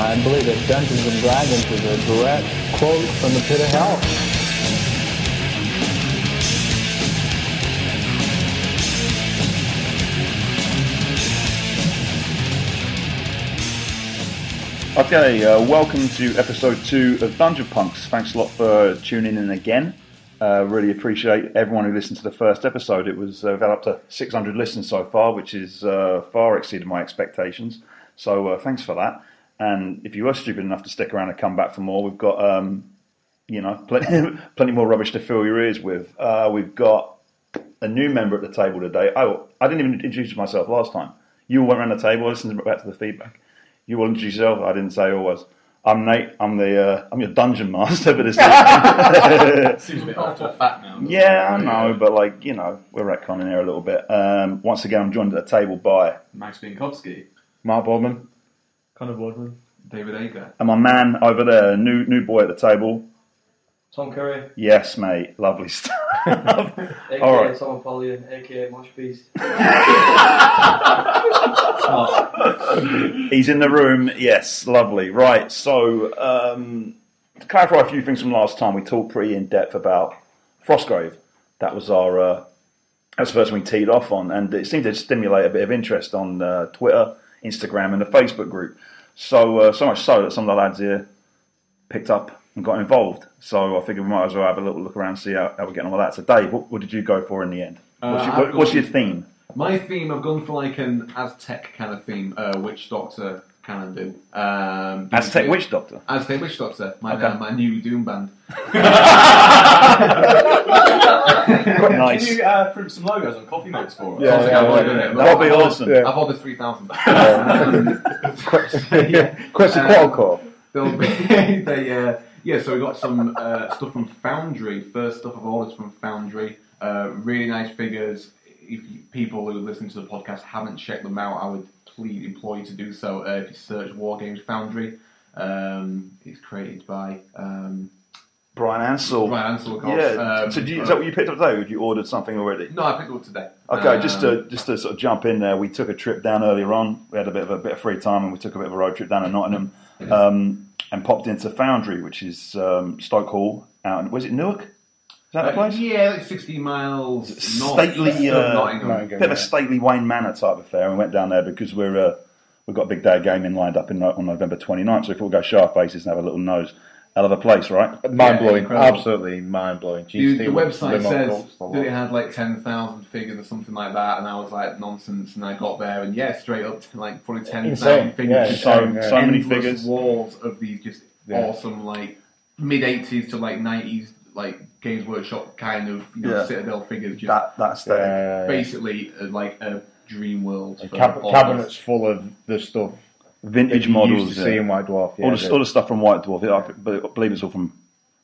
I believe that Dungeons and Dragons is a direct quote from the pit of hell. Okay, uh, welcome to episode two of Dungeon Punks. Thanks a lot for tuning in again. Uh, really appreciate everyone who listened to the first episode. It was uh, about up to 600 listens so far, which is uh, far exceeded my expectations. So uh, thanks for that. And if you were stupid enough to stick around and come back for more, we've got um, you know plenty, plenty more rubbish to fill your ears with. Uh, we've got a new member at the table today. Oh, I didn't even introduce myself last time. You all went around the table, listened back to the feedback. You all introduced yourself. I didn't say always. I'm Nate. I'm the uh, I'm your dungeon master, but it's Seems a bit off to a fat now. doesn't Yeah, I it? know, but like you know, we're retconning here a little bit. Um, once again, I'm joined at the table by Max Binkowski, Mark Baldwin Connor Woodman. David Ager. and my man over there, new new boy at the table. Tom Curry, Yes, mate, lovely stuff. aka All right. Tom Apollyon, aka Mosh Beast. He's in the room. Yes, lovely. Right. So, um, to clarify a few things from last time, we talked pretty in depth about Frostgrave. That was our uh, that's the first one we teed off on, and it seemed to stimulate a bit of interest on uh, Twitter, Instagram, and the Facebook group. So, uh, so much so that some of the lads here picked up and got involved. So, I figured we might as well have a little look around, and see how, how we're getting on with that. So, Dave, what, what did you go for in the end? What's, Uh, your, I've what, what's gone- your theme? My theme, I've gone for like an Aztec kind of theme, uh, Witch Doctor kind of do. Um, Aztec Witch Doctor. Aztec Witch Doctor, my, Okay. uh, my new Doom band. Nice. Can you uh, print some logos on coffee notes for us? Yeah, yeah, yeah, yeah. That'll be awesome. I've ordered 3,000. um, Question Um, Qualcore. there'll be, they, uh, yeah, so we got some uh, stuff from Foundry. First stuff I've ordered from Foundry. Uh, really nice figures. If you, people who listen to the podcast haven't checked them out, I would please implore you to do so. Uh, if you search War Games Foundry, um, it's created by um, Brian Ansell. Ryan Ansel, of course. Yeah. Um, so, do you, is that what you picked up today, or you ordered something already? No, I picked it up today. Okay, just uh, Um, to just to sort of jump in there, we took a trip down earlier on. We had a bit of a bit of free time, and we took a bit of a road trip down to Nottingham, um, and popped into Foundry, which is um, Stoke Hall. Out in, was it Newark? Is that the uh, place? Yeah, like 60 miles north Stately, of uh, Nottingham. bit of a stately Wayne Manor type affair. And we went down there because we're uh, we've got a big day of gaming lined up in, No- on November 29th. So if we all go sharp faces and have a little nose, hell of a place, right? Mind blowing, incredible. absolutely mind blowing. the, the website says that it had like 10,000 figures or something like that, and I was like, nonsense. And I got there, and yeah, straight up to like probably 10,000 Insane, yeah, figures. it's So Yeah. so many Endless figures. walls of these just Yeah. awesome, like mid 80s to like 90s, like Games Workshop kind of you know, Yeah. Citadel figures, just That that's the basically uh, like a dream world. for all of us. cabinets full of the stuff that vintage you models. used to yeah. see in White Dwarf. Yeah, all, the, all the stuff from White Dwarf. I be- I believe it's all from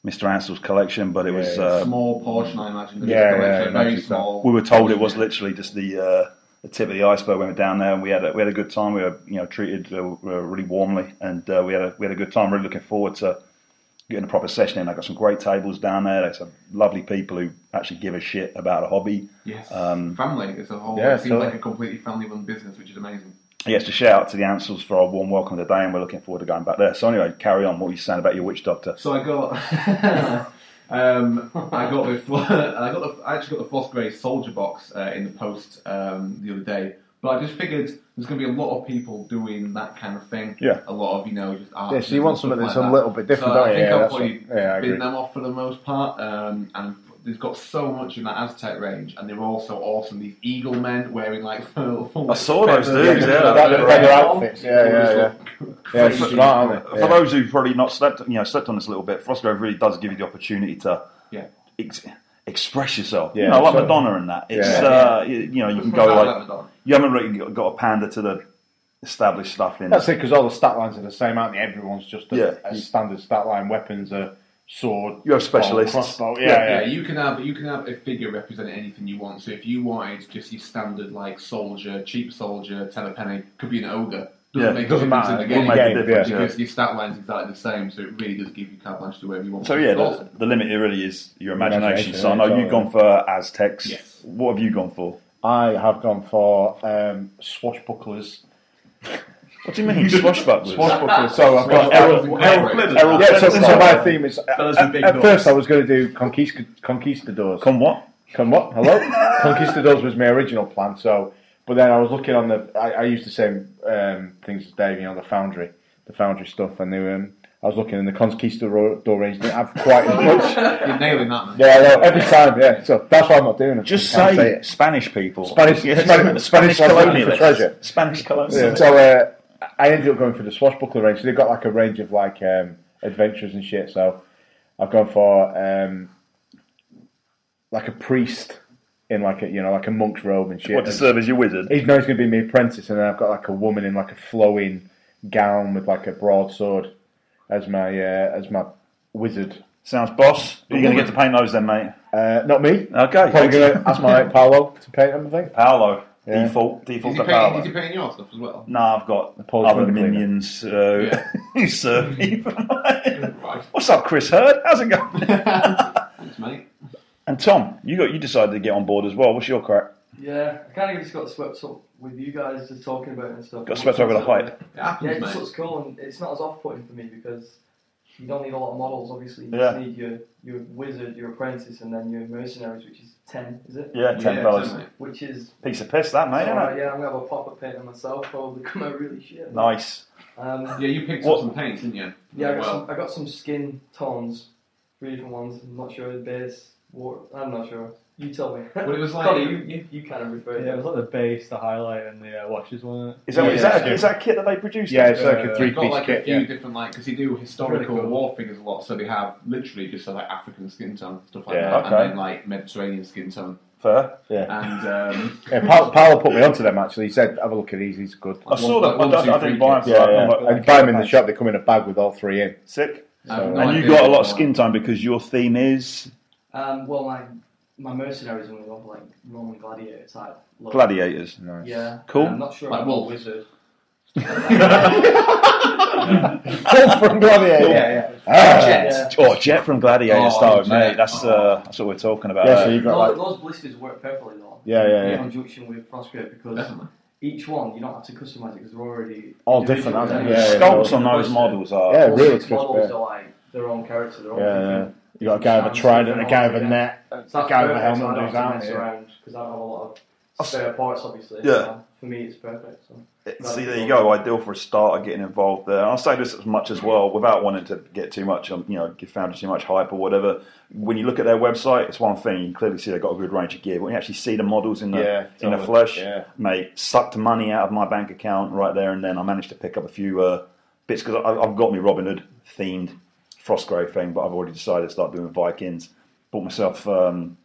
Mr. Ansel's collection, but it Yeah, was. yeah. Uh, small portion, I imagine. of Yeah, the collection, yeah, very imagine so. small. we were told it was literally just the uh, the tip of the iceberg when we were down there, and we had a, we had a good time. We were you know treated uh, we were really warmly, and uh, we had a, we had a good time. Really looking forward to getting a proper session in. I got some great tables down there. There's some lovely people who actually give a shit about a hobby. Yes, Um, family as a whole. Yeah, it seems totally. like a completely family-run business, which is amazing. Yes, to shout out to the Ansels for our warm welcome today, and we're looking forward to going back there. So anyway, carry on. What were you saying about your witch doctor? So I got, um, I got the, I got the, I actually got the Frost Grey Soldier box uh, in the post um, the other day. But I just figured there's going to be a lot of people doing that kind of thing. Yeah. A lot of you know just art. Yeah, so you want something that's a little bit different, So I don't you? think Yeah, I've that's probably what- yeah, I been agree. them off for the most part, um, and they've got so much in that Aztec range, and they're all so awesome. These eagle men wearing like full. full I saw those feathers dudes, and yeah. stuff That- like that- that. their outfits, yeah, All this yeah, sort of Yeah, crazy- it's smart, aren't it? For Yeah. those who've probably not slept, you know, slept on this a little bit, Frostgrove really does give you the opportunity to Yeah. ex- express yourself. you Yeah, know, like sure. Madonna and that. It's Yeah. uh, you, you know, you can go like Something that. you haven't really got- got a pander to the established stuff in. That's it, because all the stat lines are the same, aren't they? Everyone's just a, Yeah. a standard stat line. Weapons are sword. You have specialists. bow, crossbow. Yeah, Yeah, yeah. you can have you can have a figure representing anything you want. So if you wanted just your standard like soldier, cheap soldier, ten a penny, could be an ogre. Doesn't Yeah, make a doesn't difference matter. in the Won't game make a Game, difference, yeah. because your stat line's exactly the same. So it really does give you carte blanche to do whatever you want. So yeah, It's the, awesome. the limit here really is your imagination. Imagination, so I yeah, know you've totally. gone for Aztecs. Yes. What have you gone for? I have gone for um, swashbucklers. What do you mean? Swashbucklers. Ah, Swashbuckler. So I've got Errol- Errol. Errol Flynn. Errol Yeah, so, Flynn. so my theme is. At, Fellas with big at doors. first, I was going to do conquista, conquistadors. Come what? Come what? Hello? Conquistadors was my original plan. So, but then I was looking on the. I, I used the same um, things as Dave, you know, the foundry, the foundry stuff, and the, um, I was looking, and the conquistador range didn't have quite as much. You're nailing that, man. Yeah, I know, every time, yeah. So that's why I'm not doing it. Just I say, can't it. Spanish people. Spanish- Yeah, Spanish- Spanish, Spanish colonialists. colonialists. Treasure. Spanish Yeah. colonialists. So uh, I ended up going for the swashbuckler range. So they've got like a range of like um, adventures and shit. So I've gone for um, like a priest in like a you know like a monk's robe and shit. What to serve as your wizard? He's now he's going to be my apprentice, and then I've got like a woman in like a flowing gown with like a broadsword as my uh, as my wizard. Sounds boss. You're going to get to paint those then, mate. Uh, not me. Okay. Probably going to ask my mate Paolo to paint them. I think. Paolo. Yeah. Default. Is Default he, to paying, is Paolo. he paying your stuff as well? No, I've got Paul's other trying to clean minions uh, Yeah. who serve me. Right. What's up, Chris Hurd? How's it going? Thanks, mate. and Tom, you got you decided to get on board as well. What's your crack? Yeah, I kind of just got swept up with you guys just talking about it and stuff. Got swept over the hype. It Yeah, happens, it's mate. what's cool, and it's not as off-putting for me because you don't need a lot of models. Obviously, you just Yeah. need your your wizard, your apprentice, and then your mercenaries, which is ten, is it? Yeah, ten Yeah, fellas. so, mate. Which is Piece of piss, that mate. it's isn't alright, it? yeah, I'm gonna have a pop-up paint on myself. Probably come out really shit. Nice. Um, Yeah, you picked What- up some paints, didn't you? yeah, I got, well, some, I got some skin tones, three different ones. I'm not sure the base. Water, I'm not sure. You tell me. But it was like- Connor, you, you, you kind of refer Yeah, it to was it. like the base, the highlight, and the uh, watches, wasn't it? Is that Yeah, is that yeah. is that a kit that they produced? Yeah, it's like Uh, a three You've got piece like a kit. few Yeah. different like because you do historical Really cool. war figures a lot, so they have literally just uh, like African skin tone stuff like Yeah, that, okay. and then like Mediterranean skin tone. Fair. And um, yeah Paolo, Paolo put me onto them actually. He said, "Have a look at these. These are good." I saw them. I, one, don't, two, I didn't three buy them. kits. so Yeah, I yeah. don't know. And you buy them in the shop. They come in a bag with all three in. Sick. I have So- no And you idea got a lot what- of skin time because your theme is Um, well, my my mercenaries only love like Roman gladiator type. look. gladiators. Nice. Yeah. Cool. I'm not sure. Like about wolves. wizard. All from Gladiator. Yeah, Ah, Yeah. Oh, Jet from Gladiator Oh, style, Jet. mate. That's uh, that's what we're talking about. Yeah, so Uh, you've got Those, like. those blisters work perfectly though. Yeah, yeah, In yeah. conjunction with Frostgrave because Definitely. each one you don't have to customize it because they're already All different, aren't individual. they? Yeah, yeah. sculpts on those models are. Yeah, All really six crisp, models yeah. are like their own character, their own Yeah, different. You got a guy with a trident, a guy with a Yeah. net, So a that's guy with perfect, so a I helmet don't on his have to arm. mess yeah. around because I don't have a lot of spare parts, obviously. Yeah. so for me, it's perfect. So. See, there you go. Ideal for a starter getting involved there. I'll say this as much as well, without wanting to get too much, um, you know, give founders too much hype or whatever. When you look at their website, it's one thing. You can clearly see they've got a good range of gear, but when you actually see the models in the Yeah, in the totally. flesh, Yeah. mate, sucked money out of my bank account right there and then. I managed to pick up a few uh, bits because I've got me Robin Hood themed Frostgrave thing, but I've already decided to start doing Vikings. Bought myself um,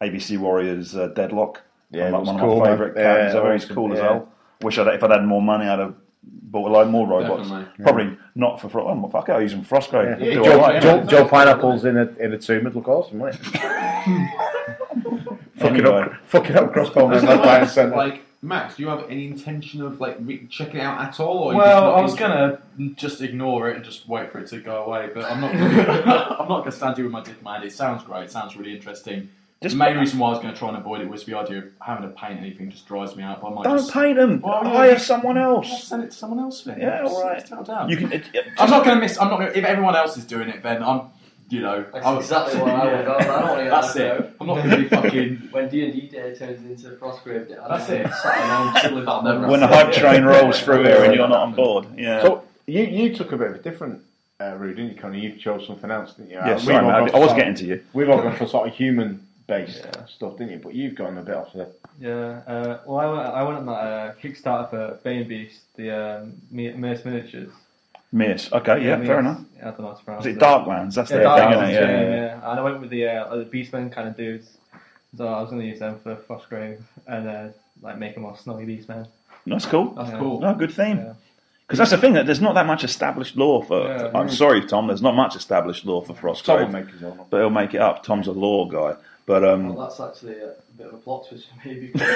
ABC Warriors uh, Deadlock. Yeah, I'm it like was one cool, of my man. favourite Yeah, characters. ever. He's awesome, cool as yeah. hell. Wish I'd, if I'd had more money, I'd have bought a load more robots. Definitely. Probably not for Frost. Oh, fuck it, I'll use them for Frostgrave. Yeah. Do Joe, I like it? Joe, Joe Pineapple's in a in a tomb. It'd look awesome, wouldn't it? fucking Anyway. up, fucking up crossbowmen left, right, and centre. Like Max, do you have any intention of like re- checking it out at all? Or are you just Well, not I was interested? gonna just ignore it and just wait for it to go away, but I'm not. Gonna, I'm not gonna stand here with my dick in my hand. It sounds great. It sounds really interesting. Just- the main reason why I was gonna try and avoid it was the idea of having to paint anything just drives me out. But I might Don't just paint them. Well, yeah, Hire you- someone I'll else. send it to someone else then. Yeah, Just- all right. just tell down. You can. It, it- I'm not gonna miss. I'm not gonna. If everyone else is doing it, then I'm. You know, That's I'm- exactly what I would. I don't wanna get That's that it. I'm not gonna be fucking. When D and D Day turns into Frostgrave Day, I That's don't know, it. Sat around chilling That'll on never them. when the hype train rolls through here and you're not on board. Yeah. So you you took a bit of a different uh, route, didn't you, Connie? You chose something else, didn't you? yeah, We've sorry, all mate, gone I- for I was sort of- getting to you. We've all gone for sort of human based stuff, didn't you? But you've gone a bit off the. Yeah. Uh, well, I went, I went on that uh, Kickstarter for Bay and Beast, the um, Mi- Mace Miniatures. Miss. Okay, Oh, yeah, Mace- fair enough. I don't know how to pronounce Was it Darklands? That's Yeah, their Dark thing, Lands, isn't it? yeah, Yeah. yeah. And I went with the uh, the Beastmen kind of dudes, so I was going to use them for Frostgrave and uh, like make them all snoggy Beastmen. That's cool. That's Yeah. cool. No, good theme. Yeah. Because that's the thing that there's not that much established law for. Yeah. I'm sorry, Tom. There's not much established law for Someone Frostgrave, make his own. up. but he'll make it up. Tom's a law guy, but um, Mm. Well, that's actually a bit of a plot twist for me because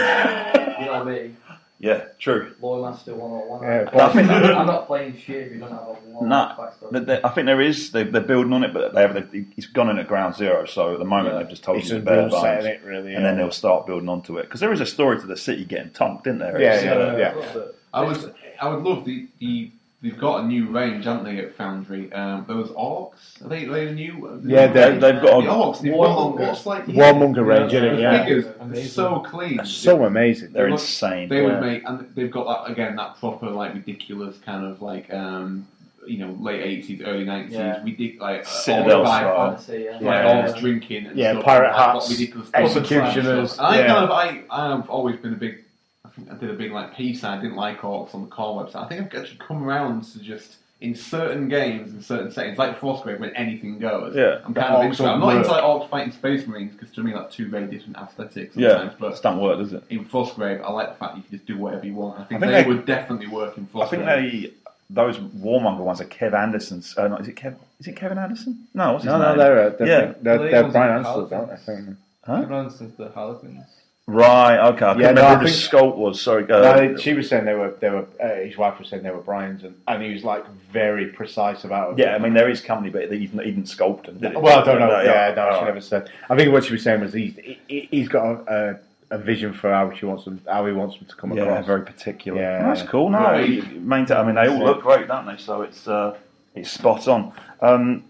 you know me, yeah, true. Lawmaster 101. Yeah, I'm, but- not, I'm not playing shit if you don't have a one Nah, backstory. But there- I think there is. They, they're building on it, but they have. They've, he's gone in at ground zero, so at the moment Yeah. they've just told It's you the a bare real set bones, in it, really. and then they'll start building onto it. Because there is a story to the city getting tonked, didn't there? Yeah, It's, yeah, uh, yeah. But, I would I would love the, the they've got a new range, haven't they, at Foundry? Um, those orcs, are they are they the new? Yeah, they- they've the got a, orcs. They've got Warmonger. what's like Warmonger range, Yeah, innit? The Yeah. figures are Amazing. so clean. So amazing. they're insane. They yeah. would make, and they've got that again, that proper like ridiculous kind of like um, you know late eighties, early nineties, Yeah. ridic- like uh, Citadel orc style. rifle, Honestly, yeah. like Yeah. orcs drinking, and Yeah, stuff, pirate like, that hats, ridiculous executioners, stuff. And I yeah. kind of, I, I've always been a big, I think I did a big like piece. I didn't like orcs on the core website. I think I've actually come around to just. In certain games, in certain settings, like Frostgrave, when anything goes, Yeah. I'm The kind of orcs into it. I'm not don't into work. like orcs fighting Space Marines because to me, like two very different aesthetics. Yeah, Sometimes, but it doesn't work, does it? in Frostgrave, I like the fact you can just do whatever you want. I think, I think they, they- would definitely work in Frostgrave. I think they those Warmonger ones are Kev Anderson's. Uh, no, is it Kev? Is it Kevin Anderson? No, what's his No, no, name? they're, uh, they're, Yeah. they're, Well, they're they Brian also Ansel's, aren't they? I have think. Huh? Everyone since the Harlequins. Right, okay. I can't Yeah, no, remember I who the think- sculpt was. Sorry, No, uh, they- she was saying they were, they were. Uh, his wife was saying they were Brian's, and, and he was like very precise about it. yeah. I mean, there is company, but he didn't, he didn't sculpt them. Did he? Well, I don't know. No, yeah, no, she alright. never said. I think what she was saying was he's he- he, he's got a, a, a vision for how she wants them, how he wants them to come Yeah, across. very particular. Yeah. that's cool. No, Yeah. you- you maintain- I mean, they all look great, don't they? So it's uh, it's spot on. Um,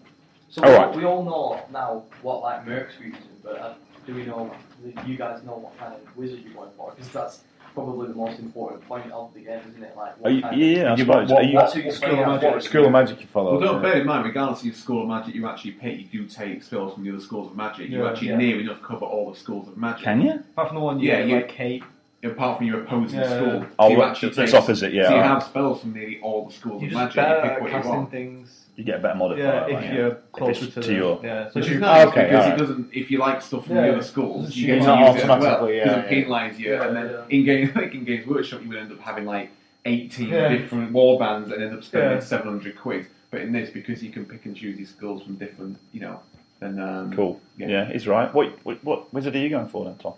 So All we, right. we all know now what like mercs we're using, but uh, do we know? Do you guys know what kind of wizard you're going for? Because that's probably the most important point of the game, isn't it? Like, are what you, kind of, yeah, I You- suppose. what- are you, that's who you're school playing of as, magic- what- School of Magic you follow. Well, don't yeah. bear in mind, regardless of your school of magic, you actually pick, you do take spells from the other schools of magic. You Yeah, actually yeah. near enough cover all the schools of magic. can you? Apart from the one you Yeah, get, you- like Kate. Apart from your opposing Yeah. school. So Oh, you well, actually it's take- opposite. so you Yeah, have spells from nearly all the schools You of just magic. better You pick at what you casting want. things. you get a better modifier. Yeah, right, if you're closer it's to, to the your- yeah. So Which if is you- nice okay, because alright. it doesn't. If you like stuff from Yeah. the other schools, you Yeah. get Not to use it as well. automatically, yeah, Because it penalises you, Yeah, and then yeah. in game like in Games Workshop, you would end up having like eighteen Yeah. different war bands and end up spending Yeah. seven hundred quid. But in this, because you can pick and choose these skills from different, you know, then um, Cool. Yeah. Yeah. he's right. What, what what wizard are you going for then, Tom?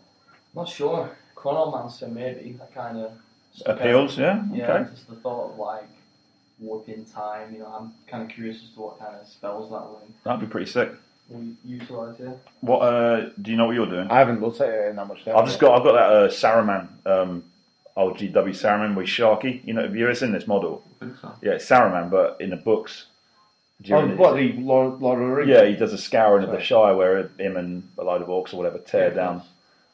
Not sure. Chronomancer, maybe. That kind of Appeals. Yeah. Yeah, Okay. just the thought of like warping time. You know, I'm kind of curious as to what kind of spells that will That'd be pretty sick. will utilize here. What uh, do you know what you're doing? I haven't looked at it in that much depth. I've just got I've got that uh, Saruman, um, old GW Saruman with Sharky. You know, have you ever seen this model? I think so. Yeah, it's Saruman, but in the books. Do you Oh, read it? what the Lord, Lord of the Rings? Yeah, he does a scouring of the Sorry. Shire where him and a load of orcs or whatever tear Yeah, down.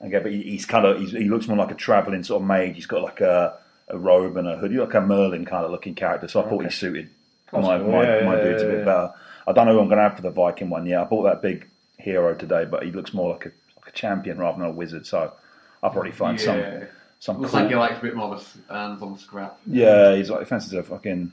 And go, but he, he's kind of he's, he looks more like a travelling sort of mage. He's got like a, a robe and a hoodie, like a Merlin kind of looking character. So I thought he suited my cool. my, Yeah, my yeah, dudes a yeah, bit yeah. better. I don't know who I'm going to have for the Viking one. Yeah, I bought that big hero today, but he looks more like a like a champion rather than a wizard. So I'll probably find yeah. some some Looks cool- like he likes a bit more of his hands on scrap. yeah, he's like he fancies a fucking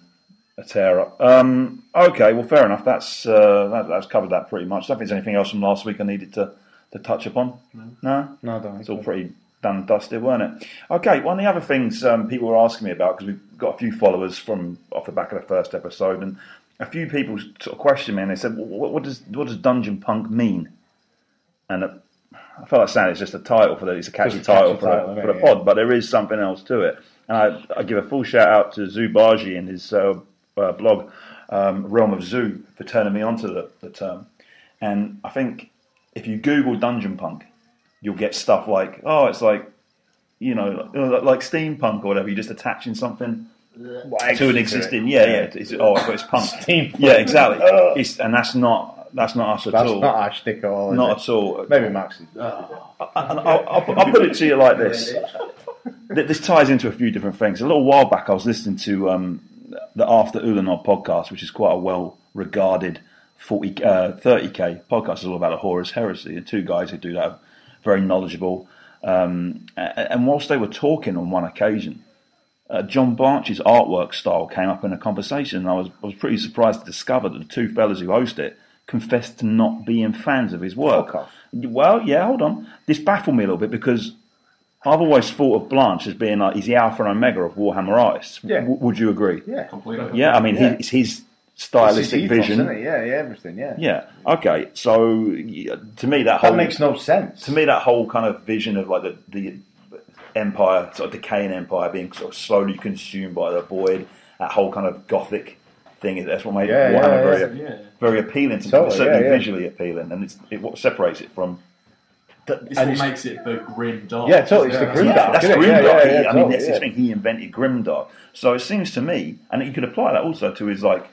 a tear up. Um, okay, well, fair enough. That's uh, that, that's covered that pretty much. I don't think there's anything else from last week I needed to, to touch upon. No, No, I don't. it's all pretty done and dusted, weren't it? Okay, one of the other things um, people were asking me about because we've got a few followers from off the back of the first episode, and a few people sort of questioned me and they said, "Wh- "What, what does what does dungeon punk mean?" And uh, I felt like saying it's just a title for the it's a catchy Just a catchy title for, title, the, isn't for the it? pod, but there is something else to it. And I, I give a full shout out to Zubaji and his uh, uh, blog um, Realm of Zoo for turning me onto the, the term. And I think if you Google dungeon punk, you'll get stuff like oh, it's like you know, like, like steampunk or whatever. You're just attaching something to an existing. Yeah, yeah. It's, oh, it's punk. Steampunk. Yeah, exactly. It's, and that's not that's not us at That's all. not our shtick at all. is Not it? at all. Uh, Maybe Max. is- And I'll, I'll, put- I'll put it to you like this. Th- This ties into a few different things. A little while back, I was listening to um, the After Ulanov podcast, which is quite a well-regarded 40, uh, 30k podcast. It's all about the Horus Heresy. The two guys who do that are very knowledgeable. Um, a- and whilst they were talking on one occasion, uh, John Barch's artwork style came up in a conversation, and I was, I was pretty surprised to discover that the two fellas who host it confessed to not being fans of his work. Fuck off. Well, yeah, hold on. This baffled me a little bit because I've always thought of Blanche as being like he's the alpha and omega of Warhammer artists. Yeah. W- would you agree? Yeah. Completely. Yeah, I mean, Yeah. he it's his It's stylistic his ethos, vision. isn't it? Yeah, yeah, everything. Yeah. Yeah. Okay. So y- to me, that whole That makes no sense. to me that whole kind of vision of like the the empire, sort of decaying empire, being sort of slowly consumed by the void. That whole kind of gothic thing. That's what made Yeah, yeah, Warhammer yeah. very very appealing to Totally, me, certainly yeah, yeah. visually appealing, and it's it what separates it from It's and what it's- makes it the grim dark. Yeah, totally, it's the that's grim what- dark. that's isn't it? Grimdark. Yeah, yeah, yeah, He- I mean, that's totally, his thing. He invented Grimdark. So it seems to me, and you could apply that also to his like,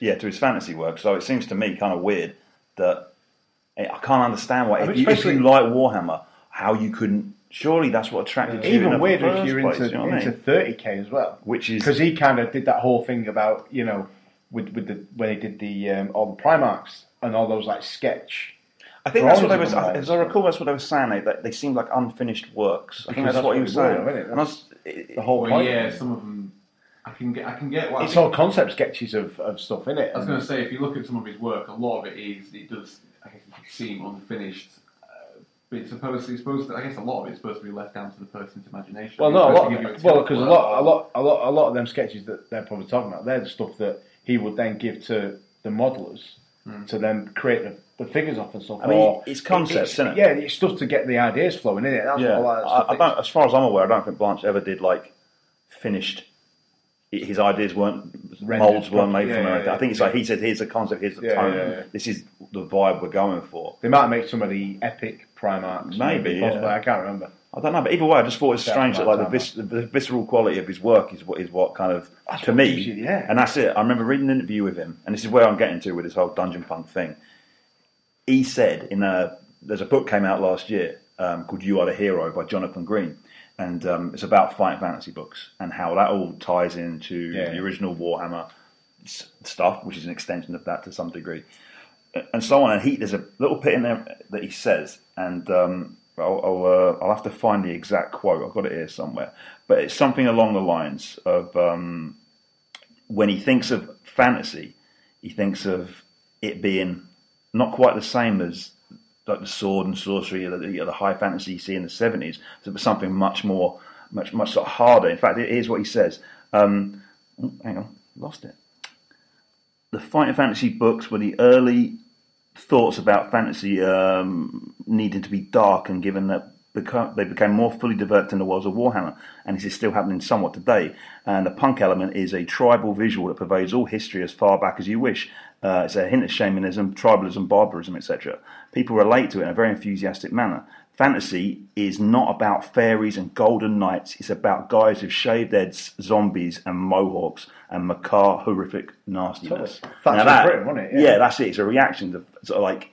yeah, to his fantasy work. So it seems to me kind of weird that eh, I can't understand why I mean, if you, if especially- you like Warhammer, how you couldn't. Surely that's what attracted you. in the Even weirder first if you're place, into you know what I mean? into 30k as well, which because is he kind of did that whole thing about you know with with the when he did the um, all the Primarchs and all those like sketch. I think that's what they drawings was. of them As I recall, that's what they were saying. They, they, they seemed like unfinished works. I think Because that's, what he was that's saying. what we were, innit? And I was- it- The whole Well, point. yeah, some of them. I can get. I can get. What I It's think- all concept sketches of, of stuff in it. I was going to say, if you look at some of his work, a lot of it is it does I guess, seem unfinished. Uh, but it's supposed to, it's supposed to, I guess a lot of it's supposed to be left down to the person's imagination. Well, It's no, a supposed to give you lot. Well, because a template lot, a or- lot, a lot, a lot of them sketches that they're probably talking about, they're the stuff that he would then give to the modelers Hmm. to then create the, the figures off and stuff. I mean, or it's concepts, it's- innit? Yeah, it's stuff to get the ideas flowing in it. That's yeah, all that stuff I, I is. don't, as far as I'm aware, I don't think Blanche ever did like finished. i- His ideas weren't Rendered molds weren't properly, made yeah, from yeah, anything. I yeah. think it's like he said, "Here's the concept, here's the Yeah, tone. yeah, yeah. This is the vibe we're going for." They might make some of the epic Primarchs. Maybe, yeah. possibly, I can't remember. I don't know, but either way, I just thought it's That's strange that right, like the, that's vis- the visceral quality of his work is what is what kind of to what me, gives you- yeah. and that's it. I remember reading an interview with him, and this is where I'm getting to with this whole dungeon punk thing. He said in a there's a book came out last year um, called "You Are the Hero" by Jonathan Green, and um, it's about fighting fantasy books and how that all ties into Yeah. the original Warhammer s- stuff, which is an extension of that to some degree and so on. And he, there's a little bit in there that he says, and um, I'll, I'll, uh, I'll have to find the exact quote. I've got it here somewhere, but it's something along the lines of um, when he thinks of fantasy, he thinks of it being not quite the same as like the sword and sorcery, or the, you know, the high fantasy you see in the seventies, so it's something much more, much much sort of harder. In fact, here's what he says. Um, oh, hang on, lost it. The fighting fantasy books were the early thoughts about fantasy um, needing to be dark and given that become, they became more fully developed in the worlds of Warhammer, and this is still happening somewhat today. And the punk element is a tribal visual that pervades all history as far back as you wish. Uh, it's a hint of shamanism, tribalism, barbarism, etc. People relate to it in a very enthusiastic manner. Fantasy is not about fairies and golden knights. It's about guys with shaved heads, zombies, and mohawks, and macabre, horrific nastiness. Totally. Thatcher's Now that- Britain, wasn't it? Yeah. yeah, that's it. It's a reaction to sort of like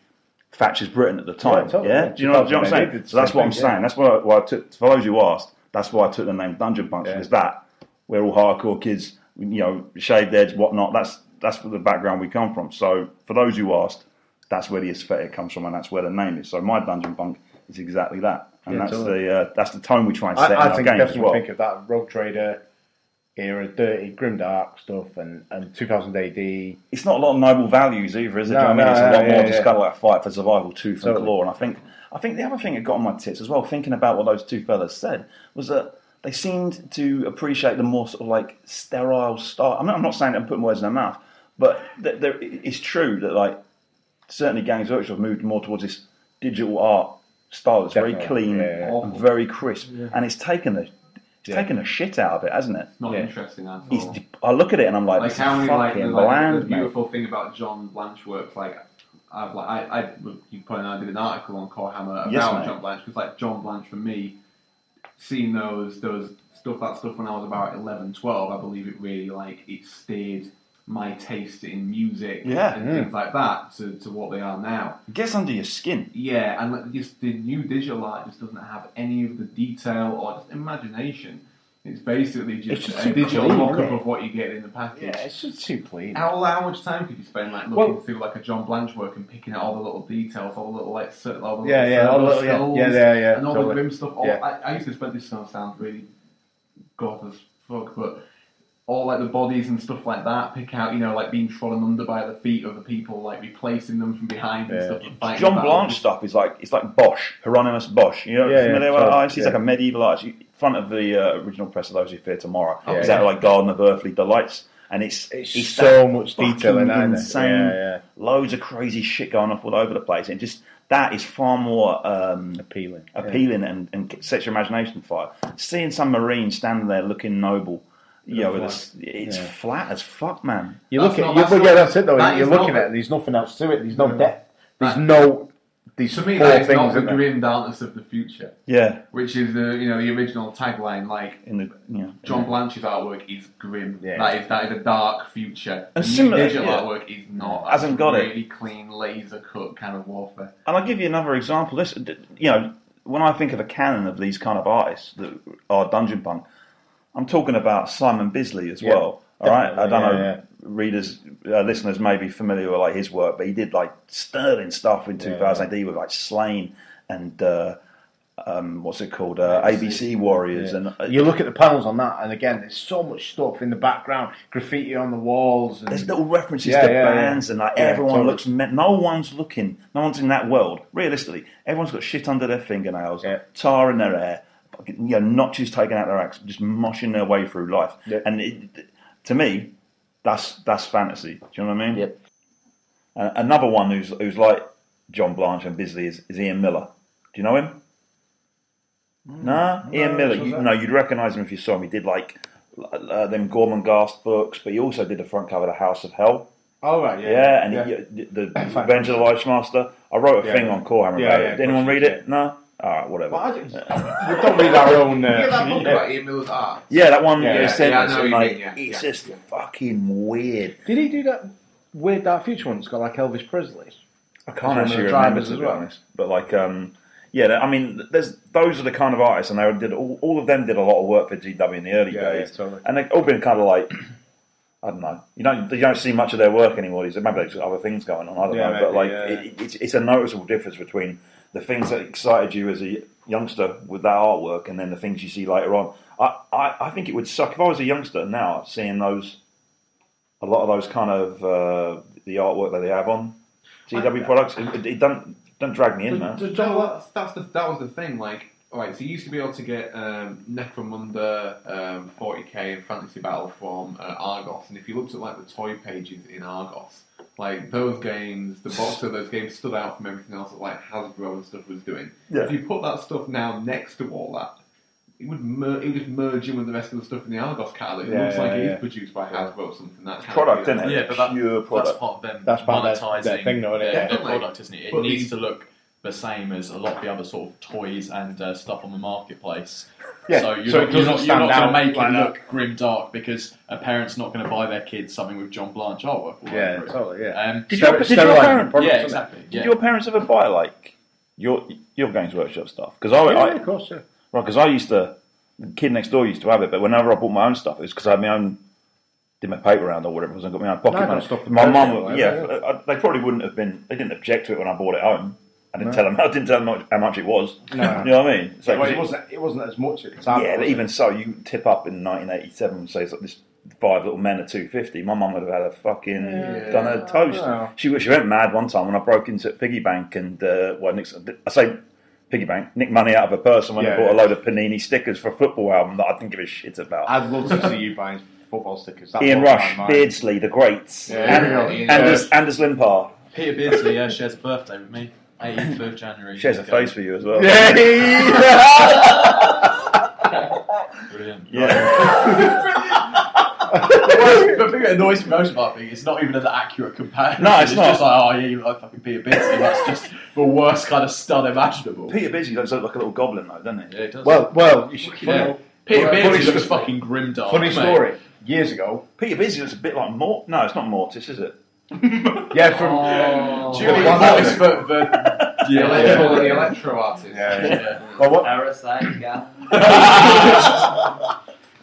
Thatcher's Britain at the time. Yeah, Yeah, totally. do you know, do you know what They I'm did saying? the So that's same what I'm thing, yeah. saying. That's why, why I took, for those who asked, that's why I took the name Dungeon Punks Yeah. because that we're all hardcore kids, you know, shaved heads, whatnot. That's that's the background we come from. So for those who asked, that's where the aesthetic comes from, and that's where the name is. So my Dungeon Punk is exactly that, and Yeah, that's totally. the uh, that's the tone we try and set in I, I our think games as definitely well. think of that Rogue Trader era, dirty, grimdark stuff, and, and 2000 AD. it's not a lot of noble values either, is it? Do you No, know what I mean, it's no, a lot yeah, more yeah. just kind of like a fight for survival, tooth and Totally. claw. And I think, I think the other thing that got on my tits as well, thinking about what those two fellas said, was that they seemed to appreciate the more sort of like sterile style. I'm not, I'm not saying that I'm putting words in their mouth, but th- there, it's true that like certainly Games Workshop have moved more towards this digital art style. It's very Definitely, clean yeah, yeah. and very crisp, and it's taken the it's taken the shit out of it, hasn't it? Not Yeah. interesting at all. It's, I look at it and I'm like, like this how is many like the, fucking like, the bland, mate. beautiful thing about John Blanche works like I've like I, I you probably know I did an article on Core Hammer about Yes, mate. John Blanche because like John Blanche for me seeing those those stuff that stuff when I was about 11, 12, I believe it really like it steered my taste in music Yeah. Hmm. and things like that to, to what they are now. It gets under your skin. Yeah, and like, just the new digital art just doesn't have any of the detail or just imagination. It's basically just, It's just a too digital clean, mock up isn't it? of what you get in the package. Yeah, it's just too clean. How, how much time could you spend like looking Well- through like a John Blanche work and picking out all the little details, all the little like cir- all the Yeah, little yeah, all the circles, little- yeah, skulls, yeah, yeah, yeah, and all the totally. grim stuff. All, Yeah. I, I used to spend this stuff sound really god as fuck, but all like the bodies and stuff like that. Pick out you know like being trodden under by the feet of the people, like replacing them from behind and Yeah. stuff. And fighting John battles. Blanche stuff is like it's like Bosch, Hieronymus Bosch. You know, Yeah, yeah, familiar with sure, that artist? He's yeah. like a medieval artist. You- Front of the uh, original press of those who fear tomorrow. Yeah, Is that Oh, yeah. like Garden of Earthly Delights? And it's It's that so much detail in fucking that, isn't it? insane, Yeah, yeah. loads of crazy shit going off all over the place, and just that is far more um, Appealing. appealing and, and sets your imagination fire. Seeing some marine standing there looking noble, you know, with a s it's Yeah. flat as fuck, man. You That's look at not- you, that's well, not- yeah, that's it though. that You're is looking not- at it. There's nothing else to it. There's no depth. There's That- no these To me, four that is things not the aren't they? grim darkness of the future, Yeah, which is the you know the original tagline. Like in the you know, John Blanche's artwork is grim. Yeah. That is that is a dark future. And The new similar- digital yeah. artwork is not. That's Hasn't got it. really clean laser cut kind of warfare. And I'll give you another example. This, you know, when I think of a canon of these kind of artists that are dungeon punk, I'm talking about Simon Bisley as Yeah, well. All right, I don't definitely, know. yeah, yeah. Readers, uh, listeners may be familiar with like his work, but he did like sterling stuff in 2008 with like Slain and uh, um, what's it called, uh, ABC Warriors, and uh, you look at the panels on that, and again, there's so much stuff in the background, graffiti on the walls, and there's little references Yeah, to yeah, bands, yeah. and like Yeah, everyone totally. looks. Me- no one's looking. No one's in that world. Realistically, everyone's got shit under their fingernails, Yeah. tar in their hair, fucking, you know, notches taken out their axe, just moshing their way through life. Yeah. And it, to me, that's that's fantasy. Do you know what I mean? Yep. A- another one who's who's like John Blanche and Bisley is, is Ian Miller. Do you know him? Nah, Ian Miller. sure You, Mm. that- no, you'd recognise him if you saw him. He did like uh, them Gorman Ghast books, but he also did the front cover of the House of Hell. oh right, Yeah, and yeah. He, the the Revenge of the Life Master. I wrote a Yeah. thing on Corehammer Yeah, about yeah, it. of Did anyone course, read it? No. All right, whatever. Well, I just- we don't read our own. Uh, Yeah, that book yeah. about Ian Miller's art. yeah, that one Yeah, yeah, yeah, sent yeah, I us, know and, what you like, mean, yeah, it's yeah, just yeah. fucking weird. Did he do that weird Dark Future one? It's got like Elvis Presley. I can't It's one of actually the remember drivers to as be well. honest, but like, um, yeah, th- I mean, there's those are the kind of artists, and they did all, all of them did a lot of work for GW in the early Yeah, yeah, days, totally. and they've all been kind of like, I don't know, you don't you don't see much of their work anymore. These maybe there's other things going on, I don't Yeah, know, but maybe, like, yeah. it, it- it's, it's a noticeable difference between the things that excited you as a youngster with that artwork, and then the things you see later on. I, I, I think it would suck if I was a youngster now seeing those, a lot of those kind of uh, the artwork that they have on GW products. It, it don't don't drag me in, man. Does John Blanche- that's the, that was the thing. Like, all right, so you used to be able to get um, Necromunda, um, 40k, and Fantasy Battle from uh, Argos, and if you looked at like the toy pages in Argos, like those games, the box of those games stood out from everything else that like Hasbro and stuff was doing. Yeah. If you put that stuff now next to all that. It would, mer- it would just merge in with the rest of the stuff in the Argos catalog. It Yeah, looks yeah, like it is yeah. produced by Hasbro or something. That can't Product, be is that. it? Yeah, but that- pure That's product. part of them That's part of their- monetizing their thing, though, isn't it? their- their Definitely. product, isn't it? It But needs these- to look the same as a lot of the other sort of toys and uh, stuff on the marketplace. Yeah, So you're so not, it you're not, doesn't you're not stand going to out make like it that. look grim dark because a parent's not going to buy their kid something with John Blanche artwork. all Yeah, over it. totally. Yeah. Um, Did your- Steri- did your sterilizing parent- products, yeah, isn't it? exactly. Did Yeah. your parents ever buy like your your Games Workshop stuff? Because I, Yeah, I of course. Yeah. Right, because I used to, the kid next door used to have it, but whenever I bought my own stuff, it was because I had my own, did my paper round or whatever it was, and got my own pocket No, I got money. stuff from my Tesco mum, or whatever, yeah, I, they probably wouldn't have been, they didn't object to it when I bought it home. I didn't No. tell them, I didn't tell them much- how much it was. No. you know what I mean? So, Well, it wasn't. It wasn't as much at the time. yeah, but was it? even so, you tip up in 1987 and say, like, this five little men are 250. My mum would have had a fucking, done a toast. Wow. She, she went mad one time when I broke into Piggy Bank and, uh, well, Nick's, I say Piggy Bank, nicked money out of a purse and went and Yeah, bought a yeah. load of Panini stickers for a football album that I didn't give a shit about. I'd love to see you buying football stickers. That Ian blows my Rush, mind. Beardsley, the greats, Yeah, and, yeah, yeah. Anders, Anders Limpar. Peter Beardsley yeah, shares a birthday with me, 18th of January. Shares a There you face for you as well. go. Brilliant. yeah. but people annoys me most about thing, it's not even an accurate comparison. No, it's not. just like, oh yeah, you look like fucking Peter Beardsley. That's just the worst kind of stud imaginable. Peter Beardsley looks like a little goblin though, doesn't he? Yeah, it does. Well, well, you should. yeah. Funny, Peter funny Beardsley story. looks fucking grimdark. funny mate. story. Years ago, Peter Beardsley looks a bit like Mort. No, it's not Mortis, is it? yeah, from Oh. Do you mean The one- Mortis, but, but The yeah, electro, yeah. the electro artist. Yeah. yeah. well, what, Parasite, yeah.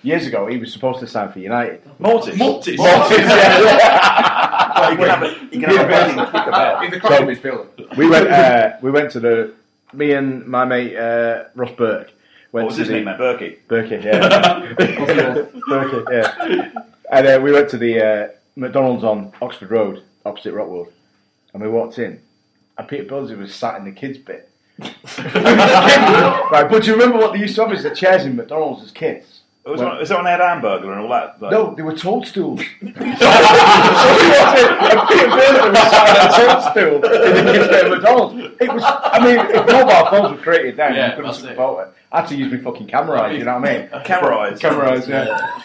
years ago he was supposed to sign for United. Mortis. Mortis. Mortis, Well, you can have a, you can have a fucking kick about. He's a cracking So- midfielder. we went. Uh, we went to the. Me and my mate uh, Ross Burke What went was to his the, name, mate? Berkey. Burke, yeah. Burke, yeah. And uh, we went to the uh, McDonald's on Oxford Road, opposite Rockwood, and we walked in, and Peter Beardsley was sat in the kids' bit. right, but do you remember what they used to have as the chairs in McDonald's as kids? It was, Well- one, was that when they had hamburger and all that? Like, No, they were toadstools. so we walked in, and Peter Beardsley was sat in a toadstool in the kids' bit at McDonald's. It was, I mean, if mobile phones were created then, Yeah, you couldn't that's take a it. photo. I had to use my fucking camera, you know what I mean? Camera eyes. Camera eyes, yeah.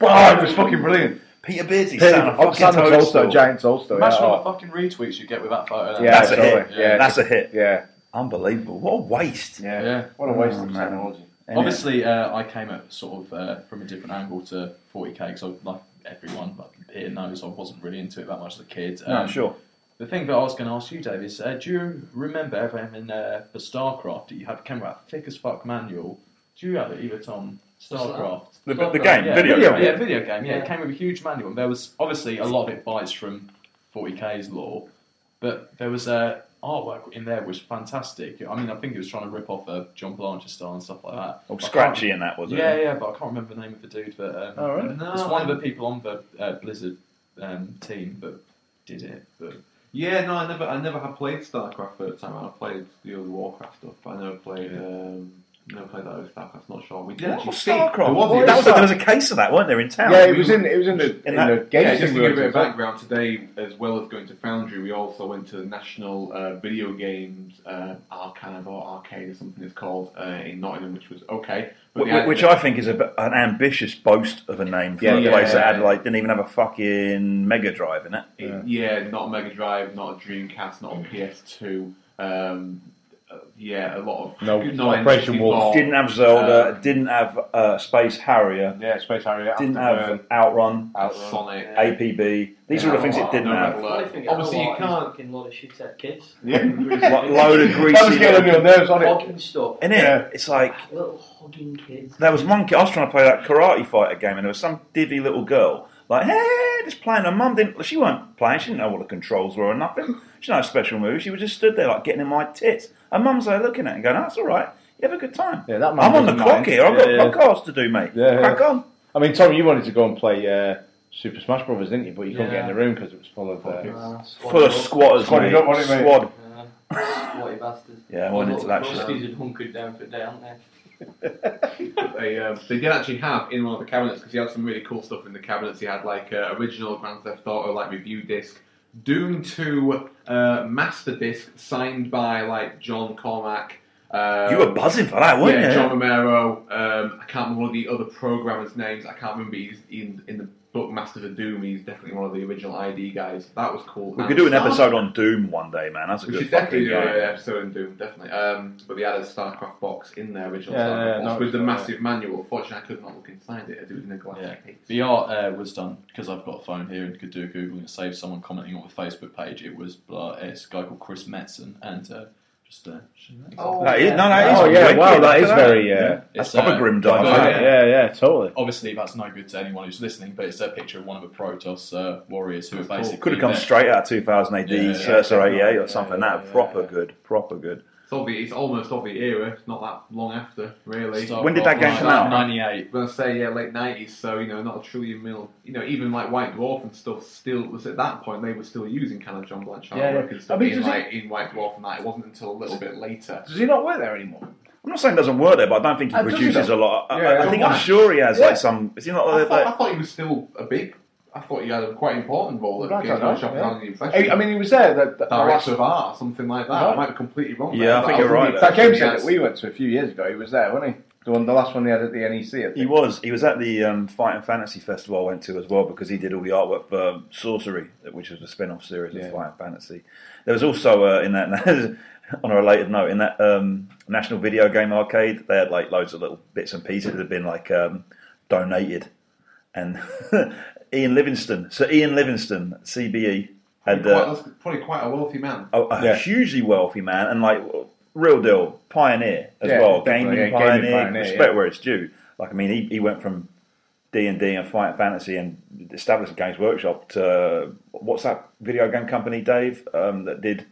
Wow, oh, it was fucking brilliant. Peter Beardsley, Hey, Santa oh, fucking Santa Toadstool. Tolstoy, giant Tolstoy. Imagine yeah, all the oh, fucking retweets you get with that photo. Yeah, That's a totally. hit. Yeah, That's a hit. yeah, Unbelievable. What a waste. yeah, Yeah. What a waste Oh, of man. technology. Anyway. Obviously, uh, I came at sort of uh, from a different angle to 40k, so like everyone but here knows I wasn't really into it that much as a kid. No, Um, sure. The thing that I was going to ask you, Dave, is uh, do you remember ever having uh, for StarCraft that you had a camera thick as fuck manual? Do you have it either, Tom? StarCraft. The, Well the done. game, Yeah, video, video game. Yeah, video game. Yeah, Yeah. it came with a huge manual. There was obviously a lot of it bites from 40k's law, but there was uh, artwork in there was fantastic. I mean, I think it was trying to rip off a John Blanchard style and stuff like that. Oh, I scratchy and that was yeah, it. yeah, but I can't remember the name of the dude. But um, Oh, really? No, it's one of the people on the uh, Blizzard um, team that did it. But Yeah, no, I never, I never have played StarCraft first time. I played the other Warcraft stuff. but I never played, um, never played that other StarCraft. Not sure. We did. What actually was see- Starcraft? There was, that was, a, there was a case of that, weren't there, in town? Yeah, it was in. It was in the in, that- the game. yeah, just to give a bit of background, today as well as going to Foundry, we also went to the National uh, Video Games uh, Archive or Arcade or something it's called uh, in Nottingham, which was okay. But Wh- the- wh- Which I think is a, bit- an ambitious boast of a name for Yeah, a yeah, place that had yeah. like didn't even have a fucking Mega Drive in it. yeah. not a Mega Drive, not a Dreamcast, not a PS2. Um, uh, yeah, a lot of No, no Operation N64. Wolf. Didn't have Zelda. didn't have uh, Space Harrier. Yeah, Space Harrier. Didn't have Outrun. Outrun. Sonic. Yeah. APB. These were the things it didn't No, have. no, Funny thing, Obviously, you can't. Fucking load of shit at kids. Yeah. Lo- load of greasy. uh, That was getting on your nerves, wasn't it? Fucking stuff. In it, Yeah. it's like Little hogging kids. there was one. kid- I was trying to play that Karate Fighter game, and there was some divvy little girl like, hey, just playing. Her mum didn't. She weren't playing. She didn't know what the controls were or nothing. She didn't know special moves. She was just stood there like getting in my tits. Her mum's there looking at it and going, "That's all right. You have a good time." Yeah, that man I'm on the doesn't clock mind. here. I've Yeah, got yeah. podcasts to do, mate. Yeah, yeah. Crack on. I mean, Tom, you wanted to go and play uh, Super Smash Brothers, didn't you? But you couldn't Yeah. get in the room because it was full of. Uh, Uh, Full of squatters, Squad, you mate. don't want it, mate. Squad. Uh, What you bastards. Yeah, I went into that shit. Most season hunkered down for a day, aren't they? They, um, they did actually have in one of the cabinets because he had some really cool stuff in the cabinets. He had like uh, original Grand Theft Auto like review disc, Doom Two uh, master disc signed by like John Cormack. Um, You were buzzing for that, weren't yeah, you? John Romero. Um, I can't remember one of the other programmers' names. I can't remember. He's in in the book Masters of Doom. He's definitely one of the original ID guys. That was cool. We And could do an Star- episode on Doom one day, man. That's a We good should fucking definitely game. do uh, an episode on Doom, definitely. Um, but they had a StarCraft box in their original Yeah, StarCraft box yeah, no, with the it's- massive manual. Fortunately, I could not look inside it. I do it in a glass Yeah. case. The art uh, was done because I've got a phone here and could do a Google and save someone commenting on the Facebook page. It was uh, it's a guy called Chris Metzen and uh, just uh, Oh, That is, no, that is oh yeah! wicked. Wow, Look at that is very. Uh, That's It's, proper uh, grim dark. like, yeah. uh, isn't it? yeah, totally. Obviously, that's no good to anyone who's lilistening, but it's a picture of one of the Protoss uh, warriors who are basically Could have come there. straight out of 2000 AD, Yeah, yeah, Cersa yeah. 88 Yeah, or something. yeah, that yeah, proper yeah. good, proper good. It's, of the, it's almost of the era. It's not that long after, really. Starcraft When did that game was come out? Ninety-eight. I'm gonna say yeah, late nineties. So you know, not a trillion mil. You know, even like White Dwarf and stuff. Still was at that point they were still using kind of John Blanchard Yeah, yeah. work and stuff I mean, in, does like, in White Dwarf and that. It wasn't until a little bit later. Does he not work there anymore? I'm not saying it doesn't work there, but I don't think he Uh, does he produces a though? lot. I, Yeah, I- I yeah. think I'm sure he has Yeah. like some. Is he not? I like- thought, like- I thought he was still a big. I thought he had a quite important role at Right, I Games don't know, Workshop. and yeah. I had the impression- I, I mean, he was there. That, that, director of art, something like that. Right. I might be completely wrong. Oh, Yeah, there, I but think was you're under right the there. that game impression set yes. that we went to a few years ago. He was there, wasn't he? The one, the last one he had at the NEC. I He think. was. He was at the um, Fight and Fantasy Festival I went to as well because he did all the artwork for um, Sorcery, which was a spin off series Yeah. of Fight and Fantasy. There was also uh, in that, on a related note, in that um, National Video Game Arcade, they had like loads of little bits and pieces that had been like um, donated. And Ian Livingston, so Ian Livingston, CBE, had Quite- uh, that's probably quite a wealthy man. a, a Yeah. hugely wealthy man and like real deal pioneer as Yeah, well, gaming definitely, yeah, gaming pioneer. pioneer, respect yeah. where it's due. Like I mean, he, he went from D and D and Fight and Fantasy and established Games Workshop to what's that video game company, Dave, um, that did.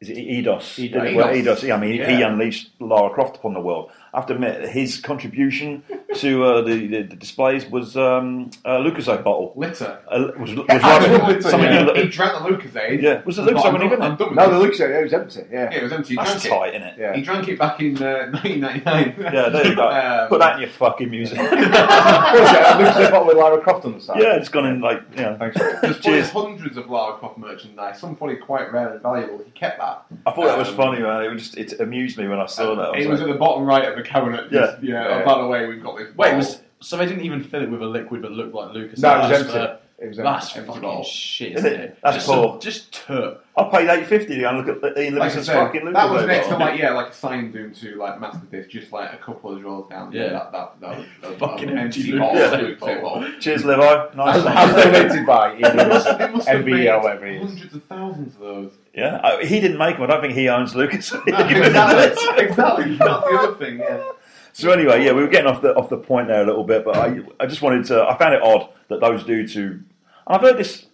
Is it E Eidos? E Did it- Well, Eidos. Eidos. yeah, I mean, he Yeah. unleashed Lara Croft upon the world. I have to admit, his contribution to uh, the, the, the displays was um, a Lucasite bottle. Litter. Uh, was, was Absolutely. like something you He look- drank the Lucasade. Yeah, was it Lucas? But I wouldn't I'm even- I'm done with No, this. the Luke said yeah, he was empty. Yeah, Yeah. it was empty. He That's drank tight, isn't it? it. Yeah. He drank it back in uh, 1999. Yeah, there you go. Um, Put that in your fucking music. What was it? Luke said what with Lara Croft on the side. Yeah, it's gone in like you know. Thanks. Mate. There's probably Cheers. hundreds of Lara Croft merchandise, some probably quite rare and valuable. He kept that. I thought that was Um, funny, man. It was just it amused me when I saw that. I it was was like, at the bottom right of the cabinet. Just, yeah. Yeah. Oh, by the way, we've got this. Wait, bottle. was So they didn't even fill it with a liquid that looked like Lucas. No, it was That's, empty. uh, It was That's empty. fucking bottle. shit. Is isn't it? it? That's just poor. Some, just turd. I paid eight fifty to go and look at Ian Like I Livingston's said, fucking Lucas. that was next to over. like yeah, like a sign doom to like Master Disc, just like a couple of draws down. Yeah. that that that, was- that was Fucking that was empty bottle, Lucas empty Luke bottle. bottle. Cheers, Levi. Nice. As, one. as donated by There must, Ian there must have been MBO, whatever he is. hundreds of thousands of those. yeah, I, he didn't make them. I don't think he owns Lucas. exactly, exactly. That's the other thing. Yeah. So anyway, yeah, we were getting off the off the point there a little bit, but I I just wanted to. I found it odd that those dudes who, and I've heard this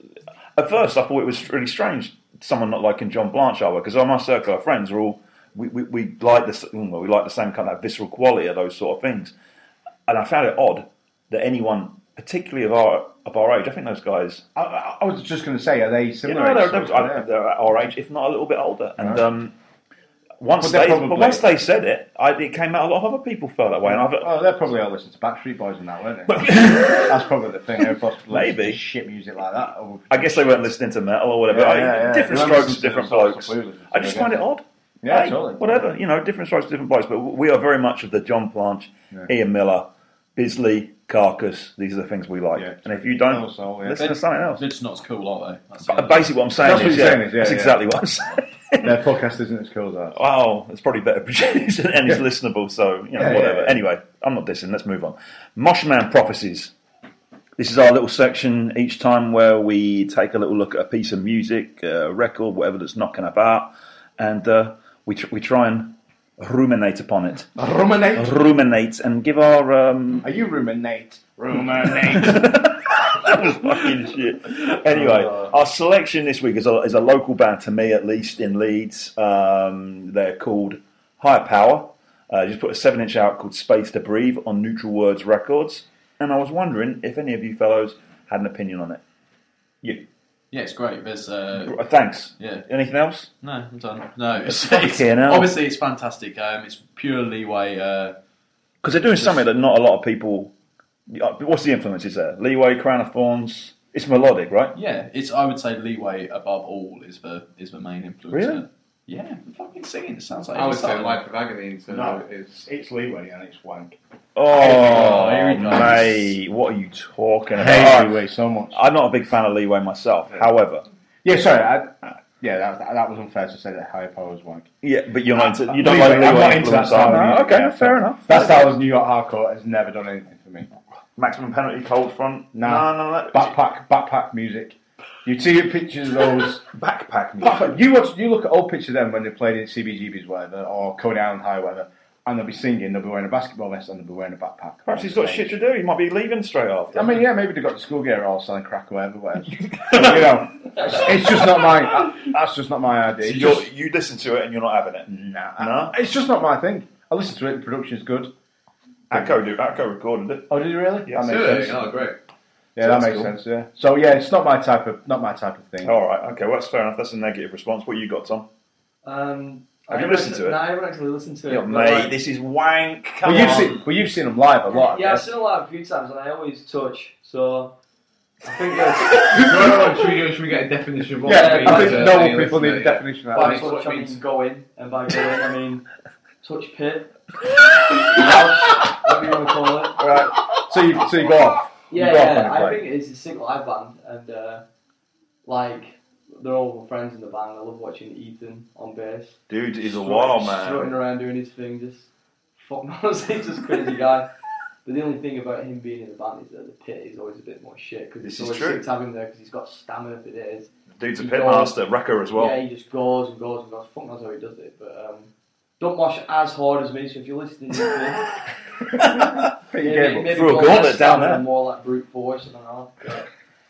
at first. I thought it was really strange. Someone not liking John Blanchard because on my circle of friends are all we, we, we like the s- well, we like the same kind of visceral quality of those sort of things, and I found it odd that anyone, particularly of our of our age, I think those guys, I, I I was just going to say, are they you similar? know, they're, in they're, sorts, yeah. they're our age, if not a little bit older, and. Right. um once But they're they, probably- but once they said it, I, it came out. A lot of other people felt that way, and I've, Oh, they're probably all listening to Backstreet Boys and that, weren't they? That's probably the thing. They're possibly Maybe. listening to shit music like that. Or, I guess they weren't listening to metal or whatever. Yeah, I- yeah, yeah. Different They weren't strokes, listening to different the sorts blokes. of blues. I just find it odd. Yeah, Hey, totally. Whatever, you know, different strokes, different blokes. But we are very much of the John Planch, Yeah. Ian Miller, Bisley, Carcass. These are the things we like. Yeah. and if you don't, Metal soul, yeah. listen to something else. It's not cool, are they? That's the But end of it. basically, what I'm saying That's is, what you're yeah, saying is, yeah, that's yeah. exactly what I'm saying. Their podcast isn't as cool as ours. Wow, it's probably better produced and it's Yeah. listenable, so you know, Yeah, yeah, whatever. yeah. Anyway, I'm not dissing, let's move on. Moshman Prophecies. This is our little section each time where we take a little look at a piece of music, uh, record, whatever that's knocking about, and uh, we, tr- we try and ruminate upon it. Ruminate. Ruminate and give our. Um... Are you ruminate? Ruminate. that was fucking shit. Anyway, our selection this week is a, is a local band to me, at least in Leeds. Um, they're called Higher Power. Uh, just put a seven inch out called Space to Breathe on Neutral Words Records. And I was wondering if any of you fellows had an opinion on it. You. Yeah, it's great. There's uh, Gr- Thanks. yeah. Anything else? No, I'm done. No, it's, Fucking it's- hell. obviously it's fantastic. Um, it's pure leeway. Uh, Because they're doing something that not a lot of people. uh, What's the influences there? Leeway, Crown of Thorns. It's melodic, right? yeah, it's. I would say leeway above all is the is the main influence. Really? Uh, Yeah, fucking singing. It sounds like I would it's- say Life of Agony. So No. it's It's leeway and it's wank. Oh, Here we go. mate, what are you talking I about? hate leeway so much. I'm not a big fan of Leeway myself. However, Yeah, sorry. I, I, yeah, that, that, that was unfair to say that higher power was wank. yeah, but you're not into, you don't Leeway, like I'm Leeway not into that influence. style. are you? of music, okay, yeah, fair enough. That style of New York hardcore has never done anything for me. Maximum penalty, cold front. Nah. no, no. Back, Backpack, backpack music. You see pictures of those. backpack music. But you watch, you look at old pictures of them when they played in CBGBs, whatever, or Coney Island High, whatever, and they'll be singing, they'll be wearing a basketball vest, and they'll be wearing a backpack. Perhaps he's got shit to do. He might be leaving straight after. I mean, yeah, maybe they got the school gear all selling crack or whatever, whatever. But, you know, it's, it's just not my. that- That's just not my idea. So It's you're, just- you listen to it and you're not having it. nah, No? it's just not my thing. I listen to it. The production's good. Atco, do, Atco recorded it. Oh, did you really? Yes. That makes Really? sense. Oh, great. Yeah, that Sounds makes cool. sense. Yeah. So yeah, it's not my type of not my type of thing. All right, okay, well, that's fair enough. That's a negative response. What you got, Tom? Um, Have I you haven't listened actually- to it? No, I haven't actually listened to it. Yeah, but, mate, like, this is wank. Come well, you've on. seen well, you've seen them live a lot. yeah, I've yes. seen a lot a few times, and I always touch. So I think that's No, no, no, should, we go, should we get a definition of what yeah. Yeah, I think yeah, normal people need a definition of that. by it's what touch it I means. mean go in, and by go in I mean touch pit, house, whatever you want to call it. Right. So you so you go off. You Yeah, go off on yeah a I break. think it's a single live band, and uh, like they're all my friends in the band. I love watching Ethan on bass. Dude is a Strut- wild Strutting man. around doing his thing, just fuck knows, he's just crazy guy. But the only thing about him being in the band is that the pit is always a bit more shit because This it's is always true. sick to have him there because he's got stamina if it is. Dude's a You pit go- master, wrecker as well. yeah, he just goes and goes and goes. Fuck knows how he does it, but um, don't mosh as hard as me. So if you're listening, to me, Pretty maybe, game. maybe Threw a go gauntlet less down stamina, there. more like brute force and all.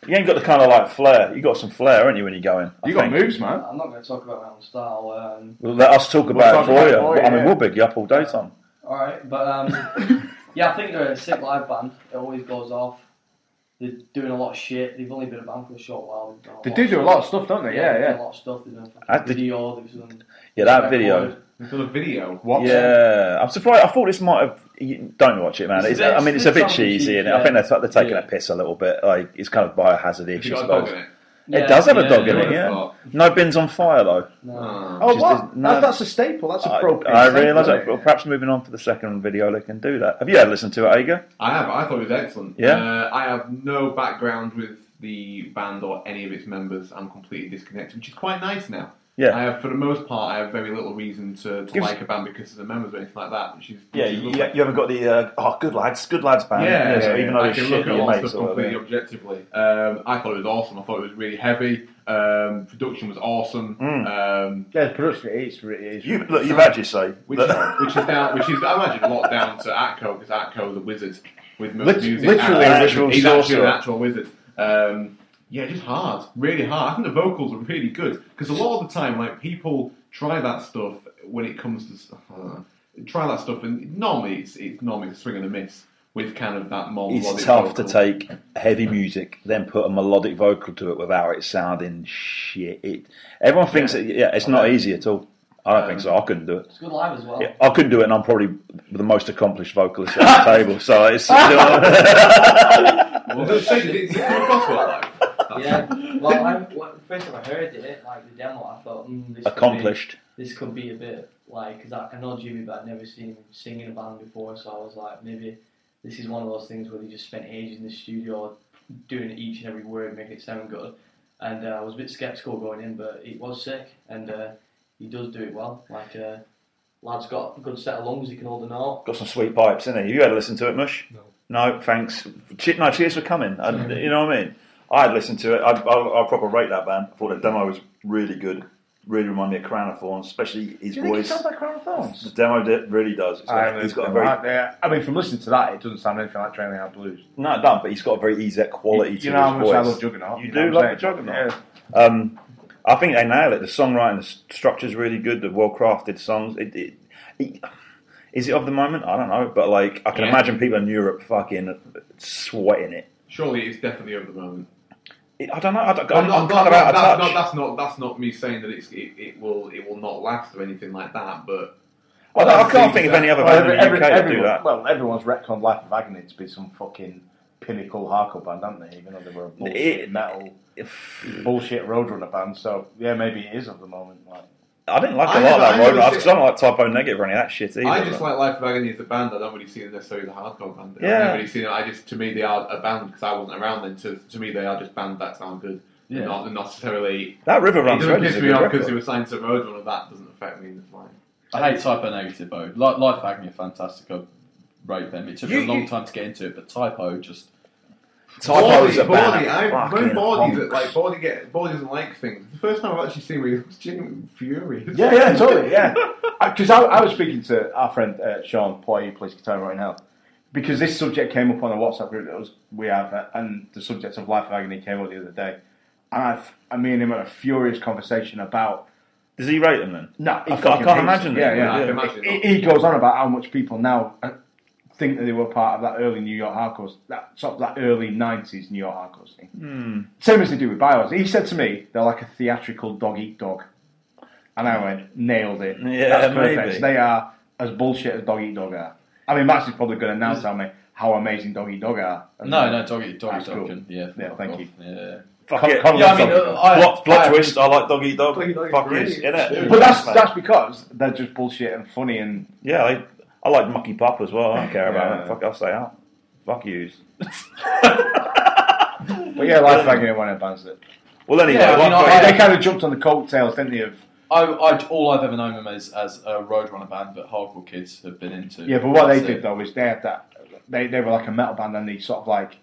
You ain't got the kind of like flair. You got some flair, ain't you, when you go in? I You got think. moves, man. I'm not going to talk about my own style. Um, Well, let us talk about talk it for about you. it for you, I mean, yeah. we'll big you up all day, Tom. all right, but um. Yeah, I think they're a sick live band. It always goes off. They're doing a lot of shit. They've only been a band for a short while. They've done They do do a lot of stuff, don't they? Yeah, they've done yeah. A lot of stuff. They've done I fucking did- video. They've done Yeah, that video. We've done a video. What? Yeah, I'm surprised. I thought this might have. You, don't watch it, man. It's a It's, bit- I mean, it's a bit it's a bit cheesy, and I tongue-in-cheek, think they're, they're taking yeah. a piss a little bit. Like it's kind of biohazard-ish, Have I you got a dog suppose. in it? it does have a yeah, dog in yeah. it, yeah. No bins on fire, though. Ah. Oh, Just what? isn't- no. That- that's a staple. That's I, appropriate. I staple, realise isn't that. Well, perhaps moving on for the second video, they can do that. Have you had listened to it, Aga? I have. I thought it was excellent. Yeah. Uh, I have no background with the band or any of its members. I'm completely disconnected, which is quite nice now. Yeah. I have, for the most part, I have very little reason to, to Gives- like a band because of the members or anything like that. Which is Yeah, which is you, lovely. you haven't got the uh, oh, good lads, good lads band. Yeah, so yeah, even yeah. though I it's can shit, look at your all mates. stuff or whatever. completely objectively. Um, I thought it was awesome. I thought it was really heavy. Um, production was awesome. Mm. Um, it? Yeah, the production. It's really. It's You, look, you've had your say. which, is, Look- which is down, which is I imagine a lot down to Atco because Atco is a wizard with most Lit- music. literally And an actual he's actually an sorcerer. actual wizard. Um, yeah, just hard, really hard. I think the vocals are really good because a lot of the time, like people try that stuff when it comes to s- I don't know, try that stuff, and normally it's it's normally a swing and a miss with kind of that more. It's melodic tough to vocal. take heavy music, then put a melodic vocal to it without it sounding shit. It, everyone thinks, Yeah. It, yeah, it's not easy at all. I don't think so. I couldn't do it. It's good live as well. Yeah, I couldn't do it, and I'm probably the most accomplished vocalist at the table. So it's. you know- Well, it's, it's, it's impossible. Like, that's Yeah. Well, I, when, first time I heard it, like the demo, I thought, mm, this accomplished. Could be, this could be a bit like because I, I know Jimmy, but I'd never seen him sing in a band before, so I was like, maybe this is one of those things where they just spent ages in the studio doing each and every word, making it sound good. And uh, I was a bit skeptical going in, but it was sick, and uh, he does do it well. Like, uh, lad's got a good set of lungs; he can hold a note. Got some sweet pipes, innit? Have you had a listen to it, Mush? No. No, thanks. Che- no, cheers for coming. I, you know what I mean? I had listened to it. I, I, I proper rate that band. I thought the demo was really good. Really remind me of Crown of Thorns, especially his Do you think it voice. sounds like Crown of The Thorns? demo di- really does. It's got, he's got a very I mean, from listening to that, it doesn't sound anything like Trailing Out Blues. no, it don't, but he's got a very easy quality you, to you know his how much voice. I love Juggernaut. You know do what I'm love the saying? Juggernaut. Um, I think they nail it. The songwriting, the s- structure's really good. The well-crafted songs. It, it, it, is it of the moment? I don't know, but like I can Yeah. imagine people in Europe fucking sweating it. Surely it's definitely over the moment. it I don't know. I don't, I'm, I'm not, kind of out of that's, touch. Not, that's not that's not me saying that it's it, it will it will not last or anything like that. But I, don't, I can't think of any other band every- in the every- UK that do everyone- that. Well, everyone's retconned Life of Agony to be some fucking pinnacle hardcore band, aren't they? Even though they were a bullshit It- metal, If- bullshit roadrunner band. So yeah, maybe it is of the moment. Like I didn't like a I lot of never- I that never road see- because I don't like typo negative or any of that shit either. I just but- like Life of Agony as a band. I don't really see them necessarily as a hardcore band. Yeah. I've never really seen it. I just to me they are a band because I wasn't around then. To to me they are just bands that sound good. They're Yeah. Not, they're not necessarily. that River It Runs doesn't Red is piss a me good off because they record. were signed to Roadrunner. That doesn't affect me in the flying. I hate typo negative though. Like Life Agony are fantastic. I rate them. It took You- me a long you- time to get into it, but typo just Typo is a Baldy, band. Baldy, that I, when fucking Baldy's honks. like Baldy get Baldy doesn't like things. The first time I've actually seen him, he was genuinely furious. yeah, yeah, totally, yeah. Because I, I was speaking to our friend uh, Sean Ploy, who plays guitar right now. Because this subject came up on a WhatsApp group that was, we have, uh, and the subject of Life of Agony came up the other day. And I, I, me and him had a furious conversation about Does he rate them then? No, I he can't- fucking I can't hates imagine them. it. Yeah, I yeah. can imagine He- it. he, goes on about how much people now uh, think that they were part of that early New York hardcore, that sort of that early '90s New York hardcore thing. Same as they do with Bios. He said to me, "They're like a theatrical dog eat dog," and I went, "Nailed it. Yeah, Hmm. That's perfect. maybe. They are as bullshit as dog eat dog are." I mean, Max is probably going to now tell me how amazing dog eat dog are. And no, no, doggy, doggy, That's cool. dog. Yeah, Yeah, fuck thank off. you. Yeah. Fuck Con- it. Con- Yeah, I mean, Dog. uh, I, plot I- plot twist. I like doggy dog. Doggy Dog is Fuck great. is, uh, innit? But that's Mate. that's because they're just bullshit and funny and yeah. I, I like Mucky Pop as well. I don't care about Yeah. it. Fuck, I'll say that. Fuck yous. but yeah, Life of Agony are one of the bands that Well, anyway, Yeah, I one mean, thing- I- they kind of jumped on the coattails, didn't they? Of I, I, all I've ever known them as as a roadrunner band that hardcore kids have been into. Yeah, but what they That's did it. though is they had that they, they were like a metal band and they sort of like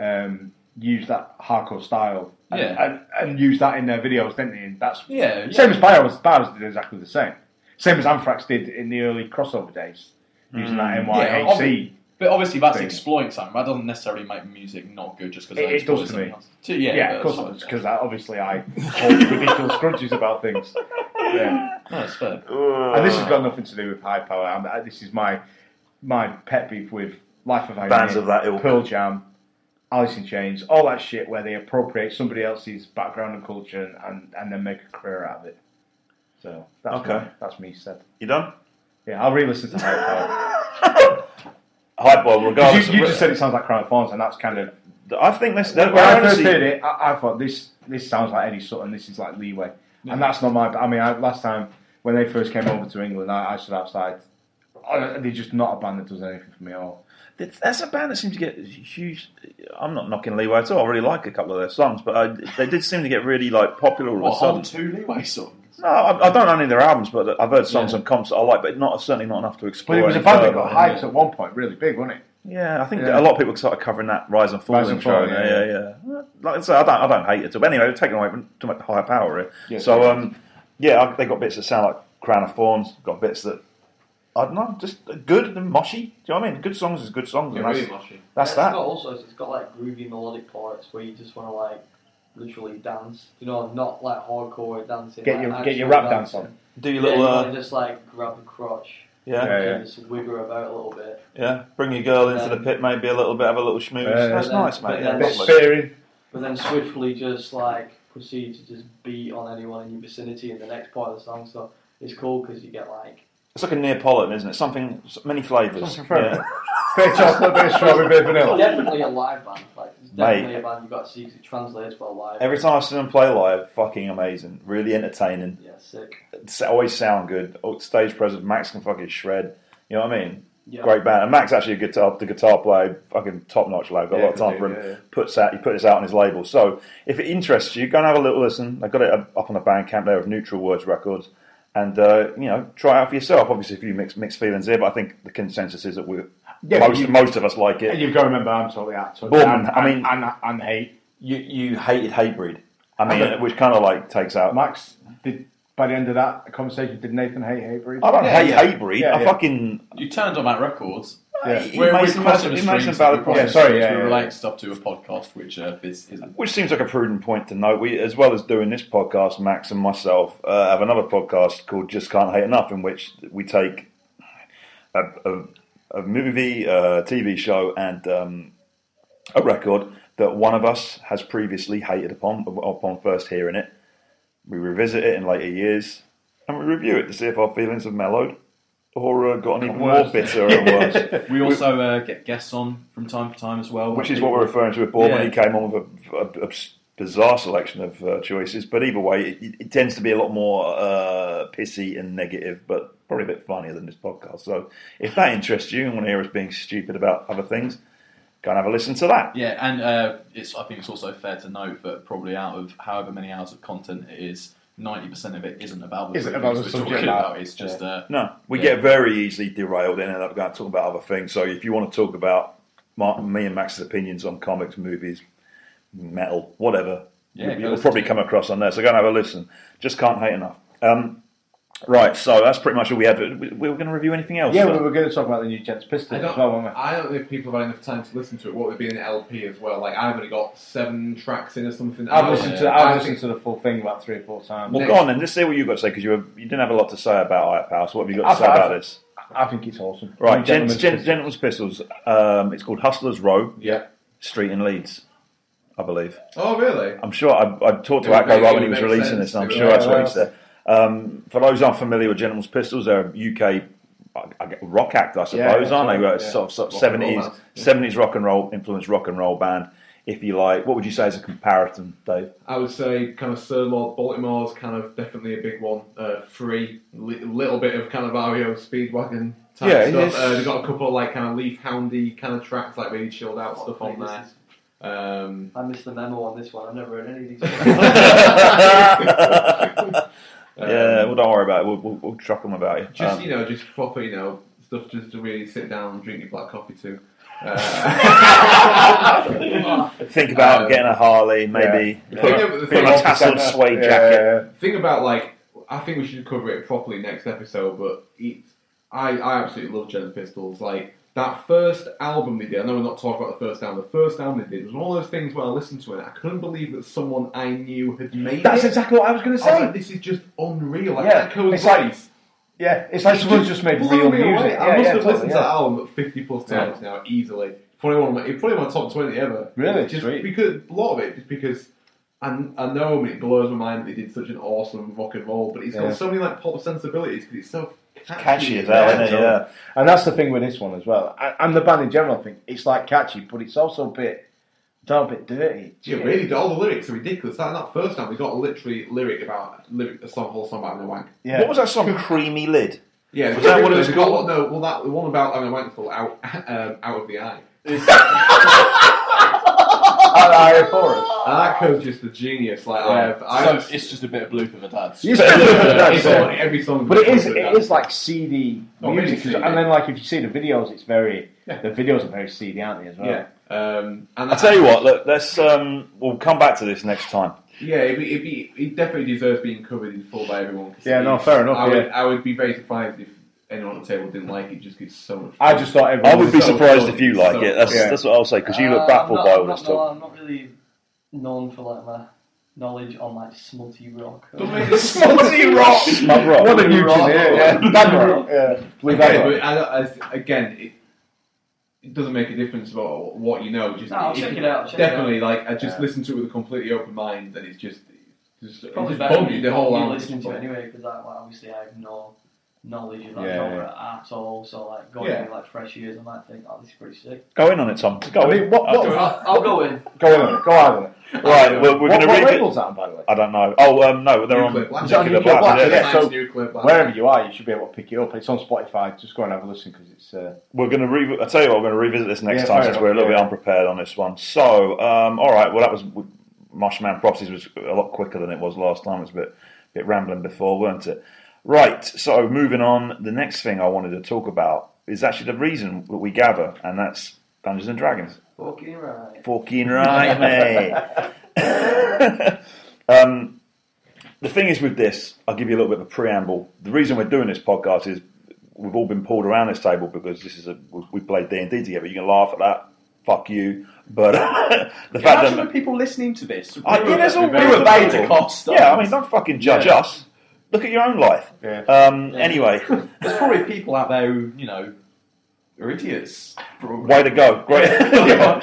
um, used that hardcore style and, Yeah. and, and used that in their videos, didn't they? And that's Yeah, yeah. same as Bios. Bios did exactly the same. Same as Anthrax did in the early crossover days, using that Mm. Yeah, NYHC. obvi- but obviously that's thing. exploiting something. That doesn't necessarily make music not good just because It- it does to me. Yeah, yeah, of but course, it's because obviously I hold ridiculous grudges about things. Yeah. fine. No, it's fair. Oh. And this has got nothing to do with high power. I'm, I- this is my my pet peeve with Life of Agony, Bands of that ilk. Pearl Jam, Alice in Chains, all that shit where they appropriate somebody else's background and culture and, and, and then make a career out of it. So that's Okay. my- that's me said. You done? Yeah, I'll re-listen to High Power. Hi, Bob. 'Cause Regardless, You, you of- just said it sounds like Crown of Thorns, and that's kind of I think this. That, when I first honestly- heard it, I, I thought this this sounds like Eddie Sutton. This is like leeway, and that's not my. I mean, I, last time when they first came over to England, I, I stood outside. I- They're just not a band that does anything for me at all. That's- That's a band that seems to get huge. I'm not knocking Leeway at all. I really like a couple of their songs, but I, they did seem to get really like popular all of a What, sudden. on two leeway songs? No, I, I don't own any of their albums, but I've heard songs and comps that I like, but not certainly not enough to explore. But it was a any band that further. got hyped at one point, really big, wasn't it? Yeah, I think Yeah. a lot of people started covering that rise and fall Rise and intro. Fall, yeah, yeah, yeah, yeah, Like I say, I don't, I don't hate it. But anyway, we're taking away from too much higher power here. so, um, yeah, I- they got bits that sound like Crown of Thorns. Got bits that I don't know, just good and moshy. Do you know what I mean? Good songs is good songs, and that's, that's it's that. Got also, it's got like groovy melodic parts where you just want to like literally dance. You know, not like hardcore dancing. Get like, your- get your actual rap dance dancing. Do Yeah, your you little, uh, wanna just like grab the crotch. yeah, Yeah, yeah, and yeah. Just wiggle about a little bit. Bring your girl into Um, the pit, maybe a little bit, have a little schmooze. Yeah, yeah. That's But then- nice, mate. but Yeah, then- bit lovely. spearing. But then swiftly just like proceed to just beat on anyone in your vicinity in the next part of the song. So it's cool because you get like It's like a Neapolitan, isn't it? Something, many flavours. Something Yeah. different. Bit of chocolate, bit of strawberry, bit of vanilla. definitely a live band. Like it's definitely a band you've got to see 'cause it translates well live. Every time I've seen them play live, fucking amazing, really entertaining. yeah, sick. It's always sound good. Oh, Stage presence, Max can fucking shred. You know what I mean? Yeah. Great band. And Max actually a guitar, the guitar player, fucking top notch lad. Got a Yeah, lot of time good for dude, him. yeah, yeah. Puts out, he put this out on his label. So if it interests you, go and have a little listen. I got it up up on the Bandcamp there of Neutral Words Records, and uh, you know try it out for yourself. Obviously, a few mixed mixed feelings here, but I think the consensus is that we Yeah, most you- most of us like And it. you've got to remember, I'm totally out. of touch. Bournemouth, And- I mean- and, and, and hate. You you hated Hatebreed. I I mean, don't- which kind of like takes out. Max did by the end of that conversation. Did Nathan hate Hatebreed? I don't Yeah, hate yeah. Hatebreed. Yeah, I yeah. fucking You turned on that records. Yeah. He We're, makes we're some crossing valid- the he makes streams some valid to points. Yeah, sorry, yeah, to yeah, relate stuff to a podcast, which uh, is, isn't. Which seems like a prudent point to note. We, as well as doing this podcast, Max and myself uh, have another podcast called "Just Can't Hate Enough," in which we take a, a, a movie, a TV show, and um, a record that one of us has previously hated upon upon first hearing it. We revisit it in later years, and we review it to see if our feelings have mellowed or uh, gotten even more worse. bitter and worse. We also uh, get guests on from time to time as well. which like is what we're people- referring to with Borman. Yeah. He came on with a, a- a s- bizarre selection of uh, choices, but either way, it, it tends to be a lot more uh, pissy and negative, but probably a bit funnier than this podcast. So, if that interests you and want to hear us being stupid about other things, go and have a listen to that. Yeah, and uh, it's. I think it's also fair to note that probably out of however many hours of content it is, ninety percent of it isn't about the Isn't three about things the we're subject talking matter. about. It's just uh, No, we Yeah. get very easily derailed and end up going to talk about other things. So, if you want to talk about my, me and Max's opinions on comics, movies, metal, whatever, Yeah, you, go you'll listen probably to it. come across on there. So, go and have a listen. Just can't hate enough. Um, right, so that's pretty much all we had. We, we were going to review anything else. Yeah, so- we were going to talk about the new Gents I Pistols as don't, well, weren't we? I don't know if people have had enough time to listen to it. What would be an LP as well? Like I've only got seven tracks in or something. I've listened to I I've think- listened to the full thing about three or four times. Well, Next. go on then. Let's see what you've got to say because you, were- you didn't have a lot to say about Iron Power. So, what have you got to I've- say about I've- this? I think it's awesome. Right, Gentlemen's Gentleman's, Pistols. Gentleman's Pistols. Um, it's called Hustlers Row Yeah. Street in Leeds, I believe. Oh really? I'm sure I, I talked to It Atco would make- right it when he would was make releasing sense this, and I'm to, sure that's uh, what he said. Um, for those unfamiliar with Gentleman's Pistols, they're a UK I- I gu- rock act, I Yeah, suppose, yeah, aren't they? sort of, Well, it's yeah. Sort of, sort of Rock and 70s, roll band, yeah. 70s rock and roll influenced rock and roll band, if you like. What would you say is a comparison, Dave? I would say kind of Sir Lord Baltimore's kind of definitely a big one. Uh, free, li- little bit of kind of REO Speedwagon type Yeah, it stuff. is. Uh, they've got a couple of like kind of Leaf Houndy kind of tracks, like really chilled out Fuck stuff me, on this there. is- Um, I missed the memo on this one. I've never heard any of these. yeah, well, don't worry about it. We'll, we'll, we'll truck them about you. um, Just Um, you know, just proper you know stuff just to really sit down and drink your black coffee to. Uh, think about um, getting a Harley, maybe Yeah. put, Yeah, a- but the put thing on a is- tasseled suede jacket. Think about like I think we should cover it properly next episode, but it, I I absolutely love Gen Pistols. Like that first album they did. I know we're not talking about the first album. The first album they did was one of those things where I listened to it. and I couldn't believe that someone I knew had made That's it. exactly what I was going to I was say. like, this is just unreal. Like, Yeah, Echoes it's like- Race. yeah, it's like someone's just made Blew real me music. away. Yeah, I must yeah, have totally, listened to yeah. that album 50 plus times now, easily. Probably one, of my, it's probably my top 20 ever. Really? Just Sweet. because a lot of it, just because I, I know 'em, it blows my mind that they did such an awesome rock and roll, but it's Yeah. got so many like pop sensibilities because it's so catchy. Catchy as Yeah, hell, isn't it? totally. Yeah. And that's the thing with this one as well. I, and the band in general, I think it's like catchy, but it's also a bit That a bit dirty. Yeah, really. All the lyrics are ridiculous. That, that first time we got a literally lyric about lyric a song, whole song about having a wank. Yeah. What was that song? Creamy lid. Yeah, Was that one of his we goal- got one- No, well, that the one about having a wank full out um, out of the eye. Eye for us. And that code's just a genius. Like I have, I So have it's just a bit of blue for the dads. You said that, it's so- on every song. But it is it is like CD Oh, really music, CD. and then like if you see the videos, it's very Yeah. the videos are very CD, aren't they? As well. yeah. Um, and I tell you what, look, let's um, we'll come back to this next time. Yeah, it'd be, it'd be, it definitely deserves being covered in full by everyone. 'cause Yeah, it no, is- fair enough, I would, yeah. I would be very surprised if anyone at the table didn't like it. Just gets so much. I just thought everyone I would be was so surprised funny, if you like so it. That's funny. that's what I'll say because you Uh, look baffled I'm by not- all this I'm not, talk. I'm not really known for like my knowledge on like smutty rock. Don't make this Smutty rock. Smut rock. What have you Rock. done here? Yeah, Bad rock. Yeah, We've had Okay, it. but I, don't- I, again, it, it doesn't make a difference about what you know. Just No, I'll if check you- it out, check it definitely, like I just Yeah. listen to it with a completely open mind, and it's just, it's just, Probably it's better just than the whole you album. listening to it anyway because like, like, obviously I have no knowledge of that Yeah, genre at all. So like going Yeah. in like fresh years, I might think, oh, this is pretty sick. Go in on it, Tom. Go I in. mean, what, what, Go I'll, I'll go in. Oh, go on, go on. Right, well, we're what going to what read label's that, by the way? I don't know. Oh, um, no, they're on Nuclear Blast. It's on Nuclear Nuclear Blast, Blast, yeah. yeah. so Nuclear Blast. Wherever you are, you should be able to pick it up. It's on Spotify. Just go and have a listen because it's. Uh, We're going to re- I tell you what, we're going to revisit this next Yeah, time fair since enough, we're a little yeah. bit unprepared on this one. So, um, all right. Well, that was Marshman Prophecies was a lot quicker than it was last time. It was a bit bit rambling before, weren't it? Right. So, moving on. The next thing I wanted to talk about is actually the reason that we gather, and that's Dungeons and Dragons. Fucking right. Fucking right, mate. um, the thing is with this, I'll give you a little bit of a preamble. The reason we're doing this podcast is we've all been pulled around this table because this is a we, we played D and D together. You can laugh at that. Fuck you. But the fact Imagine the that people listening to this. I, yeah, that's all we we were paid to available. cost. Yeah, I mean, don't fucking judge Yeah. us. Look at your own life. yeah. Um, Yeah. Anyway, there's probably people out there who you know are idiots. way to go. Great,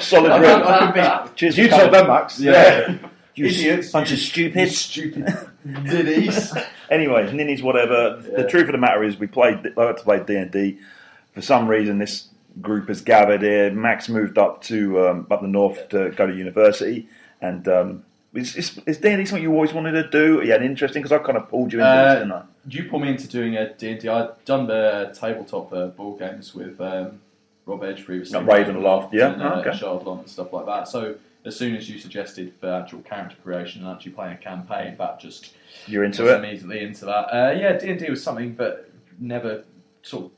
solid. I route. don't- I don't think- Cheers. You for told coming. them, Max. Yeah. You Idiots. bunch You- of stupids. stupid diddies. anyway, ninnies, whatever. The Yeah. truth of the matter is, we played. I got to play D and D. For some reason, this group has gathered here. Max moved up to um, up the north to go to university, and um, is, is, is D and D something you always wanted to do? Yeah, interesting because I kind of pulled you into Uh, this, didn't I? you pull me into doing a D&D. I'd done the tabletop uh, board games with um, Rob Edge previously. Like Ravenloft, yeah? And, uh, Oh, okay. Shard Lomb and stuff like that. So as soon as you suggested for actual character creation and actually playing a campaign, that just You're into was it. immediately into that. Uh, yeah, D&D was something that never sort of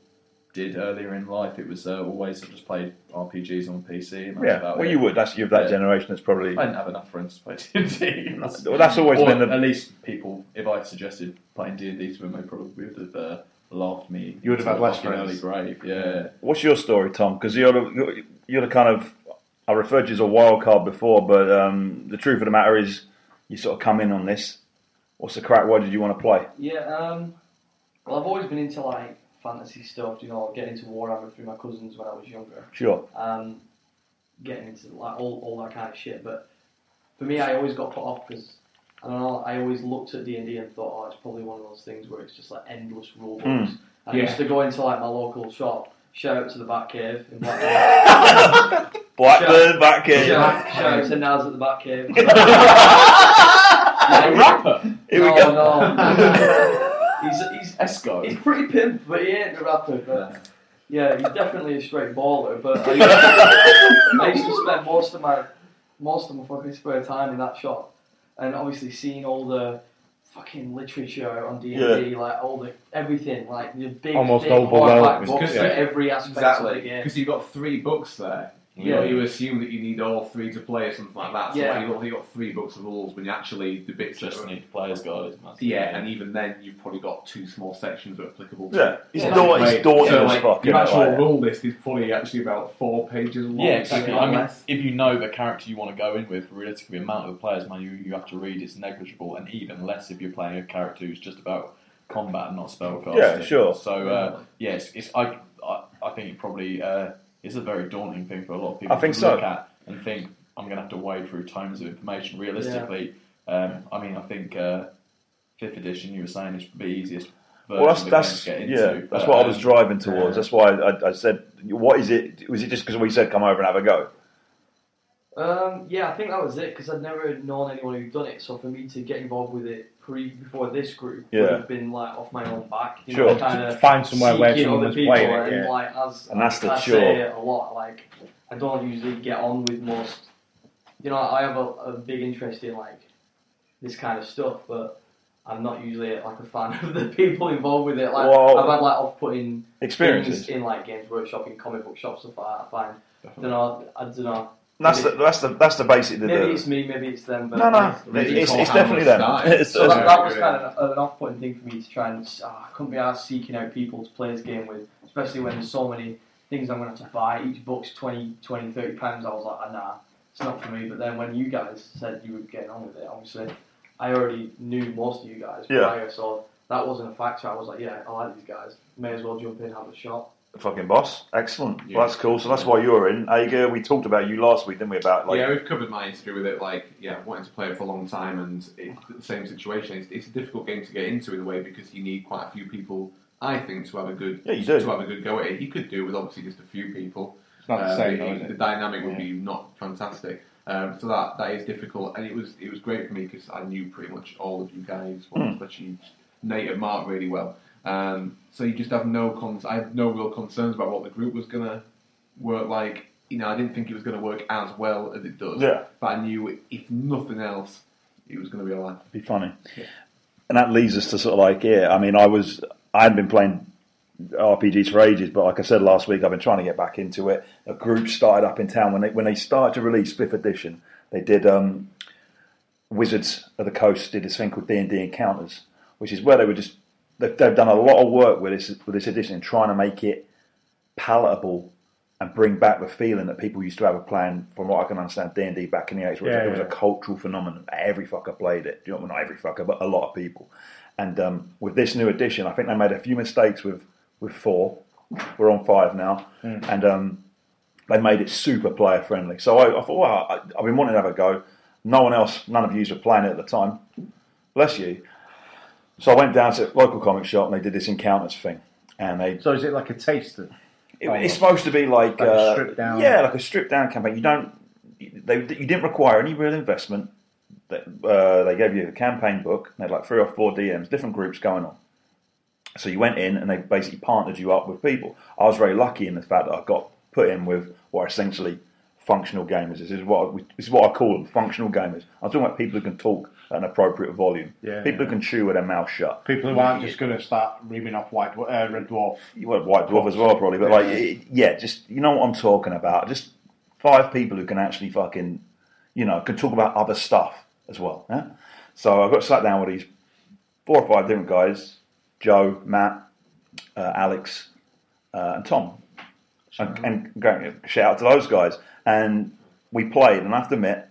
did earlier in life. It was uh, always I just played RPGs on PC. And that was Yeah, about well, it. you would. That's you're of that Yeah. generation. That's probably. I didn't have enough friends to play D&D. That's- Well, that's always or been the. at least people, if I suggested playing D and D to them, they probably would have uh, laughed me. You would have into had a less fucking friends. Early grave, yeah. What's your story, Tom? Because you're the, you're, you're the kind of I referred to you as a wild card before, but um, the truth of the matter is, you sort of come in on this. What's the crack? Why did you want to play? Yeah. Um. Well, I've always been into like fantasy stuff. You know, getting into Warhammer through my cousins when I was younger. Sure. um, getting into like all, all that kind of shit. But for me, I always got put off because I don't know. I always looked at D and D and thought, oh, it's probably one of those things where it's just like endless rule books. Hmm. I Yeah. used to go into like my local shop. Shout out to the Bat Cave in Blackburn. Blackburn back shout, in. out- shout out to Naz at the Bat Cave. A rapper, Here we no, go. no. he's, he's, Esco. he's pretty pimp, but he ain't a rapper. But Yeah, he's definitely a straight baller, but I used, I used to spend most of my most of my fucking spare time in that shop, and obviously seeing all the fucking literature on D and D, like all the everything, like the big Almost big overwhelmed. hardback books Yeah. for every aspect of Exactly, the game. because you've got three books there. You Yeah. know, you assume that you need all three to play or something like that. So Yeah. like, you've only got three books of rules when you actually the bits that Just are- need players guide. that's it. yeah, and even then you've probably got two small sections that are applicable. To Yeah, he's Yeah. daunting, Like, he's daunting so, as like, fuck. Your isn't actual it? Like, rule list is probably actually about four pages long. Yeah, exactly. Yeah, I mean, less. if you know the character you want to go in with, realistically, the amount of players man you, you have to read is negligible, and even less if you're playing a character who's just about combat and not spellcasting. Yeah, sure. So uh, yes, it's, I, I I think it probably uh, is a very daunting thing for a lot of people. I think to so. Look at and think I'm going to have to wade through tons of information. Realistically, um, I mean, I think uh, fifth edition you were saying is the easiest. version well, that's of the game that's to get into, yeah. That's but, what I um, was driving towards. That's why I, I said, "What is it?" Was it just because we said, "Come over and have a go"? Um, yeah, I think that was it because I'd never known anyone who'd done it. So for me to get involved with it pre before this group would Yeah. have been like off my own back. You Sure. know, kind of Find somewhere where someone was people playing it. and Yeah. like as And that's the I chore. say it a lot. Like I don't usually get on with most. You know, I have a, a big interest in like this kind of stuff, but I'm not usually like a fan of the people involved with it. Like Well- I've had like off-putting Experiences. things in like Games Workshop, in comic book shops, stuff like that. I find. Don't know, I don't know. That's the that's the that's the basic. The, Maybe the, it's me, maybe it's them, but no, no, really it's, tall it's definitely them. hammer It's- So it's- that, that was kind of an off-putting thing for me to try and oh, I couldn't be out seeking out people to play this game with, especially when there's so many things I'm going to have to buy. Each book's 20, 20 30 pounds. I was like, ah, nah, it's not for me. But then when you guys said you were getting on with it, obviously I already knew most of you guys Yeah. prior, so that wasn't a factor. I was like, yeah, I like these guys. May as well jump in, have a shot. Fucking boss, excellent. Yeah. Well, that's cool. So that's why you're in. Aga, we talked about you last week, didn't we? About like yeah, we've covered my history with it. Like, yeah, wanting to play it for a long time, and it's the same situation. It's, it's a difficult game to get into in a way because you need quite a few people, I think, to have a good Yeah, you do. to have a good go at it. You could do it with obviously just a few people. It's not the Um, same, it- though, is it- The it? dynamic would be not fantastic. Um, so that that is difficult, and it was it was great for me because I knew pretty much all of you guys, well, Hmm. especially Nate and Mark, really well. Um, so you just have no cons. I have no real concerns about what the group was gonna work like. You know, I didn't think it was gonna work as well as it does. Yeah. But I knew if nothing else, it was gonna be a lot. be funny. And that leads us to sort of like, yeah, I mean, I was, I hadn't been playing RPGs for ages, but like I said last week, I've been trying to get back into it. A group started up in town when they when they started to release fifth edition. They did um, Wizards of the Coast did this thing called D and D Encounters, which is where they were just they've, they've done a lot of work with this with this edition, and trying to make it palatable and bring back the feeling that people used to have a plan. From what I can understand, D and D back in the eighties, where Yeah, it was yeah. a cultural phenomenon. Every fucker played it. You know, well, not every fucker, but a lot of people. And um, with this new edition, I think they made a few mistakes with with four. We're on five now, Hmm. and um, they made it super player friendly. So I, I thought, wow, I, I've been wanting to have a go. No one else, none of yous were playing it at the time. Bless you. So I went down to the local comic shop and they did this encounters thing, and they So is it like a taster? it- it's supposed to be like, Like a uh, stripped down- yeah, like a stripped down campaign. You don't, they, you didn't require any real investment. They, uh, they gave you a campaign book. And they had like three or four DMs, different groups going on. So you went in and they basically partnered you up with people. I was very lucky in the fact that I got put in with what are essentially functional gamers. This is what I, this is what I call them, functional gamers. I'm talking about people who can talk at an appropriate volume. Yeah, people yeah. who can chew with their mouth shut. People who aren't just going to start reaming off White Dwar- uh, Red Dwarf. you want White Dwarf as well, probably. But like, it, yeah, just you know what I'm talking about. Just five people who can actually fucking, you know, can talk about other stuff as well. Yeah? So I got sat down with these four or five different guys: Joe, Matt, uh, Alex, uh, and Tom. And, and go- shout out to those guys. And we played, and I have to admit,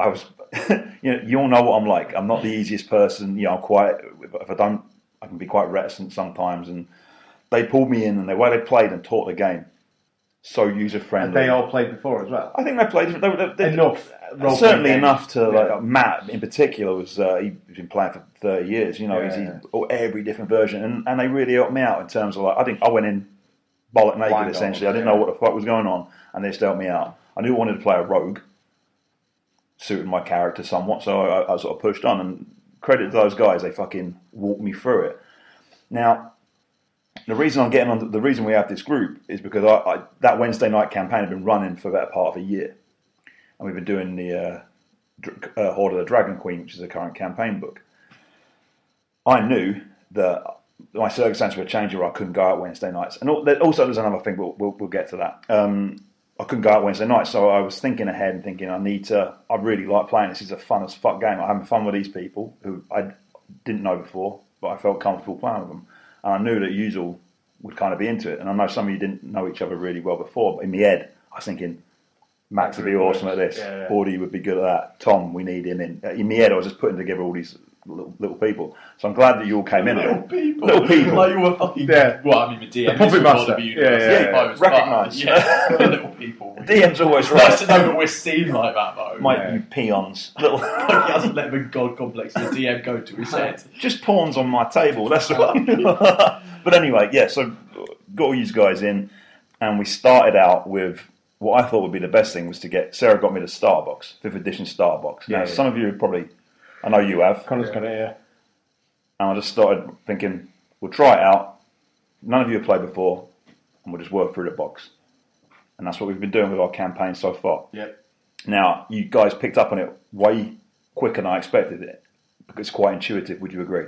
I was, you know, you all know what I'm like. I'm not the easiest person. You know, I'm quite. If I don't, I can be quite reticent sometimes. And they pulled me in, and the way they played and taught the game, so user friendly. They all played before as well. I think they played they, they, they, Enough. role-playing certainly games. enough to Yeah. like Matt in particular was uh, he's been playing for thirty years. You know, he's, Yeah. he's oh, every different version, and, and they really helped me out in terms of like I think I went in bollock naked Blind essentially. almost, I didn't yeah. know what the fuck was going on, and they just helped me out. I knew I wanted to play a rogue, suited my character somewhat, so I, I sort of pushed on. And credit to those guys, they fucking walked me through it. Now. The reason I'm getting on, the reason we have this group is because I, I, that Wednesday night campaign had been running for the better part of a year and we've been doing the uh, Dr- uh, Horde of the Dragon Queen, which is the current campaign book. I knew that my circumstances were changing, or I couldn't go out Wednesday nights. And al- there- also, there's another thing, but we'll, we'll get to that. Um, I couldn't go out Wednesday night, so I was thinking ahead and thinking, I need to. I really like playing this. It's a fun as fuck game. I'm having fun with these people who I didn't know before, but I felt comfortable playing with them. And I knew that you all would kind of be into it. And I know some of you didn't know each other really well before, but in the head, I was thinking, Max would be awesome at this. Yeah, yeah. Bordy would be good at that. Tom, we need him in. Uh, In the head, I was just putting together all these little, little people. So I'm glad that you all came in. Little people. Little people. like you were fucking. Yeah. Well, I mean, the DM. puppet is master. part of you, Yeah, that's yeah, if yeah. I was Recognise. that. Yeah. little people. DM's always Nice to right. know that we're seen like that, though. Might Yeah. you peons. Little. Like, he hasn't let the god complex of the DM go to his head. just pawns on my table. That's what. but anyway, yeah. So got all these guys in, and we started out with what I thought would be the best thing was to get Sarah got me the Starbucks, fifth edition Starbucks. now, Yeah, yeah. some of you have probably, I know you have, Connor's got it here. and I just started thinking, we'll try it out. None of you have played before, and we'll just work through the box. And that's what we've been doing with our campaign so far. Yep. Now, you guys picked up on it way quicker than I expected it. because It's quite intuitive, would you agree?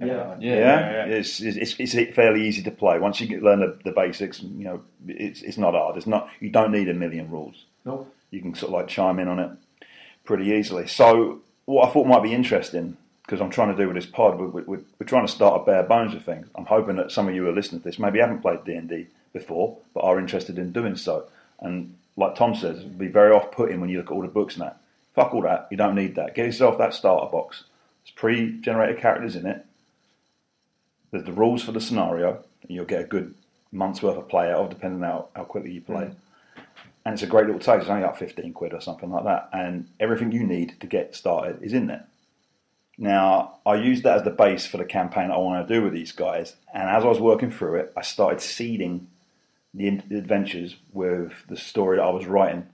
Yeah. Yeah, It's, it's it's fairly easy to play. Once you get, learn the, the basics, you know, it's it's not hard. It's not you don't need a million rules. Nope. You can sort of like chime in on it pretty easily. So what I thought might be interesting because I'm trying to do with this pod, we're, we're, we're trying to start a bare bones of things. I'm hoping that some of you who are listening to this maybe haven't played D and D before, but are interested in doing so. And like Tom says, it'd be very off putting when you look at all the books and that. Fuck all that. You don't need that. Get yourself that starter box. It's pre-generated characters in it there's the rules for the scenario, and you'll get a good month's worth of play out of, depending on how, how quickly you play. And it's a great little taste. It's only like 15 quid or something like that. And everything you need to get started is in there. Now, I used that as the base for the campaign that I want to do with these guys. And as I was working through it, I started seeding the in- the adventures with the story that I was writing.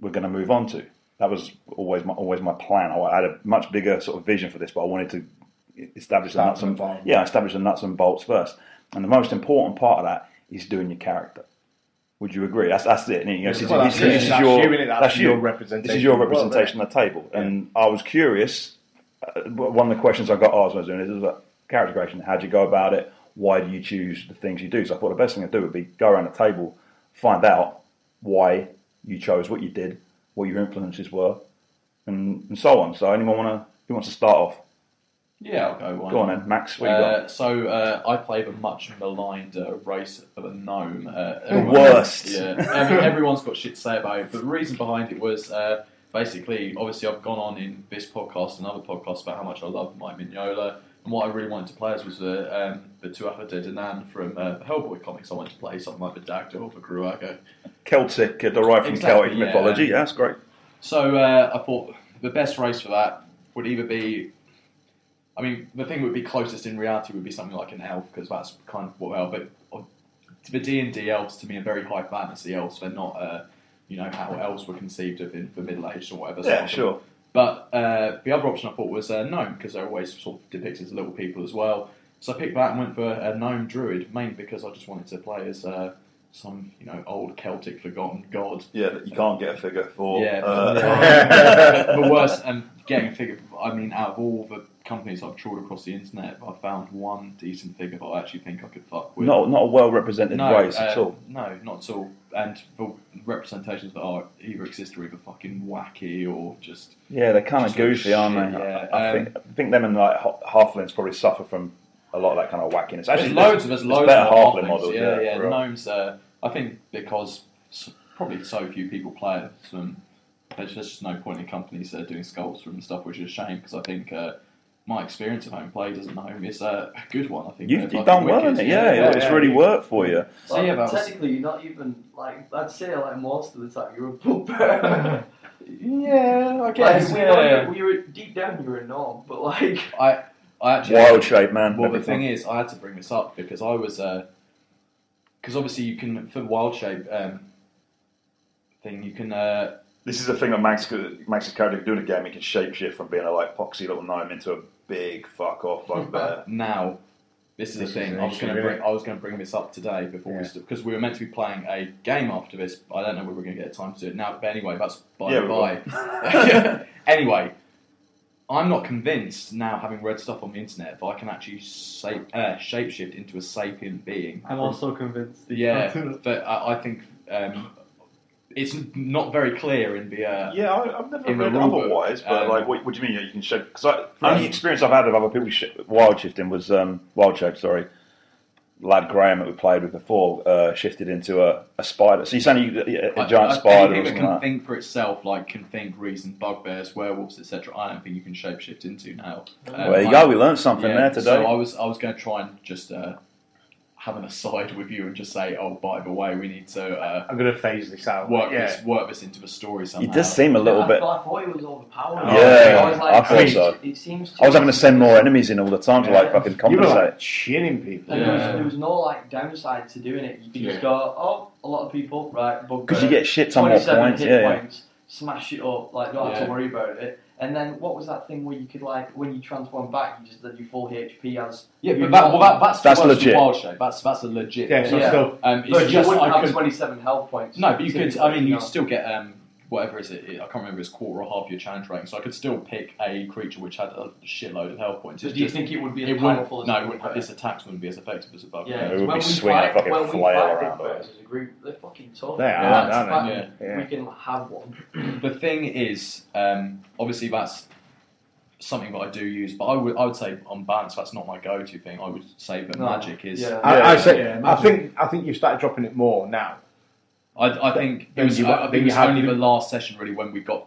We're going to move on to. That was always my always my plan. I had a much bigger sort of vision for this, but I wanted to establish the Start nuts from and the bottom. yeah, establish the nuts and bolts first. And the most important part of that is doing your character. Would you agree? That's that's it. And, you know, this is- Well, this is- that's it. this is That's your- you, innit? That's that's your your- representation This is your of the world, representation at the table. And I was curious. Uh, one of the questions I got asked when I was doing this was like, character creation. How do you go about it? Why do you choose the things you do? So I thought the best thing to do would be go around the table, find out why you chose what you did, what your influences were, and, and so on. So anyone want to who wants to start off? Yeah, I'll go one. Go on then, Max. What you got? Uh, so uh, I played a much maligned uh, race of a gnome. Uh, worst. Yeah, I mean, everyone's got shit to say about it, but the reason behind it was uh, basically, obviously, I've gone on in this podcast and other podcasts about how much I love my Mignola, and what I really wanted to play as was the um, the Tuatha De Danann from uh, Hellboy comics. I wanted to play something like the Dagda or the Gruago. Celtic, uh, derived from Exactly, Celtic yeah. mythology. Yeah, that's great. So uh, I thought the best race for that would either be. I mean, the thing that would be closest in reality would be something like an elf, because that's kind of what elf. But uh, the D and D elves, to me, are very high fantasy elves. They're not, uh, you know, how elves were conceived of in the Middle Ages or whatever. sort Yeah, of. sure. But uh, the other option I thought was uh, gnome, because they're always sort of depicted as little people as well. So I picked that and went for a gnome druid, mainly because I just wanted to play as uh, some, you know, old Celtic forgotten god Yeah, that you can't get a figure for. yeah, uh, but- but worse, and getting a figure. I mean, out of all the companies I've trawled across the internet, I found one decent figure that I actually think I could fuck with. not not a well represented no, race uh, at all. No, not at all. And the representations that are either exist are either fucking wacky or just Yeah, they're kind of Just like goofy, aren't they? shit, yeah. I, I Um, think I think them and like ha- halflings probably suffer from a lot of that kind of wackiness. Actually, there's loads of there's there's loads better of halfling halflings. models. Yeah, yeah. for real. gnomes. Uh, I think because s- probably so few people play it. Um, there's just no point in companies uh, doing sculpts from and stuff, which is a shame because I think uh, my experience of home play doesn't home is uh, a good one. I think You've, They're you've fucking done well in wicked, it. Yeah, yeah, it's yeah. really worked for you. So yeah, that was, technically, you're not even like I'd say like most of the time you're a bumper. yeah, I like, guess. we, yeah. know you, we were deep down you were a norm, but like I actually Wild shape, man. Well, the thing is, I had to bring this up because I was, because obviously you can for wild shape um, thing, you can uh, this is the thing that Max Max's character doing a game. He can shapeshift from being a like poxy little gnome into a big fuck off bugbear. now this is This the is thing an I was going to issue, bring I was going to bring this up today before we Yeah. st- because we were meant to be playing a game after this but I don't know whether we're going to get time to do it now but anyway that's by Yeah, the we by anyway I'm not convinced now having read stuff on the internet that I can actually shape, uh, shapeshift into a sapient being I'm also convinced. that you yeah can't do that. but I, I think um, it's not very clear in the uh, Yeah, I, I've never In the read rule book, otherwise, but um, like, what, what do you mean? yeah, You can shape? Because the Right. only experience I've had of other people sh- wild shifting was um, wild shape. Sorry, lad Graham that we played with before uh, shifted into a, a spider. So you're saying you, a, a I- giant I- spider anything or something that can like that? think for itself, like can think, reason, bugbears, werewolves, etc. I don't think you can shapeshift into now. Um, Well, there you I- go. We learned something yeah, there today. So I was I was going to try and just uh, have an aside with you and just say, "Oh, by the way, we need to uh, I'm gonna phase this out. work yeah. this work this into a story somehow." It does seem a little I bit. Thought, I thought he was overpowered. Oh, Yeah, I was like, I thought it- so. It seems. I was having to send more enemies in all the time to like Yeah. fucking You were compensate. like chinning people. And there, was, Yeah. there was no like downside to doing it. You Yeah. just go, oh, a lot of people, right? But Because you get shit ton more points, hit yeah, yeah. points, smash it up, like don't have Yeah. to worry about it. And then what was that thing where you could like when you transform back, you just let you full HP as Yeah, you but that, well, that, that's That's worse than legit. Wild Shape. That's that's a legit. Yeah, so Yeah. still Um, it's No, you just wouldn't I have could, twenty-seven health points. no, but you could. I mean, No. you still get um, whatever is it. I can't remember. It's quarter or half your challenge rating, so I could still pick a creature which had a shitload of health points. So It's do you just- think it would be it as wouldn't? powerful as No, a it wouldn't. Bugbear? Its attacks wouldn't be as effective as a bugbear. Yeah, It would be when we swinging a fight- fucking when we flail fight around, Bugbears like. As a group, they're fucking tough. They are, That's aren't they? fine. Yeah. yeah. We can have one. The thing is, um, obviously that's something that I do use, but I would I would say on balance that's not my go-to thing. I would say that No. magic is. Yeah. I, I, Yeah, say, yeah, I think I think you've started dropping it more now. I, I think it Then was, you- I, I then think it was you have- only the last session really when we got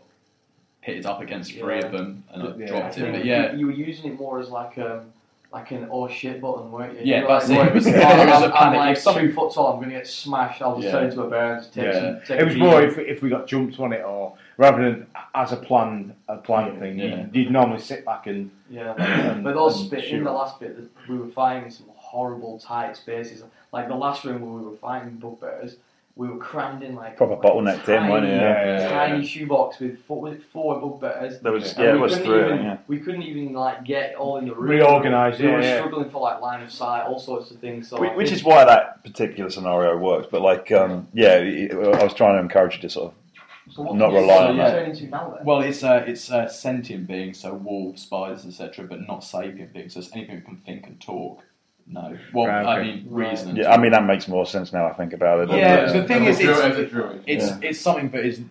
pitted up against three Yeah. of them and I Yeah. dropped it. Yeah. But yeah, you, you were using it more as like um like an oh shit button, weren't you? Yeah, You were that's like, it. "Right, It was- I'm- it was I'm- a I'm panic. like If something- two foot tall. I'm gonna get smashed. I'll just Yeah. turn into a bear and just take Yeah. some. Take It was some more heat. if, if we got jumped on it or rather than as a plan a plan thing. yeah. You, you'd normally sit back and Yeah. and- But those Um, and spit shoot. in the last bit, that we were fighting some horrible tight spaces. Like the last room where we were fighting bugbears, we were crammed in like Proper like bottlenecked in, tiny- weren't it? Yeah. Yeah, yeah, yeah. Tiny shoebox with four, was it four bugbears. There was, Yeah. yeah, And it we was couldn't three. even- Yeah. We couldn't even like get all in the room. Reorganise, We yeah, were yeah. struggling for like line of sight, all sorts of things. So I Whi- Which think- is why that particular scenario works. But like, um, yeah, it- I was trying to encourage you to sort of. so what not can you rely say on you that. turn into now then? well, it's a it's a sentient being, so wolves, spiders, etc., but not sapient beings. So it's anything that can think and talk. No, well, Right, I okay. mean reason. and Yeah, I mean that makes more sense now. I think about it. uh, doesn't Yeah, it? the thing is, As a it's- druid- as a druid. It's it's something that is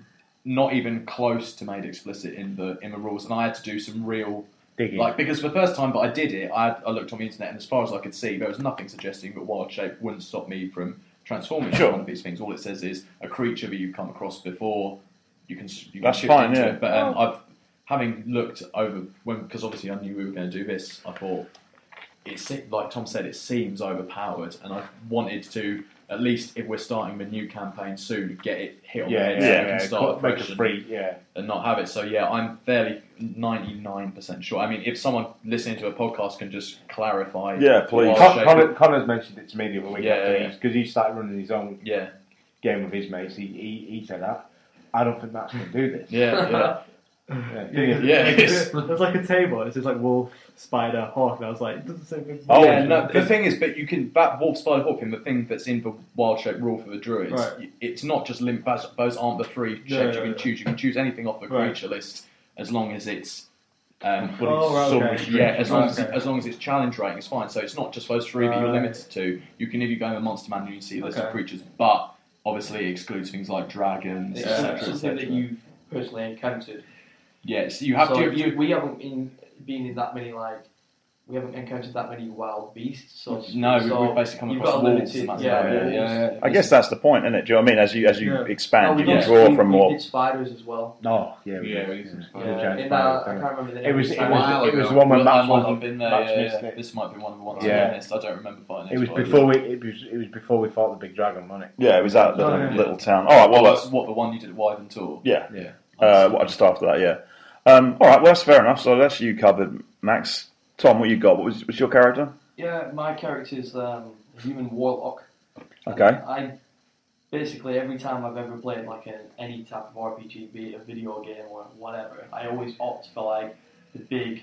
not even close to made explicit in the in the rules, and I had to do some real digging. like because the first time that I did it, I, had, I looked on the internet, and as far as I could see, there was nothing suggesting that wild shape wouldn't stop me from transforming into Sure. one of these things. All it says is a creature that you've come across before. You can s- you That's can shift fine, into yeah. it, but um, I've having looked over when because obviously I knew we were going to do this. I thought it se- like Tom said, it seems overpowered, and I wanted to at least if we're starting the new campaign soon, get it hit on yeah, the yeah, head yeah, so yeah, we can Cut- start make fresh it and- free. Yeah, and not have it. So yeah, I'm fairly 99% sure. I mean, if someone listening to a podcast can just clarify. Yeah, please. Wild Con- Shape- Connor, Connor's mentioned it to me the other week Yeah, after yeah, he's- he started running his own yeah, game with his mates. He he, he said that. I don't think that's going to do this. yeah, yeah. Yeah. Yeah, it is. There's like a table. It's just like wolf, spider, hawk. And I was like, it doesn't seem good. Oh, yeah, no, Oh, the thing is, but you can that wolf spider hook in the thing that's in the wild shape rule for the druids. Right. y- It's not just limp. Those, those aren't the three shapes Yeah, you yeah, can yeah. choose. You can choose anything off the Right. creature list as long as it's. Um, But it's Oh, right, okay. sub- Yeah, as long as Okay. as long as it's challenge rating, it's fine. So it's not just those three that you're Right. limited to. You can if you go in a monster man, you see a list of Okay. creatures, but obviously it excludes things like dragons, It's etc. something that etc. you've personally encountered. Yes, you have so to. You, we haven't in, been in that many like we haven't encountered that many wild beasts. So to no, speak. we- so we've basically come you've across got a wolves. limited- and that's yeah, about it. wolves. I guess that's the point, isn't it? Do you know what I mean? As you as you Yeah. No, expand, Oh, we you can don't- draw we- from we more. did spiders as well. Oh, yeah. we Yeah, did. we did some Yeah. spiders. Little Yeah, giant in that, spider I thing. can't remember the name. It was of the a it spider. while was, it ago. was the one Well, where I Matt might was have been there. Matt's yeah, missed yeah. it. This might be one of the ones Yeah. I missed. I don't remember fighting. It was Xbox. before we it was it was before we fought the big dragon, wasn't it? Yeah, it was that little, Oh, yeah. little town. All right, well, Well, that's, that's what the one you did at Wyvern Tour. yeah, Yeah. uh, what, just after that, yeah. Um, all right, well, that's fair enough. So that's you covered, Max. Tom, what you got? What was what's your character? Yeah, my character's um, a human warlock. And Okay. I basically every time I've ever played like an, any type of RPG, be it a video game or whatever, I always opt for like the big,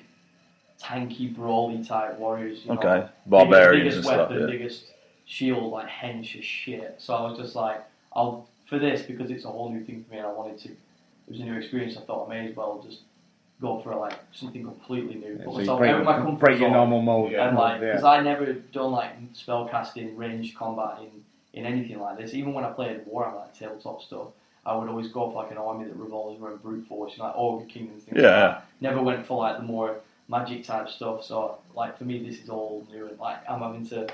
tanky, brawly type warriors. You Know? Okay, barbarians biggest, and biggest stuff. weapon, Yeah. biggest shield, like hench as shit. So I was just like, I'll for this because it's a whole new thing for me, and I wanted to. It was a new experience. I thought I may as well just go for like something completely new. Put Yeah, so you myself break, out of my comfort break your zone. normal mold. And like, because yeah. I never done like spell casting, ranged combat in, in anything like this. Even when I played Warhammer, like tabletop stuff, I would always go for like an army that revolves around brute force, you know, like Ogre King and things. Like yeah, that. Never went for like the more magic type stuff. So like for me, this is all new and like I'm having to.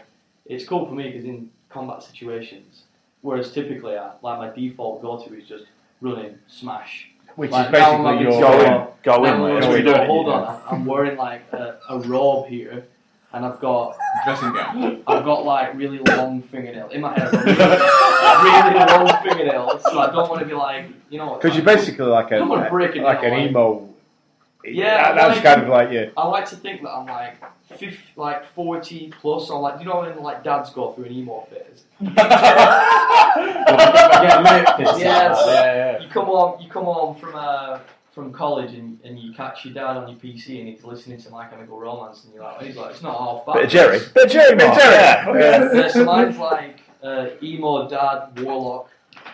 It's cool for me because in combat situations, whereas typically I, like my default go to is just running, smash, Which like, is now I'm basically having your go to in, go I'm in, mate. wearing- That's what you're no, doing. Hold on, I'm wearing like a, a robe here, and I've got Dressing gown. I've got like really long fingernails in my head. I've got really, really long fingernails, so I don't want to be like you know. Because you're basically like a I'm gonna break it like down, an like- emo. Yeah, that, that's like- kind of like yeah. I like to think that I'm like, 50, like forty plus, or like you know when like dads go through an emo phase. yeah, mate. Yes. Yeah, You come home, you come home from uh, from college and, and you catch your dad on your PC and he's listening to My Chemical Romance and you're like, he's like, it's not half bad. Bit of Jerry. But Jerry, Bit of Mark, Jerry. yeah. Yeah, so mine's like uh, emo dad warlock.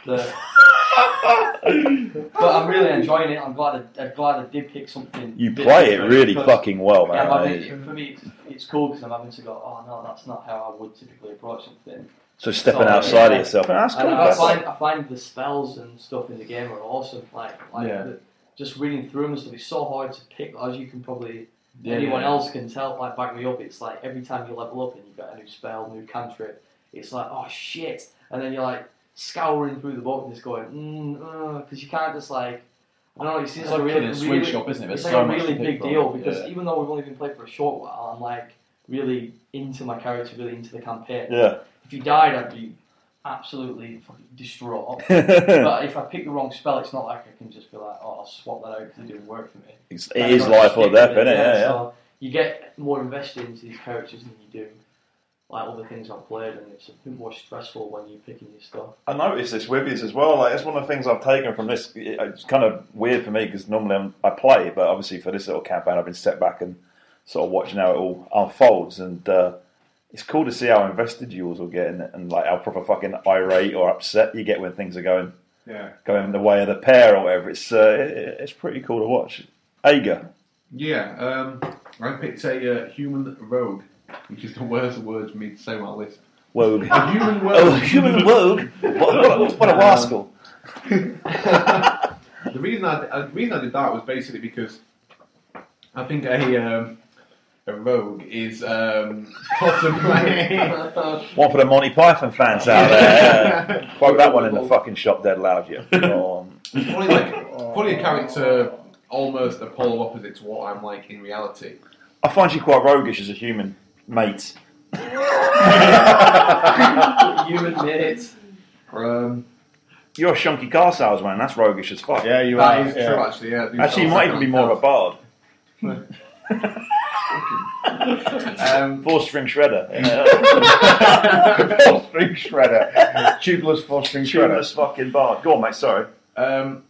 The, but I'm really enjoying it. I'm glad I, I'm glad I did pick something. You different play it really because- fucking well, man. Yeah, but I I- think Uh, it- for me, it's, it's cool because I'm having to go. Oh no, that's not how I would typically approach something. So stepping Oh, outside yeah. of yourself. That's And cool. I That's- find I find the spells and stuff in the game are awesome. Like like Yeah. the, just reading through them and stuff. It's so hard to pick, as you can probably yeah. anyone yeah. else can tell. Like back me up. It's like every time you level up and you get a new spell, new cantrip, it's like oh shit, and then you're like scouring through the book and just going mm, because you can't just like. I don't know. It seems It's like like a really, really, in a really- swing shop, isn't it? There's it's like so a much to really pick big from. deal because yeah. even though we've only been playing for a short while, I'm like really into my character, really into the campaign. Yeah. If you died, I'd be absolutely fucking distraught. but if I pick the wrong spell, it's not like I can just be like, oh, I'll swap that out because it didn't work for me. It's- Like, it is I've got to life or stick death, with isn't it? Yeah, yeah. So you get more invested into these characters than you do like other things I've played, and it's a bit more stressful when you're picking your stuff. I noticed this with you as well. Like that's one of the things I've taken from this. It's kind of weird for me because normally I'm, I play, but obviously for this little campaign, I've been set back and sort of watching how it all unfolds. And uh, it's cool to see how invested you all get in it, and like how proper fucking irate or upset you get when things are going Yeah. going the way of the pair or whatever. It's uh, it, it's pretty cool to watch. Aga, Yeah, um, I picked a uh, human rogue, which is the worst word for me to say on my list. Wogue. A human rogue. Oh, human Wogue. What, what, a- what a rascal. The reason I uh, the reason I did that was basically because I think a um, a rogue is um, possibly. One for the Monty Python fans out there. Yeah. Quote that one in the fucking shop dead loud, you. Um, It's probably like probably a character almost the polar opposite to what I'm like in reality. I find you quite roguish as a human, mate. you admit it. Um, You're a shunky car salesman, that's roguish as fuck. Yeah, you that are. is yeah. true, actually. Yeah, these Actually, you sort might even be more of a bard. Um, Four string shredder. Yeah. four string shredder, tubeless four string shredder. Tuneless fucking bard. Go on, mate, sorry. Um,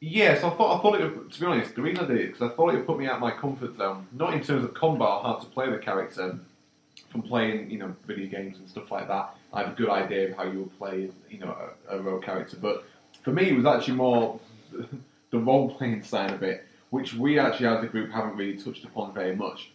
yeah, so I thought I thought it. Would, to be honest, the reason I did it because I thought it would put me out of my comfort zone, not in terms of combat or how to play the character, from playing you know video games and stuff like that. I have a good idea of how you would play you know a, a rogue character, but for me it was actually more the role playing side of it, which we actually as a group haven't really touched upon very much.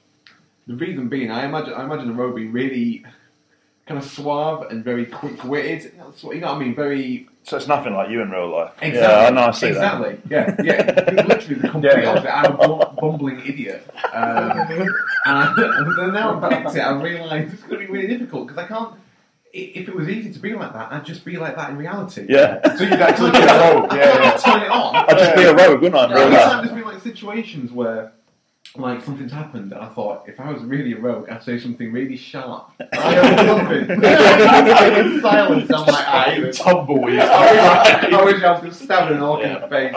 The reason being, I imagine I imagine a rogue being really kind of suave and very quick witted. You know what I mean? Very So it's nothing like you in real life. Exactly. Yeah, I know, I see exactly. Yeah, yeah. You're literally the complete Yeah. opposite. I'm a bum- bumbling idiot. Um, and, and then now I've picked it, I realise it's going to be really difficult because I can't. i- If it was easy to be like that, I'd just be like that in reality. that. Yeah. So you'd actually Look at the road, yeah, yeah. turn it on. I'd just be a rogue, wouldn't I, in real Every life? time there's been like situations where like something's happened, and I thought if I was really a rogue, I'd say something really sharp. I own nothing. in silence, I'm like, Ah, I hate this. Tumbleweed. I wish I wish I was just stabbing an orc in the face.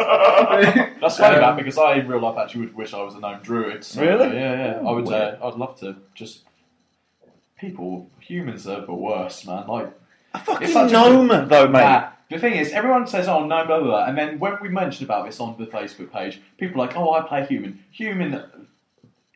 That's funny, Um, man, because I in real life actually would wish I was a known druid. So, Really? Yeah, yeah. I would. Uh, Weird. I'd love to just. People, humans are the worst, man. Like A It's fucking such a- gnome, though, mate. Nah, the thing is, everyone says, "Oh no, blah blah,", blah. and then when we mentioned about this on the Facebook page, people are like, "Oh, I play human. Human,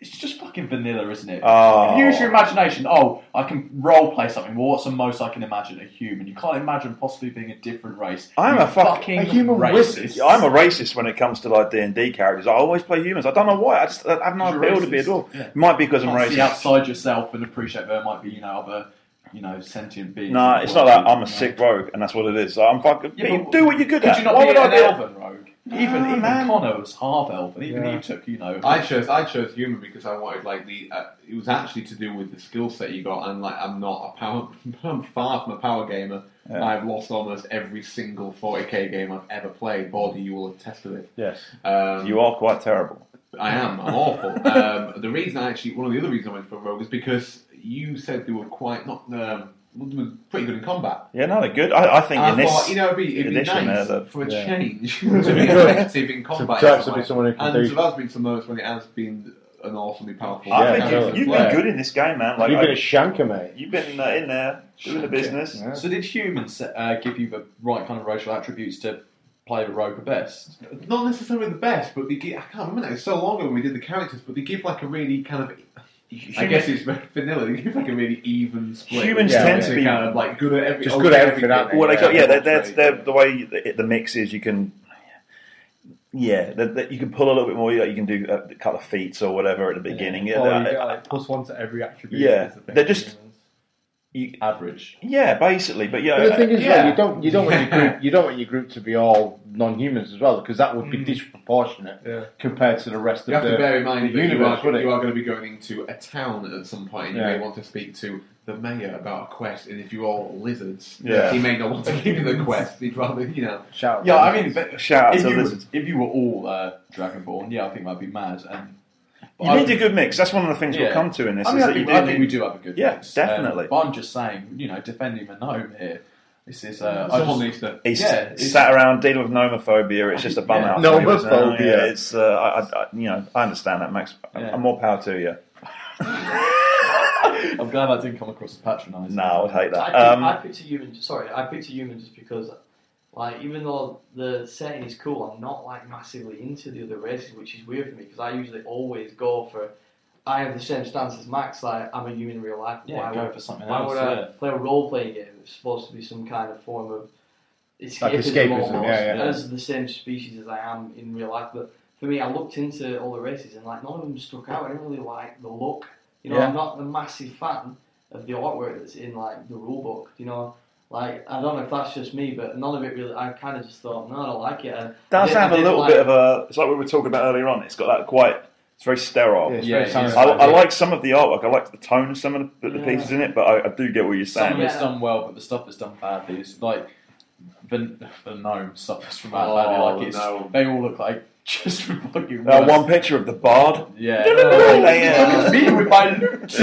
it's just fucking vanilla, isn't it? Oh. Use your imagination. Oh, I can role play something. Well, what's the most I can imagine? A human. You can't imagine possibly being a different race. I'm You a fuck- fucking a human racist. Yeah, I'm a racist when it comes to like D and D characters. I always play humans. I don't know why. I just I have no You're appeal to be racist. at all. Yeah. It might be because I'm Can't see racist. outside yourself and appreciate there might be you know other you know sentient beings. No, it's not that. I'm a sick rogue, and that's what it is. So I'm fucking. Yeah, but do what you're good Could at. you not Why be would an I be? elven rogue? Even No, even man. Connor was half elven. Even Yeah. he took you know. I chose I chose human because I wanted like the uh, it was actually to do with the skill set you got and like I'm not a power I'm far from a power gamer. Yeah. I've lost almost every single 40k game I've ever played. Bordy, you will attest to it. Yes. Um, You are quite terrible. I am. I'm awful. um, the reason I actually, one of the other reasons I went for Rogue is because you said they were quite not, um, they were pretty good in combat. Yeah, no, they're good. I, I think I in this, thought, you know, it'd be, it'd be edition nice there, that- for a yeah. change to be effective in So combat. Jack's in will some be way. someone who can And do. so that's been some moments when it has been an awfully powerful. I Yeah, think no, you've, you've player. been good in this game, man. Like You've I- been a shanker, mate. you've been uh, in there doing the business. Yeah. So did humans uh, give you the right kind of racial attributes to play the rogue the best? not necessarily the best, but they give, I can't remember now. It's so long ago when we did the characters, but they give like a really kind of. I guess it's very vanilla. They give like a really even split. Humans Yeah, tend to they're be- kind of like good at every, Just oh, good at everything, aren't Well, they Yeah, got, yeah, they're, that's they're, right. they're, the way the, the mix is, you can, yeah, that that you can pull a little bit more. Like you can do a couple of feats or whatever at the beginning. Yeah, Oh, Or Oh, you that- get, like, plus one to every attribute. Yeah, is the thing they're with just- humans. you- E, Average. yeah, basically. But yeah, But the thing is, yeah. though, you don't you don't want your group you don't want your group to be all non-humans as well because that would be disproportionate Yeah. compared to the rest You of have to the. bear in mind the that you universe, are, wouldn't it? you are going to be going into a town at some point. You Yeah. may want to speak to the mayor about a quest, and if you're all lizards, Yeah. he may not want to give you the quest. He'd rather, you know. Shout out Yeah, to I mean, us. but uh, shout out if to you, were, lizards. if you were all uh, Dragonborn, yeah, I think that'd be mad. And but You I- need a good mix. That's one of the things Yeah. we'll come to in this. I mean, is I that you think, do I think need- we do have a good Yeah, mix. Um, definitely. but I'm just saying, you know, defending the gnome here. This is. Uh, I Someone just- needs to. He's Yeah, it's- sat around dealing with nomophobia. It's just a bum Yeah. out. for you, isn't it? Nomophobia. Yeah, it's uh, I, I, I- you know I understand that, Max. Yeah. I'm more power to you. I'm glad that didn't come across as patronising. No, I would hate I, that. pick, I Um, picked a human. Sorry, I picked a human just because, like, even though the setting is cool, I'm not like massively into the other races, which is weird for me because I usually always go for. I have the same stance as Max. Like, I'm a human in real life. Yeah, why go would, for something why else. would Yeah. I play a role-playing game? It's supposed to be some kind of form of escapism, Like escapism, almost, yeah, yeah. as the same species as I am in real life. But for me, I looked into all the races and like none of them stuck out. I didn't really like the look. You know, Yeah. I'm not a massive fan of the artwork that's in like the rule book. You know, like I don't know if that's just me, but none of it really. I kind of just thought, no, I don't like it. And does I did- I have a did little like- bit of a. It's like we were talking about earlier on. It's got that quite. It's very sterile. Yeah, it's Yeah, very yeah. I, satisfying. I like some of the artwork. I like the tone of some of the, the Yeah. pieces in it, but I, I do get what you're Some saying. of Yeah. it's done well, but the stuff that's done badly is like the, the gnome suffers from that Oh, badly. Like it's, no. they all look like just fucking. Uh, worse. one picture of the bard, Yeah. They, Look uh, at me with my loot.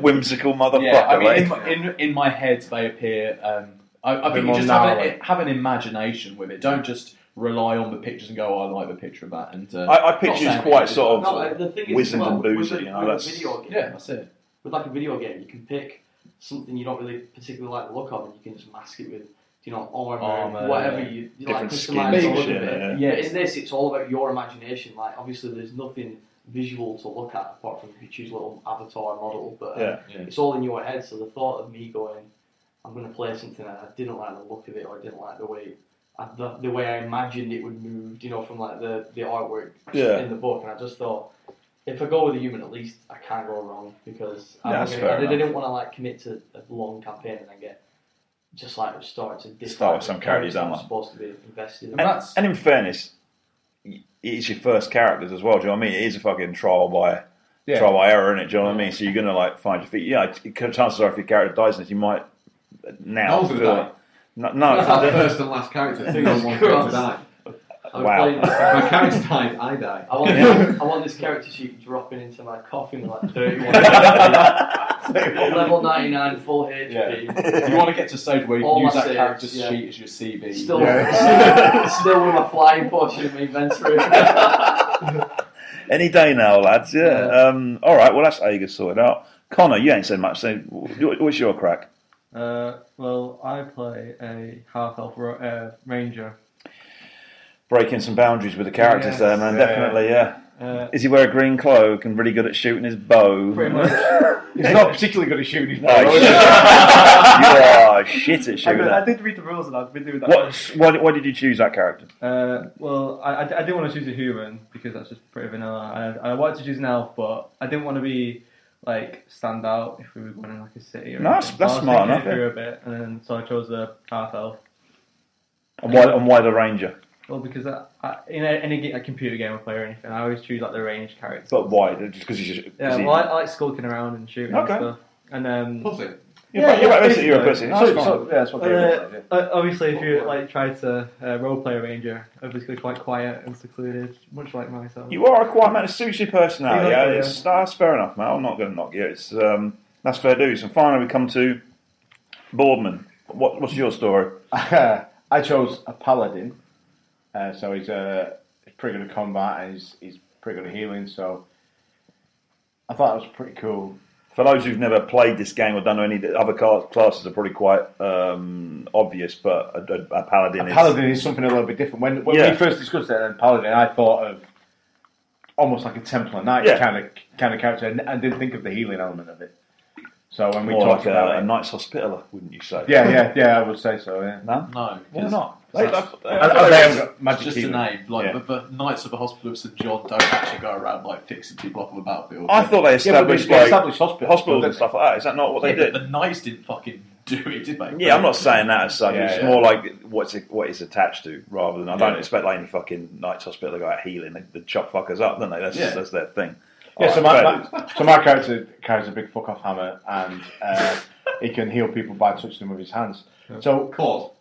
whimsical motherfucker. uh, yeah, I mean, right? in, my- in, in my head they appear. Um, I, I Bit think you more just have, narrow. a, have an imagination with it. Don't just rely on the pictures and go, "Oh, "I like the picture of that." And uh, I, I picture Not it's saying quite it's sort No, of. like, the thing is, as wizened well, and boozy, with a- you know, with a that's- video game, yeah, that's it. with like a video game, you can pick something you don't really particularly like the look of, and you can just mask it with, you know, armor, Armor, whatever yeah. you, you like, Different customize skins the and look shit. of it. Yeah. Yeah, But in this, it's all about your imagination. Like, obviously, there's nothing visual to look at apart from if you choose a little avatar model, but uh, Yeah. Yeah. it's all in your head. So the thought of me going, I'm going to play something and I didn't like the look of it, or I didn't like the way. I- The, the way I imagined it would move, you know, from like the, the artwork Yeah. in the book, and I just thought, if I go with a human, at least I can't go wrong because I'm Yeah, that's gonna, fair I enough. didn't want to like commit to a long campaign and then get just like start to dislike Start with the some character you don't I'm like. supposed to be invested. in. And, that's- and in fairness, y- it's your first characters as well. Do you know what I mean? It is a fucking trial by Yeah. trial by error, is it? Do you know what I mean? So you're gonna like find your feet. Yeah, it- it- chances are if your character dies in this, you might uh, now No one's gonna feel die. like- no, no, That's our it's- first and last character. Fingers No one's going to crossed. die. I was Wow. playing- If my character dies, I die. I want, Yeah. I want this character sheet dropping into my coffin like 31. Level 99, full HP. You want to get to a stage where you All can use my that saves, character yeah. sheet as your CV. Still, Yeah. still with my flying portion of my inventory. Any day now, lads. Yeah. Um, all right. Well, that's how you get sorted out. Connor, you ain't said much. So, wh- what's your crack? Uh, well, I play a half elf ro- uh, ranger. Breaking some boundaries with the characters Yes. there, man. Yeah. Definitely, yeah. Uh, Is he wear a green cloak and really good at shooting his bow? Pretty much. He's not particularly good at shooting. his No, bow, shit. is he? you are shit at I, shooting. did, I that. did read the rules and I've been doing that. What? Why, why did you choose that character? Uh, well, I, I, I didn't want to choose a human because that's just pretty vanilla. I, I wanted to choose an elf, but I didn't want to be like stand out if we were going in like a city. Or No, that's- anything. So I that's was smart enough, thinking it through a bit, and then so I chose the half elf. And why? And why the ranger? Well, because I, I, in a, any ge- a computer game I play or anything, I always choose like the range character. But why? Just because he's just. 'cause Yeah, he- well, I, I like skulking around and shooting Okay. and stuff. And um, Puzzle. You're yeah, you're, right, yeah, that's it, you're a pussy. So, basically. so, yeah, that's what Uh, they were like, uh, obviously, if you like try to uh, role play a ranger, obviously quite quiet and secluded, much like myself. yeah. You are a quiet man. It suits your personality. Yeah, Yeah, yeah. It's, that's fair enough, mate. I'm not going to knock you. It's um, that's fair dues. And finally, we come to Boardman. What, what's your story? I chose a paladin, uh, so he's uh, he's pretty good at combat and he's, he's pretty good at healing. So I thought that was pretty cool. For those who've never played this game or done any of the other car- classes, are probably quite um, obvious. But a, a, a paladin is Paladin is something a little bit different. When when Yeah. we first discussed it, then Paladin, I thought of almost like a Templar Knight Yeah. kind of kind of character, and, and didn't think of the healing element of it. So when we more talked like about a, a it, knight's hospitaller, wouldn't you say? yeah, yeah, yeah, I would say so. Yeah, No. Why No, because not? They- They- they- I, I, they- they haven't got It's magic just a healing. name. Like Yeah. the, the Knights of the Hospital of St John don't actually go around like fixing people up on the battlefield. I thought they Yeah, but they- established they like established hospitals, hospitals and stuff like that. Is that not what Yeah, they but did? the Knights didn't fucking do it, did they? Yeah, I'm not saying that as such. Yeah, it's yeah. more like what's it, what it's attached to, rather than I don't Yeah. expect like any fucking Knights Hospital to go out healing. They, they chop fuckers up, don't they? That's Yeah. that's their thing. Yeah, so my, Alright, fair my, so my character carries a big fuck off hammer, and uh, he can heal people by touching them with his hands. So Claws.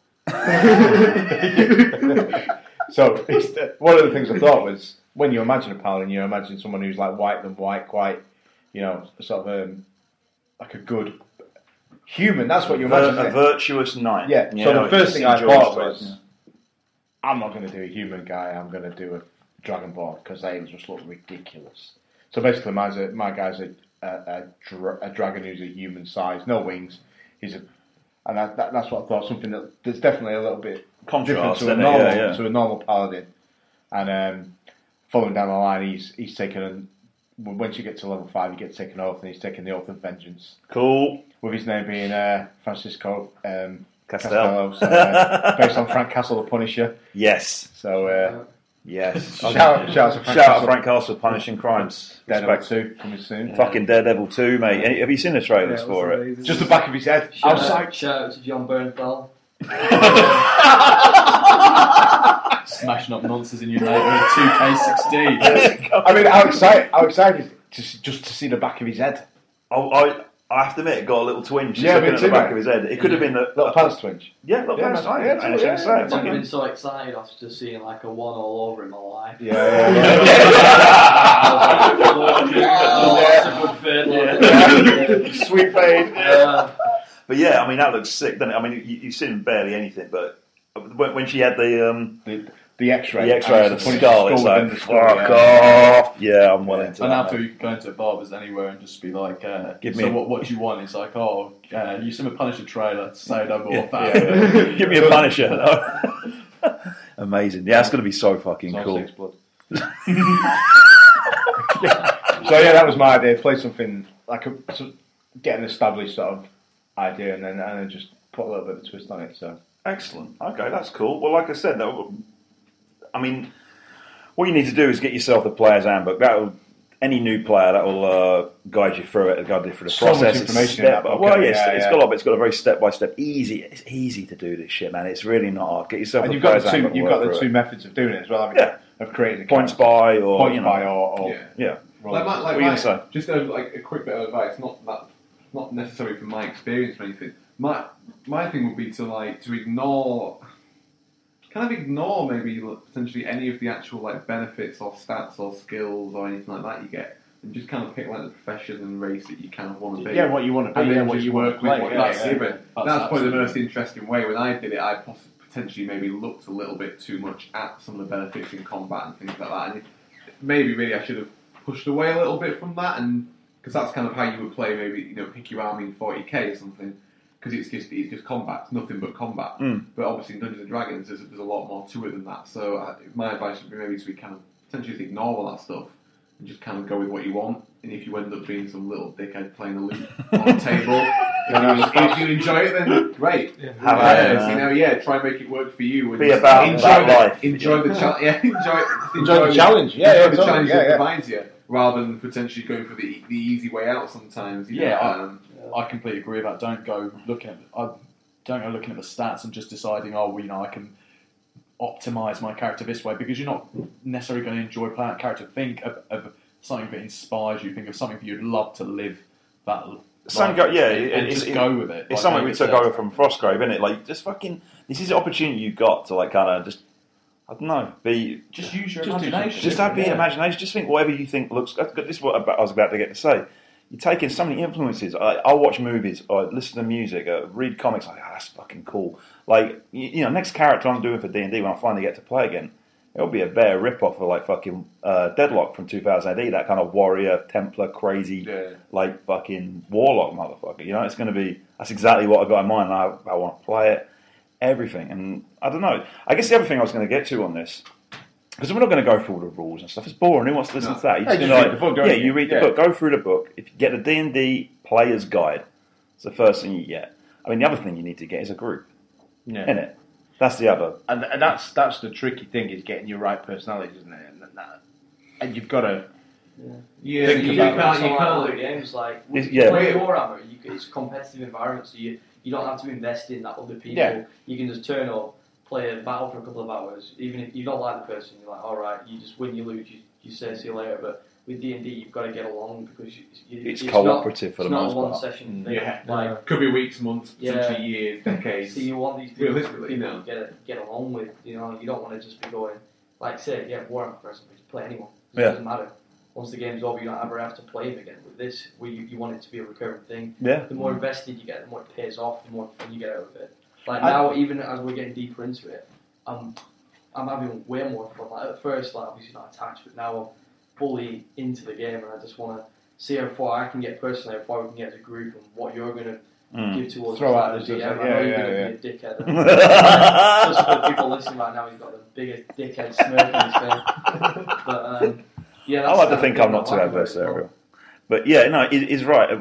So it's the- one of the things I thought was when you imagine a paladin, you imagine someone who's like white than white, quite you know, sort of um, like a good human. That's what you A, imagine. a isn't it? virtuous knight. yeah. You So know, the first thing I enjoys life. thought was, I'm not going to do a human guy. I'm going to do a dragonborn because they just look ridiculous. So basically, mine's a, my guy's a a, a, dra- a dragon who's a human size, no wings. He's a and that, that, that's what I thought. Something that there's definitely a little bit different contrast. to a isn't it? normal yeah, yeah. to a normal paladin. And um, following down the line, he's he's taken an, w- once you get to level five, you get taken oath, and he's taken the oath of vengeance Cool. with his name being uh, Francisco um, Castell. Castello, so, uh, based on Frank Castle the Punisher. Yes. So uh, Yes. shout, out, shout out to Frank Oh, Shout out Castle, Frank Castle punishing crimes. Daredevil Respect. two coming soon. Fucking Daredevil 2, mate. Any- Have you seen the Yeah, trailers it was for it? amazing. Just the back of his head. Shout, Outside. out, shout out to John Bernthal. Smashing up nonsense in your neighbourhood, 2K16. I mean, how excited! How excited is it to see, just to see the back of his head? Oh, I, I have to admit, it got a little twinge. Just Yeah, looking me at the too, back mate. of his head. It could have been the Little pants twinge. Yeah, little Yeah, pants. man. I Yeah, I too, shouldn't yeah, say it. yeah, I've Fucking- been so excited after seeing like a one all over in my life. Yeah, yeah, yeah. I was like, "Lord, that's a good fit, Lord." Sweet fade. Uh, But yeah, I mean that looks sick, doesn't it? I mean you, you've seen barely anything, but when, when she had the um, the, the X-ray. the X-ray of And the it's the skull, it's within like the fuck skull, yeah. off. Yeah, I'm well into And that. after you go into a barber's anywhere and just be like, uh, Give so me a- what, what do you want? It's like, oh, uh, you seen a Punisher trailer, say no more. Yeah, fat. yeah. Give me a Punisher. though. Amazing. Yeah, that's gonna be so fucking It's all cool. six blood. So yeah, that was my idea. Play something like a so get an established sort of idea, and then and then just put a little bit of a twist on it. So Excellent. Okay, that's cool. Well, like I said, that, I mean, what you need to do is get yourself the player's handbook. That'll any new player that will uh, guide you through it, guide you through the So much process. It's information in step- that book, well, yeah, yes, yeah, it's yeah. got a lot, but it's got a very step by step, easy. It's easy to do this shit, man. It's really not hard. Get yourself and the you've got player's the two handbook. you've work got the through two it. methods of doing it as well. Haven't you? Yeah. of creating a points character. by or point you know, by or, or Yeah. yeah, roll. Like, my, What like were you my, gonna just as like a quick bit of advice, not that, not necessarily from my experience or anything. My my thing would be to like to ignore, kind of ignore maybe like, potentially any of the actual like benefits or stats or skills or anything like that you get, and just kind of pick like the profession and race that you kind of want to be. yeah, what you want to and be, then yeah, what just you work want with to what play. you Yeah, like. yeah. But That's that's probably the absolutely- most interesting way. When I did it, I poss- potentially maybe looked a little bit too much at some of the benefits in combat and things like that. And maybe really I should have pushed away a little bit from that, and because that's kind of how you would play. Maybe you know, pick your army in 40k or something. Because it's just it's just combat, it's nothing but combat. Hmm. Mm. But obviously in Dungeons and Dragons, there's, there's a lot more to it than that. So I, my advice would be maybe to kind of potentially just ignore all that stuff and just kind of go with what you want. And if you end up being some little dickhead playing a loop on the table, and you, if you enjoy it, then great. Yeah. Have yeah, at it, uh, so, you man. know, yeah, try and make it work for you. And Be about enjoy that the, life. Enjoy the challenge. Yeah, enjoy, Enjoy the challenge. Yeah, enjoy yeah, the totally, challenge yeah, that yeah. provides you, rather than potentially going for the the easy way out. Sometimes, you know, Yeah, I- um, I completely agree about. Don't go looking at. I don't go looking at the stats and just deciding. Oh, well, you know, I can optimize my character this way because you're not necessarily going to enjoy playing that character. Think of, of something that inspires you. Think of something that you'd love to live that Sungo, Like, yeah, and it- just it- go with it. It's Like, something make we it took theirs. over from Frostgrave, isn't it? Like, just fucking, this is the opportunity you got to like kind of just, I don't know, be Just use your Just do- imagination. Just have your Yeah. imagination. Just think whatever you think looks. This is what I was about to get to say. You take in so many influences. I, I'll watch movies, I listen to music, I read comics. Like, ah, that's fucking cool. Like, you, you know, next character I'm doing for D and D when I finally get to play again, it'll be a bare rip off of like fucking uh, Deadlock from 2008. That kind of warrior, Templar, crazy, Yeah. like fucking warlock motherfucker. You know, it's going to be. That's exactly what I got in mind. and I, I want to play it. Everything, and I don't know. I guess the other thing I was going to get to on this because we're not going to go through all the rules and stuff. It's boring. Who wants to listen No. to that? You Hey, just just gonna, read the book, don't yeah, you? you read the Yeah. book. Go through the book. If you get a D and D player's guide, it's the first thing you get. I mean, the other thing you need to get is a group, Yeah. innit? That's the other. and, and that's that's the tricky thing is getting your right personality, isn't it? And, that, and you've got to. Yeah, Think you, you about can't. can't, You can't. like games like It's- yeah. play Warhammer. You, can- it's a competitive environment, so you, you don't have to invest in that other people. Yeah. You can just turn up, play a battle for a couple of hours. Even if you don't like the person, you're like, all right, you just win, you lose, you, you say see you later. But with D and D, you've got to get along because you, you, It's, not- cooperative for it's the not most a one part. session thing. Yeah. Like, Could be weeks, months, Yeah. potentially years, decades. So you want these people, Realistically, people no. to get get along with, you know. You don't want to just be going, like say, yeah, Warhammer for example, just play anyone. It Yeah. doesn't matter. Once the game's over, you don't ever have to play him again. With this, where you, you want it to be a recurring thing. Yeah. The more invested you get, the more it pays off. The more fun you get out of it. Like I- now, even as we're getting deeper into it, I'm I'm having way more fun. Like at first, like obviously not attached, but now I'm fully into the game, and I just want to see how far I can get personally, how far we can get as a group, and what you're gonna Mm. give towards Throw us, out like, the- yeah, I know yeah, you're yeah, gonna be a dickhead. Just Hmm. for people listening right now, he's got the biggest dickhead smirk on his face. But um, yeah, I that's like to kind think of I'm not too what I like about it. adversarial, but yeah, no, it, it's right.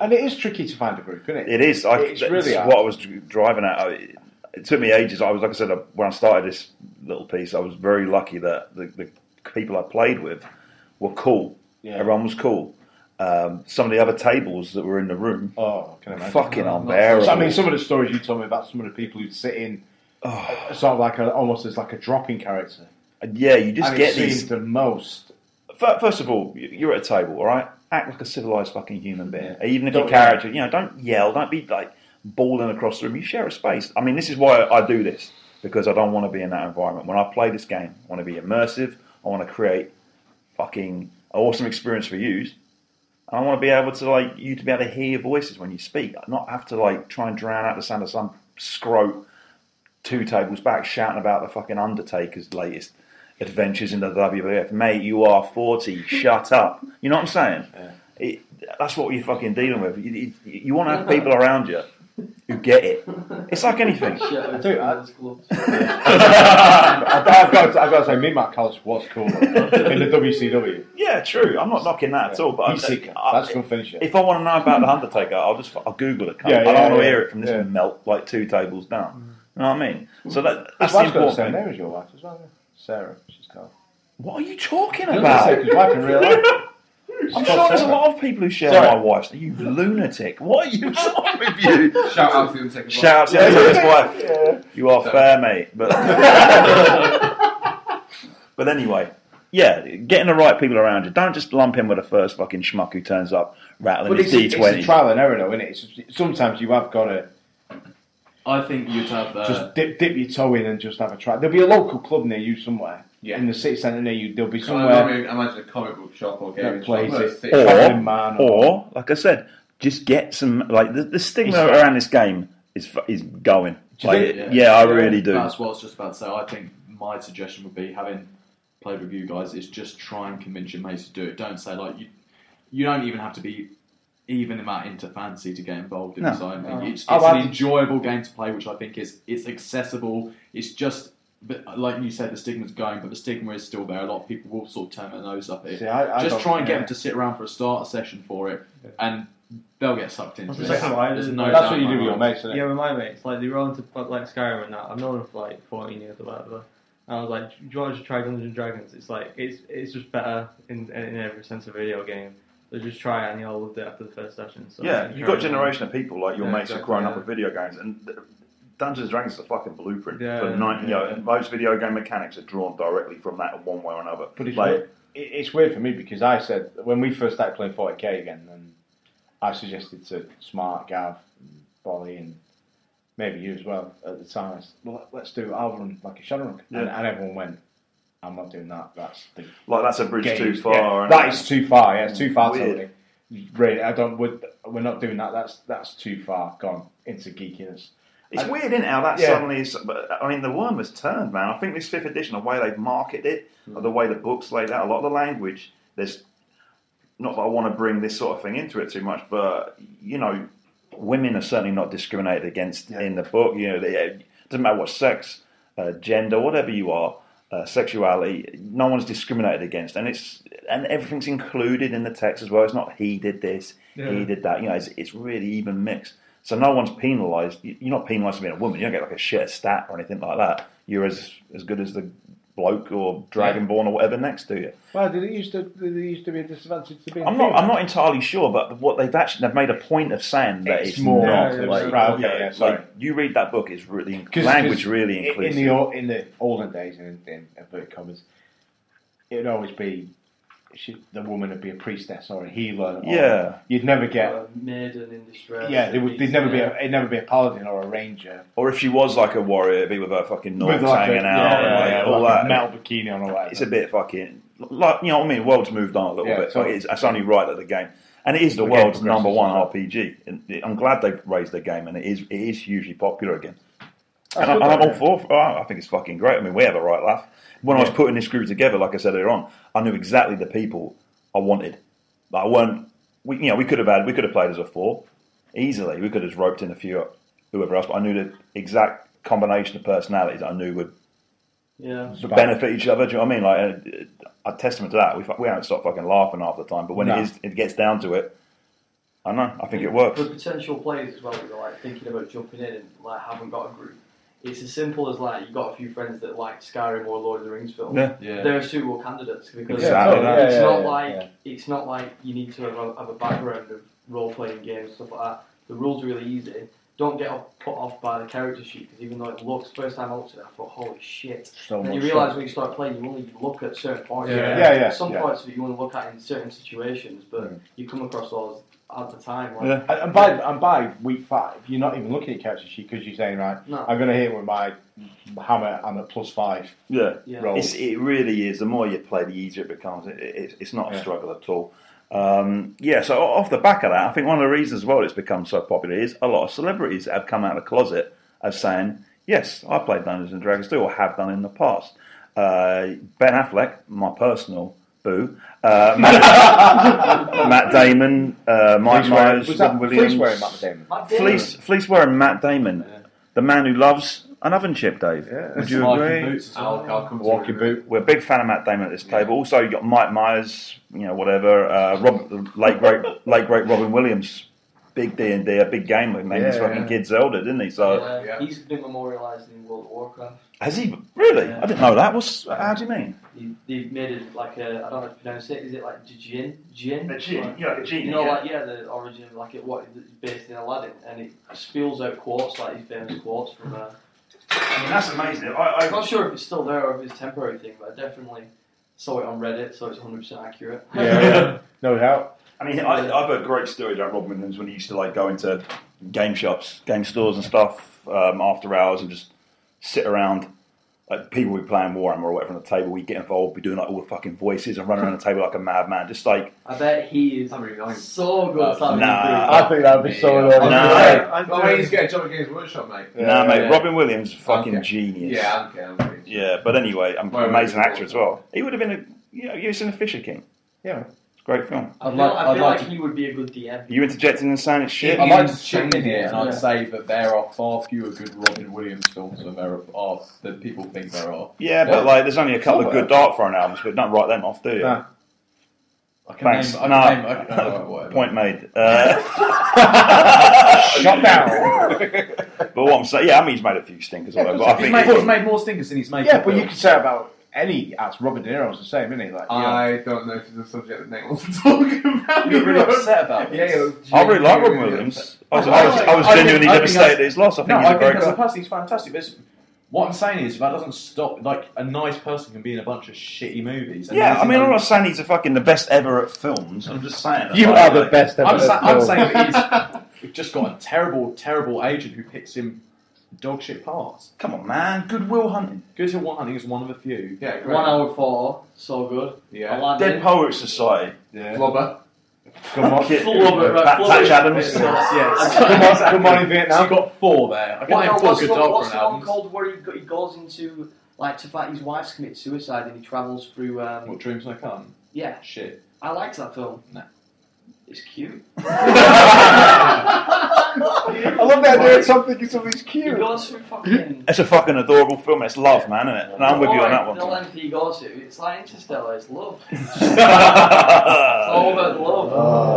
And it is tricky to find a group, isn't it? It is. I, It's that's really hard. what I was dri- driving at. I, it took me ages. I was, like I said, I, when I started this little piece, I was very lucky that the, the people I played with were cool. Yeah. Everyone was cool. Um, some of the other tables that were in the room, Oh, I can imagine. fucking Not- unbearable. So, I mean, some of the stories you told me about some of the people who'd sit in, Oh, uh, sort of like a, almost as like a dropping character. yeah, you just and get it seems these. the most. Fir- First of all, you- you're at a table, all right? Act like a civilized fucking human being. Even if Don't your character, you know, don't yell, don't be like bawling across the room. You share a space. I mean, this is why I do this because I don't want to be in that environment. When I play this game, I want to be immersive. I want to create fucking awesome experience for you. And I want to be able to like you to be able to hear your voices when you speak, not have to like try and drown out the sound of some scrote two tables back shouting about the fucking Undertaker's latest adventures in the WWF. Mate, you are 40. Shut up. You know what I'm saying? It, that's what you're fucking dealing with. You, you, you want to have people around you who get it. It's like anything. Shit, I was Dude, in I- those gloves. I've, I've got to, I've got to say, me, Matt Callis was cool in the WCW. Yeah, true. I'm not knocking that at all. Uh, But He's sick. I, That's good finisher. if I want to know about the Undertaker, I'll just I'll Google it. Yeah, I don't yeah, want to yeah. hear it from this Yeah. melt like two tables down. You know what I mean? So that, His that's the wife's got the important same thing. name as your wife as well, yeah. Sarah. She's called. What are you talking Doesn't about? say his wife in real life. I'm sure there's a lot of people who share Sorry. my wife's. You lunatic! What are you wrong with you? Shout out to the Undertaker. Shout out to the Undertaker's wife. Yeah. You are Sorry. fair, mate. But but anyway, yeah, getting the right people around you. Don't just lump in with the first fucking schmuck who turns up rattling But his it's, D it's a twenty. trial and error, though, isn't it? It's just- sometimes you have got to I think you'd have uh, just dip, dip your toe in and just have a try. There'll be a local club near you somewhere. Yeah. In the city centre near you, there'll be Somewhere. somewhere I mean, imagine a comic book shop or that gaming plays shop. it. Sit- Or- Travelling man Or like I said, just get some like the, the stigma It's- around this game is fu- is going. Do you Like, think- yeah, I really do. That's what I was just about to say. I think my suggestion would be having played with you guys is just try and convince your mates to do it. Don't say like you. You don't even have to be even amount into fancy to get involved in No. Oh, this. I don't think. No. It's, it's I an like- enjoyable game to play, which I think is it's accessible. It's just. But like you said, the stigma's going, but the stigma is still there. A lot of people will sort of turn their nose up at it. See, I- I just don't- try and get yeah. them to sit around for a starter session for it, and they'll get sucked into That's it. exactly what I There's did. no That's doubt what you in my do with your mind. mates, isn't it? Yeah, with my mates, like they were on to like Skyrim and that. I've known them for like 14 years or whatever. And I was like, do you want to try Dungeons and Dragons? It's like it's it's just better in in every sense of video game. So just try it and you all loved it after the first session. So Yeah, you've got a generation of people like your Yeah, mates who are exactly, growing up yeah. with video games, and th- Dungeons and Dragons is a fucking blueprint. Yeah, for nine, you yeah, know, yeah. and most video game mechanics are drawn directly from that in one way or another. But it's Like, weird. It- it's weird for me because I said when we first started playing 40k again, and I suggested to Smart, Gav, and Bolly, and maybe you as well at the time. I said, well, let's do Alvin like a Shadowrun. Yeah. And, and everyone went, I'm not doing that. That's the Like that's a bridge game. too far. Yeah, and- that is too far. Yeah, it's too far. Weird. Totally. Really, I don't. We're, we're not doing that. That's that's too far gone into geekiness. It's weird, isn't it? How that Yeah. suddenly is. But I mean, the worm has turned, man. I think this fifth edition, the way they've marketed it, Hmm. or the way the books laid out, a lot of the language. There's not that I want to bring this sort of thing into it too much, but you know, women are certainly not discriminated against in the book. You know, they, it doesn't matter what sex, uh, gender, whatever you are. Uh, sexuality, no one's discriminated against, and it's and everything's included in the text as well. It's not he did this, he did that. You know, it's, it's really even mixed. So no one's penalised. You- You're not penalised for being a woman. You don't get like a shit stat or anything like that. You're as as good as the bloke or dragonborn or whatever next to you. Well, did it used to? Did it used to be a disadvantage to be? I'm not. I'm not entirely sure, but what they've actually they've made a point of saying that it's, It's more- not. Yeah, like, right, okay, yeah, like, sorry. you read that book is really Cause, language 'cause really in- inclusive. In the ol- in the olden days, in, in inverted commas, it would always be she, the woman would be a priestess or a healer. Or, yeah, you'd never get. Uh, maiden in distress. Yeah, there would, there'd never be. yeah. A, it'd never be a paladin or a ranger or if she was like a warrior, it'd be with her fucking knights with like a, hanging out, yeah, and, like, yeah, all like that. a metal bikini on or whatever. it's a bit fucking like you know what I mean. The world's moved on a little Yeah, bit. So totally. it's, it's only right that the game, and it is the, The game world's progresses number as one well. RPG. And it- I'm glad they've raised the game, and it is it is hugely popular again. That's and I, good, and I'm though, all for. for- I I think it's fucking great. I mean, we have a right laugh. When I was putting this group together, like I said earlier on, I knew exactly the people I wanted. Like, I weren't. We, you know, we could have had. We could have played as a four easily. We could have just roped in a few whoever else, but I knew the exact combination of personalities I knew would Yeah. It's about- benefit each other. Do you know what I mean? Like a, a testament to that. We fu- we haven't stopped fucking laughing half the time, but when No. it is, it gets down to it. I know. I think it works. For potential players as well, who are like thinking about jumping in and like haven't got a group. It's as simple as like you've got a few friends that like Skyrim or Lord of the Rings films. Yeah. Yeah. They're suitable candidates because Yeah, Exactly. totally, it's yeah, not yeah, like yeah. it's not like you need to have a, have a background of role playing games stuff like that. The rules are really easy. Don't get off, put off by the character sheet because even though it looks first time I looked at it, I thought, holy shit. so And then much you realise when you start playing, you only look at certain parts. Yeah. stuff. yeah, yeah, Some yeah. parts of it you want to look at in certain situations, but Mm. you come across those at the time. Like, Yeah. And, and by and by week five, you're not even looking at character sheet because you're saying, right, No. I'm going to hit with my hammer. I'm at plus five. Yeah, Yeah. Roll. it's, it really is. The more you play, the easier it becomes. It, it, it's not a Yeah. struggle at all. Um, yeah. So o- off the back of that, I think one of the reasons as well it's become so popular is a lot of celebrities have come out of the closet as saying, "Yes, I played Dungeons and Dragons too, or have done in the past." Uh, ben Affleck, my personal boo. Uh, Matt Damon, uh, Mike Fleece wearing- Myers, was that Robin Williams, fleece wearing Matt Damon? Matt Damon. Fleece, fleece wearing Matt Damon, the man who loves an oven chip, Dave. Yeah. Would you Sliding agree? boots as well. I'll, I'll come to Walking you. boot. We're a big fan of Matt Damon at this table. Also, you got Mike Myers, you know, whatever. Uh, Rob, late great, late great Robin Williams, big D and D, a big gamer. Made his Yeah, fucking yeah. kids elder, didn't he? So Yeah, Yeah. He's been memorialised in World of Warcraft. has he really? Yeah. I didn't know that. What's how do you mean? He, they've made it like a, I don't know how to pronounce it, is it like Jin? Jin? Like, yeah, a genie. you know, like, yeah, the origin of like it, what, it's based in Aladdin, and it spills out quartz, like his famous quartz from there. I mean, that's amazing. I, I'm not sure if it's still there or if it's a temporary thing, but I definitely saw it on Reddit, so it's 100% accurate. Yeah, yeah. no doubt. I mean, I, I've heard great stories about Robin Williams when he used to like go into game shops, game stores, and stuff um, after hours and just sit around. Like people would be playing Warhammer or whatever on the table, we'd get involved, be doing like all the fucking voices and running around the table like a madman, just like I bet he is I'm really going. so good Uh, at having nah. a I think that'd be so Yeah. No. annoying. Yeah. I, Oh, wait, he's getting a job at Games Workshop, mate. Yeah, nah, mate, yeah. Robin Williams, fucking Okay. genius. Yeah, I don't care. I'm kidding. yeah. But anyway, I'm Well, an amazing well, actor as well. He would have been a, you know, you've seen a Fisher King. Yeah. it's a great film. I I'd feel, like- I I'd feel like like he would be a good DM. You interjecting and saying it's shit. I Yeah. might just chip in here, and Yeah. I'd say that there are far fewer good Robin Williams films than there are than people think there are. Yeah, but Well, like, there's only a couple of good Dark Throne albums, but don't write them off, do you? Nah. I can Thanks. name. I can Nah. name. I can, oh, whatever. Point made. Uh, Shut down. but what I'm saying, yeah, I mean, he's made a few stinkers, or Yeah, whatever, but of I He's think made, he's made more stinkers than he's made. yeah, but good you could say about any acts. Robert De Niro's the same, isn't he? Like, Uh, yeah. I don't know if it's a subject that Nate wants to talk about. films. You're really upset about Yeah, this. yeah. I really like Robin Williams. I was, I was, I was I think- genuinely I think devastated that's- at his loss. I think No, he's I a great think as guy. a person he's fantastic. But it's, What I'm saying is that doesn't stop. Like a nice person can be in a bunch of shitty movies. and Yeah, there's I mean, no- I'm not saying he's a fucking the best ever at films. I'm just saying. that, You like, are the like, best ever. I'm, sa- I'm film. saying that he's we've just got a terrible, terrible agent who picks him dog shit parts. Come on, man. Goodwill Hunting. Good Hill Hunting is one of the few. Yeah, great. One hour four, so good. Yeah. Dead Aladdin. Poets Society. Yeah. Flubber. Come on. Fuck it. Full of it, right, Pat- full of Patch it. Adams. yes. Come on, come on in So Vietnam. you got four there. I What, can't name no, four what's the, good dog what's for the an one album. called where he, go- he goes into like to fight his wife's committed suicide and he travels through? Um, What dreams may come? yeah, Shit. I liked that film. No. It's cute. I love the idea of something, something's He cute. goes through fucking. It's a fucking adorable film. It's love, man, isn't it? And I'm with you on that one. The Tom. length he goes to, it's like Interstellar. It's love. It's all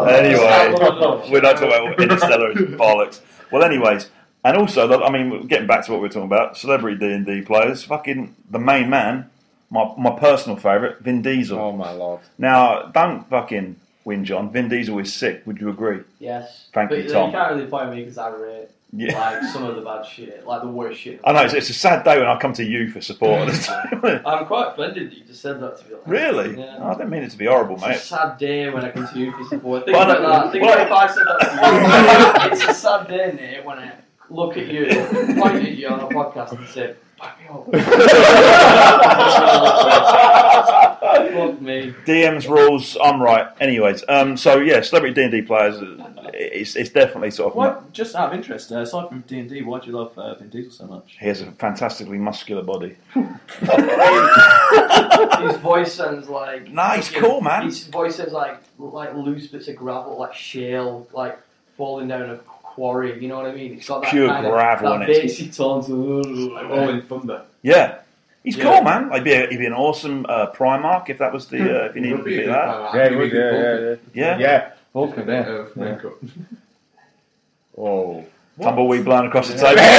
anyway, about love. we're not talking about Interstellar is bollocks. Well, anyways, and also, look, I mean, getting back to what we were talking about, celebrity D and D players, fucking the main man, my my personal favourite, Vin Diesel. Oh my lord. Now, don't fucking win, John. Vin Diesel is sick. Would you agree? Yes. Thank but you, then Tom. You can't really point me because I rate Yeah. like some of the bad shit, like the worst shit. I know it's, it's a sad day when I come to you for support. really? I'm quite offended that you just said that to be honest. Yeah. Oh, I didn't mean it to be horrible, It's a mate. sad day when I come to you for support. Think Well, about no, that. Think well- about if I said that to you. it's a sad day, Nate, when I look at you, point at you on a podcast and say, back me up. Fuck me. DM's rules. I'm right. Anyways, um, so yeah, celebrity D and D players. uh, It's, it's definitely sort of. What? Just out of interest, uh, aside from D and D, why do you love uh, Vin Diesel so much? He has a fantastically muscular body. His voice sounds like. Nah, he's cool, man. His voice sounds like like loose bits of gravel, like shale, like falling down a quarry. You know what I mean? It's got that Pure kind gravel of, in that it. bassy tone to. Like Rolling Thunder. Yeah, he's Yeah. cool, man. He'd be, a, he'd be an awesome uh, Primarch if that was the uh, if you needed a Would be bit a of good that. player. Yeah, Would he be would, a good Vulcan. yeah, yeah, Yeah, yeah. Yeah. Vulcan, uh, makeup. Oh. tumbleweed blowing across the table. yeah,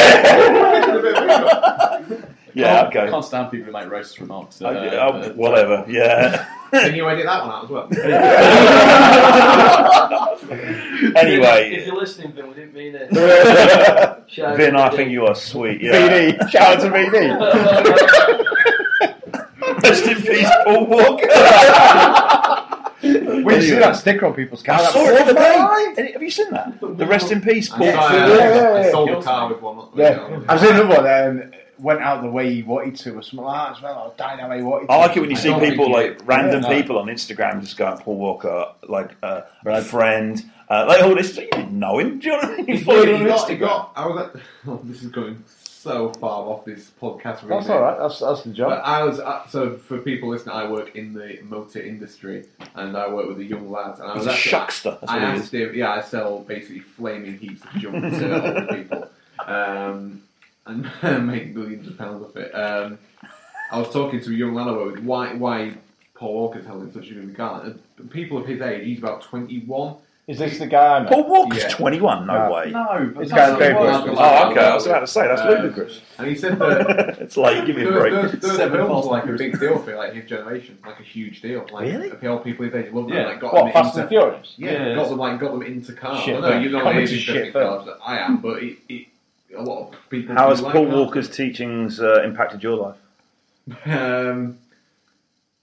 Can't- okay, Can't stand people who make racist remarks. Uh, Oh, yeah, oh, uh, whatever. Yeah. Can you edit that one out as well? If anyway, you're listening, Vin, we didn't mean it. VD. Shout out Vin, to I Vin. think you are sweet. Yeah. Shout out to VD. Rest in peace, Paul Walker. We used to see Anyway. that sticker on people's cars. I saw it the other day. Have you seen that? The rest in peace, I Paul. saw, yeah, uh, yeah, yeah. I sold a car with one. not- Yeah. I was in another one and went out the way he wanted to or something like that as well. Or died how he wanted to. I like it when you I see don't people think you- like random Yeah, no. people on Instagram just going Paul Walker, like uh, a Right. friend. Uh, like all this, you didn't know him. Do you know what I mean? You He's follow got, him he's on got, he Instagram. got, I was at, oh, this is going so far off this podcast. Remit. That's alright, that's, that's the But job. I was at, so for people listening, I work in the motor industry and I work with the young lads. And I He's was a actually- shuckster. That's I what he is. asked him, yeah, I sell basically flaming heaps of junk to old people um, and make millions of pounds off it. Um, I was talking to a young lad about why, why Paul Walker's held in such a good regard. And People of his age, he's about 21. Is this the guy I met? Paul Walker's Yeah. 21. No No. way. No, but It's that's got a what it paper. was. Oh, okay. I was about to say that's Uh, ludicrous. And he said that it's like give me a Those- break. Those, those Seven films Fast were like a Furious. big deal for like his generation, like a huge deal. Like Really? the old people they loved Yeah. them. Like, got What, them Fast into, and Furious? Yeah, Yeah. got them like got them into cars. Shit I know you film. know Comments age is shit shit film. cars. I am, but it, it, a lot of people. How do has like Paul that. Walker's teachings uh, impacted your life? Um,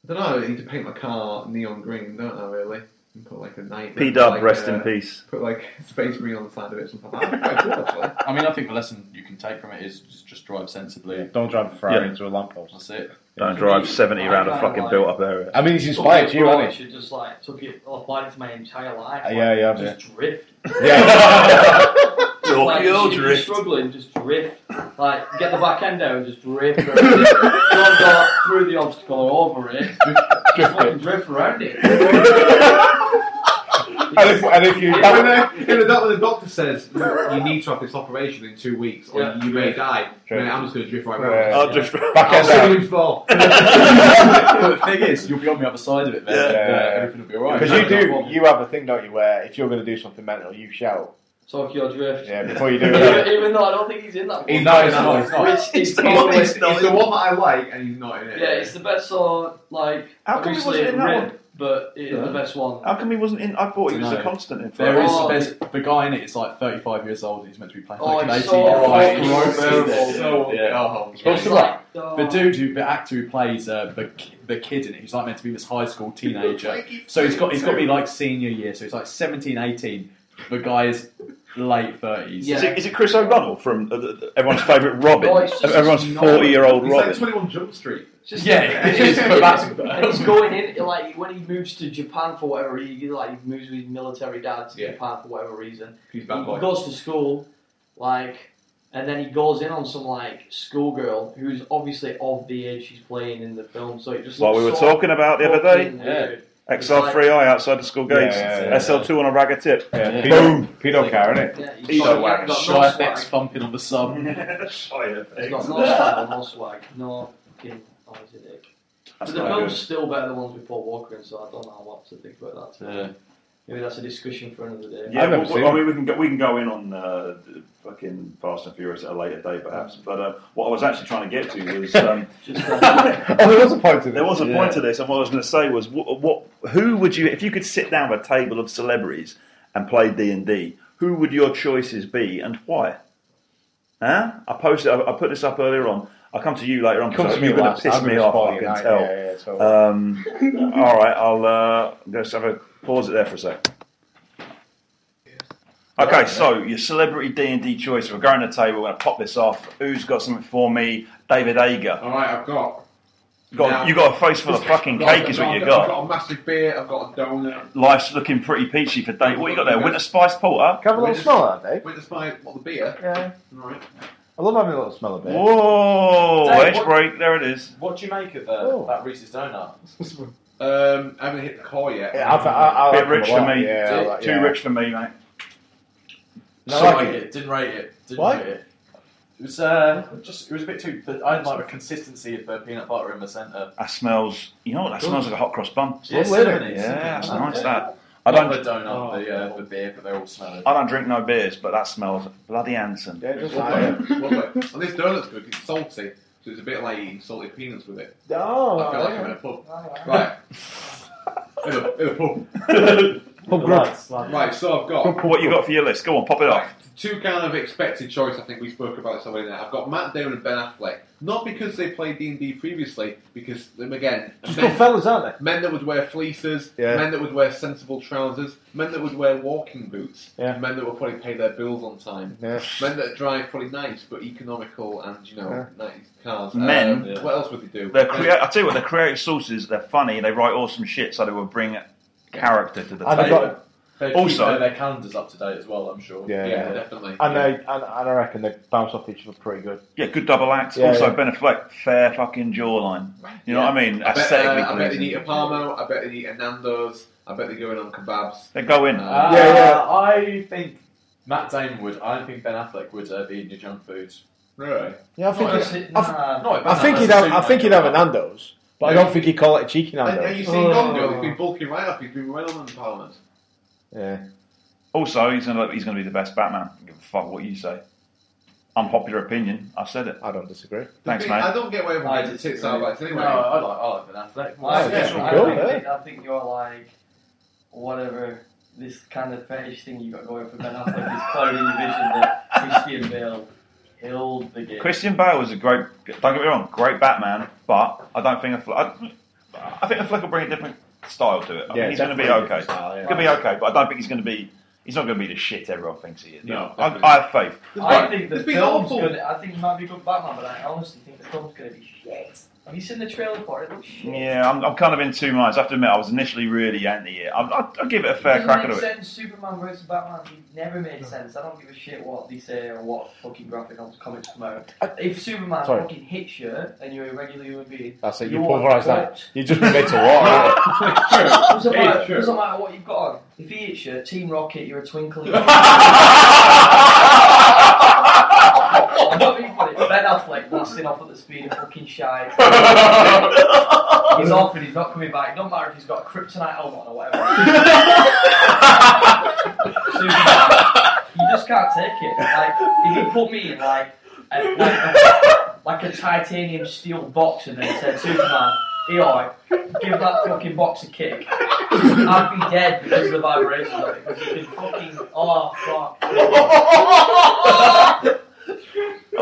I don't know. I need to paint my car neon green, don't I? Really, and put like a night. P Dub, like, rest uh, in peace. Put like space marine on the side of it. or Something. That'd be quite cool, actually. I mean, I think the lesson you can take from it is just, just drive sensibly. Don't drive a Ferrari Yeah. into a lamppost. That's it. Don't drive 70 around a I- I fucking like- built up area. I mean, he's Took inspired it you, abroad, hasn't should just like took it applied it to my entire life. Uh, like, yeah, yeah, Just drift. he? Yeah. Like, Tokyo if you're drift. struggling, just drift. Like get the back end out and just drift. around it. Don't go through the obstacle or over it. Just fucking drift around it. and, if, and if you. Yeah, when, the, when, the doctor, the doctor says you need to have this operation in two weeks or Yeah. you may die, True. man, I'm just going to drift right Yeah. round. I'll drift. Back I'll end see out. you in four. But the thing is, you'll be on the other side of it then. Yeah. and, uh, Yeah. everything will be alright. Because you do, you have a thing, don't you, where if you're going to do something mental, you shout. Tokyo Drift. Yeah, before you do it. even, even though I don't think he's in that. He's one. not in that one, he's not. Which is He's, totally- he's- he's the one that I like, and he's not in it. Yeah, it's the best song. Like How come he obviously wasn't in that Rip, but it's Yeah. the best one. How come he wasn't in? I thought he was a Dunno. constant in. There is Oh. there's, the guy in it is like 35 years old and he's meant to be playing Oh, like an I 18 saw year old. that. It's Horrible. so Yeah. oh, Well, It's so like, oh, The dude, who, the actor who plays uh, the, ki- the kid in it, he's like meant to be this high school teenager. So he's got he's got to be like senior year, so he's like 17, 18. The guy is late 30s. Yeah. Is, it, is it Chris O'Donnell from uh, the- the- everyone's favourite Robin? No, it's just- everyone's it's not. forty-year-old He's like Robin. 21 Jump Street. It's just- Yeah, it is, but And that's- he's going in like when he moves to Japan for whatever reason, he, like he moves with his military dad to Yeah. Japan for whatever reason. He's He bad boy. goes to school, like, and then he goes in on some like schoolgirl who's obviously of the age she's playing in the film. So it just What we were looks so talking about the other day. fucking Yeah. weird. XL3i outside the school gates. Yeah, yeah, yeah. SL2 on a ragger tip. Yeah, Yeah. pedo, pedo car, innit? Yeah, he's He's got- a wag. got no Shy swag. effects bumping on the sub. He's got no style, no swag, no fucking oh, he's a dick. But the film's still better than the ones with Paul Walker in, so I don't know what to think about that. Yeah. Maybe that's a discussion for another day. Yeah, I've never well, seen I mean, we can go, we can go in on uh, the fucking Fast and Furious at a later date, perhaps. But uh, what I was actually trying to get to was um, Just uh, oh, there was a point to there this. was a Yeah. point to this, and what I was going to say was, what, what, who would you, if you could sit down with a table of celebrities and play D and D, who would your choices be, and why? Huh? I posted, I, I put this up earlier on. I'll come to you later on. Come because to me you're going to last, piss I'm me gonna off. spoil I your can night, tell. yeah, Uh, yeah, so- Um, all right, I'll uh, just have a pause it there for a sec. Okay, so your celebrity D and D choice. We're going to the table. We're going to pop this off. Who's got something for me? David Ager. All right, I've got. Got, Now- you got a face full of fucking cake, is what you I've I've got. got a massive beer. I've got a donut. Life's looking pretty peachy for Dave. What you got there? Winter spice porter. Can I have a little smell of that, Dave? Witness my what the beer. Yeah. All right. I love having a little smell of it. Whoa! Dave, Edge what- break. There it is. What do you make of uh, Oh. that Reese's donut? Um, I haven't hit the core yet. Yeah, I, I, I like Bit rich them a for lot, me. Yeah, I like- Too Uh, yeah. rich for me, mate. No, I like it. it. Didn't rate it. Didn't Why? rate it. It was uh, just it was a bit too. But I didn't like the consistency of the peanut butter in the centre. That smells. You know what? That Good. smells like a hot cross bun. Yeah, cinnamon, Yeah, that's cinnamon. nice. Yeah. That. Uh, I I don't. don't the donut, Oh. the, uh, the beer, but they're all smelling. I don't drink no beers, but that smells bloody Anson. Yeah, just like it. Lovely. Lovely. And this donut's good. 'cause It's salty, so it's a bit like eating salted peanuts with it. Oh, I feel like I'm in a pub. uh, Right. in, a, in a pub. Oh, Right. So I've got What you got for your list? Go on, pop it off. two kind of expected choice. I think we spoke about somebody there. I've got Matt Damon and Ben Affleck. Not because they played D and D previously, because them again. Just men- good fellas, aren't Men that would wear fleeces, Yeah. men that would wear sensible trousers, men that would wear walking boots, Yeah. men that would probably pay their bills on time, they? Yeah. men that drive probably nice but economical and you know Yeah. nice cars. Men. Um, Yeah. What else would they do? They're crea- I tell you what, they're creative sources. They're funny. They write awesome shit, so they will bring character to the And I table. got, They Also- keep their, their calendars up to date as well. I'm sure. yeah, yeah, yeah. definitely. And they, and, and I reckon they bounce off each other pretty good. yeah, good double act. Yeah, also, yeah. Ben Affleck, fair fucking jawline. You know Yeah. what I mean? I bet, Aesthetically uh, I bet they pleasing. eat a Parmo, I bet they eat a Nando's, I bet they go in on kebabs. They go in. Uh, Uh, Yeah, yeah. I think Matt Damon would. I don't think Ben Affleck would uh, be in your junk food. Really? Yeah, I think. Oh, he- nah, No, I think he'd have. I think he'd have a Nando's, but I don't think he'd call it a cheeky uh, And, and Nando's. you see Gone Oh. Girl, he's been bulking right up, he's been well on the Parliament. Yeah. Also, he's gonna he's gonna be the best Batman. I don't give a fuck what you say. Unpopular opinion. I said it. I don't disagree. Thanks, thing- I mate. don't get why everyone I gets disagree. tits out like anyway. No, I like, I like Ben Affleck. Well, Wow, I, that's think, cool, I, yeah. think, I think you're like whatever this kind of fetish thing you got going for Ben Affleck is clouding your vision that Christian Bale killed the game. Christian Bale was a great. Don't get me wrong, great Batman, but I don't think Affleck. I, I think Affleck will bring a different style to it. I yeah, think he's going to be definitely okay. different style, yeah. He's gonna be okay, but I don't think he's gonna be. He's not gonna be the shit everyone thinks he is. No, I, definitely. I have faith. I think the It's been film's awful. gonna. I think it might be good Batman, but I honestly think the film's gonna be shit. Have you seen the trailer for it? It looks shit. Yeah, I'm, I'm kind of in two minds. I have to admit, I was initially really anti it. I'll, I'll, I'll give it a fair Doesn't crack at make it. sense. Superman versus Batman it never made sense. I don't give a shit what they say or what fucking graphic novels comics come out. If Superman Sorry. fucking hits you and you're a regular human being, That's it. You you're pulverise that. fucked. You just made to water. Doesn't Yeah, matter, true. doesn't matter what you've got on. If he hits you, Team Rocket, you're a twinkle. I'm not being funny. Ben Affleck blasting off at the speed of fucking shite. He's off and he's not coming back. It don't matter if he's got a kryptonite helmet on or whatever. Superman, you just can't take it. Like, if you put me in like a, like, a, like a titanium steel box and then said Superman, Eeyore, give that fucking box a kick, I'd be dead because of the vibrations of it. Because you can fucking oh fuck. Oh,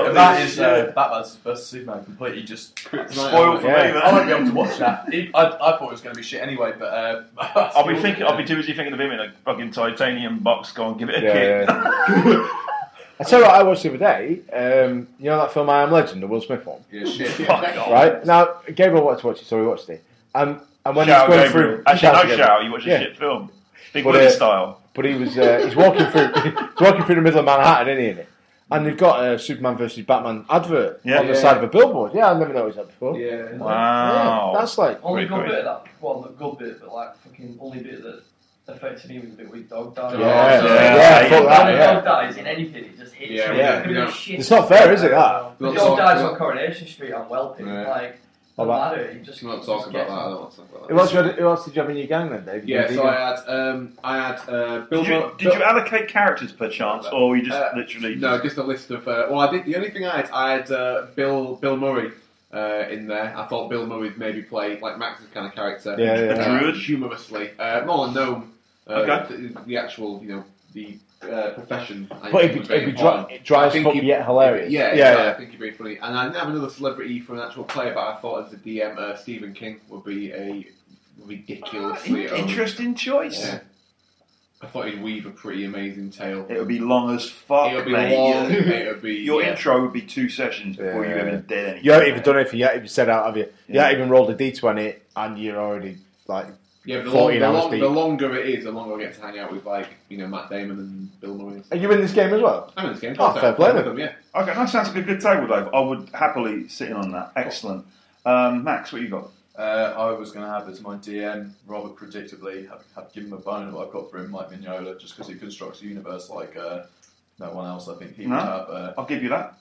And that is uh, Batman vs Superman completely just spoiled for Yeah. me. Man. I won't be able to watch that. I, I thought it was going to be shit anyway, but uh, I'll be thinking. I'll be too busy thinking of him in a fucking titanium box. Go and give it a Yeah, I tell you what I watched the other day. Um, you know that film I Am Legend, the Will Smith one, yeah, shit. kick. Fuck off. right? Now Gabriel wanted to watch it, so we watched it. And and when Shout he's going out Gabriel. through, Actually, shout out no Gabriel. shout. You watch a Yeah. shit film. Big But, Willy uh, style. But he was uh, he's walking through he's walking through the middle of Manhattan, isn't he? innit? And they've got a Superman versus Batman advert Yeah. on the Yeah. side of a billboard. Yeah, I never noticed that before. Yeah. Wow. Yeah, that's like Only Great good point. bit of that. Well, not good bit, but like fucking only bit that affected me was the bit with dog died. Yeah, yeah, yeah, yeah, fuck yeah. that, When yeah. dog dies in anything, it just hits Yeah, you. yeah. Could be Yeah. shit. It's not fair, is it, that? The We'll dog talk- dies we'll- on Coronation Street on Welping. Yeah. Like, Well, no that- matter, you just Let's not you talk just about get that. I some- don't want to talk about that. Who else, you had- who else did you have in your gang then, Dave? Yeah, You so I had- had um, I had uh, Bill. Did you, Mur- did you Bill- allocate characters per chance, or were you just Uh, literally? No, just a list of. Uh, well, I did. The only thing I had, I had uh, Bill Bill Murray uh, in there. I thought Bill Murray would maybe play like Max's kind of character, Yeah, yeah, uh, yeah. Druid? humorously, uh, more known. Uh, Okay. the, the actual, you know, the uh, profession. I But think it'd was be, it'd very be dry, important. dry I as think fuck he- yet hilarious. Yeah, yeah, I think it'd be funny. And I didn't have another celebrity for an actual player, but I thought as a DM, uh, Stephen King would be a Ah, ridiculously. in- interesting choice. Yeah. I thought he'd weave a pretty amazing tale. It would be long as fuck, It would be mate. long. Yeah. It would be Your yeah. intro would be two sessions before Yeah. you even did anything. You haven't even done it. You haven't even set out, have you? You Yeah. haven't even rolled a d20, and you're already like, Yeah, but the, long, 14 the, hours long, deep. the longer it is, the longer I get to hang out with like you know Matt Damon and Bill Murray. and stuff. are you in this game as well? I'm in this game. Oh, fair play then. Yeah. Okay, that sounds like a good table, Dave. I would happily sit in on that. Excellent. Um, Max, what you got? Uh, I was going to have as my DM, rather predictably, have, have given him a bone of what I've got for him, Mike Mignola, just because he constructs a universe like uh, no one else. I think he No. would have uh, I'll give you that.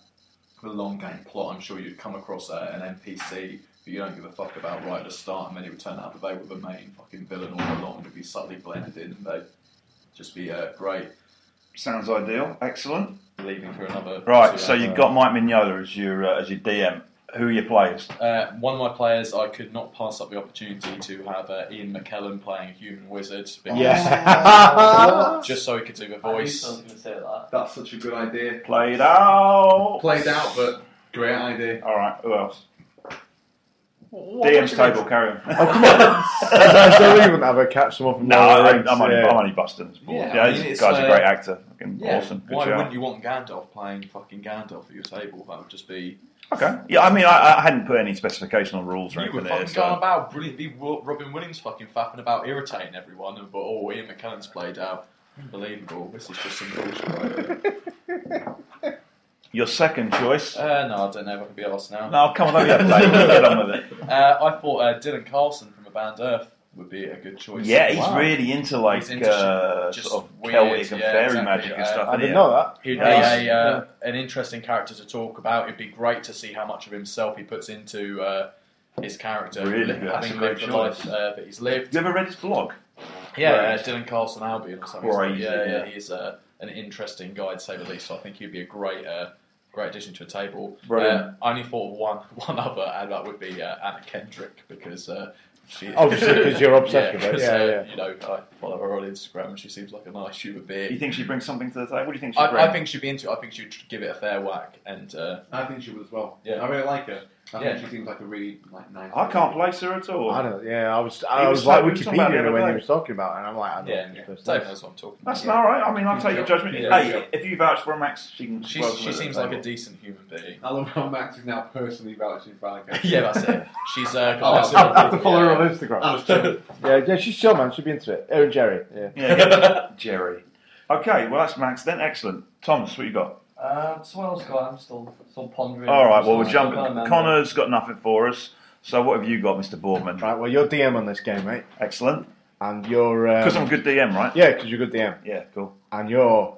for the long game plot. I'm sure you'd come across uh, an NPC that you don't give a fuck about right at the start, and then it would turn out that they were the main fucking villain all along. It'd be subtly blended in, and they'd just be uh, great. Sounds ideal. Excellent. Leaving for another. Right, two so hours. you've got Mike Mignola as your uh, as your DM. Who are your players? Uh, one of my players, I could not pass up the opportunity to have uh, Ian McKellen playing a human wizard. because- Yeah. Just so he could do the I knew voice. someone was going to say that. That's such a good idea. Played out. Played out, but great idea. All right. Who else? What DM's do you table. mean? Carry on. oh come on! I still even have a catch them up. and no, roll I, the rings, I'm, only, yeah. I'm only busting. his balls. Yeah, I Yeah, mean, this it's, guy's a uh, great actor. Fucking Yeah, awesome. Good why job. wouldn't you want Gandalf playing fucking Gandalf at your table? That would just be. Okay. Yeah, I mean, I, I hadn't put any specification or rules or You anything would there. fucking go So. about brilliant, be Ro- Robin Williams fucking faffing about irritating everyone, and but oh, Ian McKellen's played out. Unbelievable. This is just some bullshit. right here. Your second choice. uh, no, I don't know if I can be asked now. no, come on, let me have a play. Get on with it. Uh, I thought uh, Dylan Carlson from a band Earth would be a good choice. Yeah, he's Wow. really into like He's into uh, shit, sort just of weird, Celtic and yeah, fairy exactly, magic and uh, stuff. I isn't didn't he? know that. He'd Yeah, be a, uh, an interesting character to talk about. It'd be great to see how much of himself he puts into uh, his character, Really good. That's a having great lived the choice. life uh, that he's lived. You ever read his blog? Yeah, Right. uh, Dylan Carlson Albion or something. Crazy, yeah, yeah. yeah, he's uh, an interesting guy to say the least. So I think he'd be a great, uh, great addition to a table. Uh, Brilliant. I only thought of one, one other, and that would be uh, Anna Kendrick because. Uh, she, Obviously, Oh, 'cause you're obsessed with her. 'cause, Yeah, uh, yeah. You know, I follow her on Instagram, and she seems like a nice human being. Do you think she brings something to the table? What do you think she brings? I, I think she'd be into it. I think she'd give it a fair whack. And uh, I think she would as well. Yeah. I really like her. I Yeah. think she seems like a really like nice. I can't place her at all. I don't. Yeah, I was. I He was, was like talking- we were talking about Wikipedia the when other he day. was talking about, it, and I'm like, I don't Yeah, know yeah. this Dave person. knows what I'm talking about. That's not all right. I mean, I'll take your judgment. Yeah. hey, if you vouch for her, Max, she can. She's, welcome she at the seems like a table. decent human being. I love how Max is now personally vouching for Annika. yeah, that's it. She's uh, Oh, got I I have to yeah. follow her on That Instagram. was true. Yeah, yeah, she's chill, man. She'd be into it. Her and Jerry. Yeah. Yeah, Jerry. Okay, well that's Max. Then excellent. Thomas, what you got? Um, someone else got. I'm still still pondering. All right. Well, we're Still jumping. pondering. Connor's got nothing for us. So what have you got, Mr. Boardman? Right. Well, you're DM on this game, mate, Excellent. and you're. Um, Because I'm a good DM, right? Yeah, because you're a good DM, Yeah. Cool. and your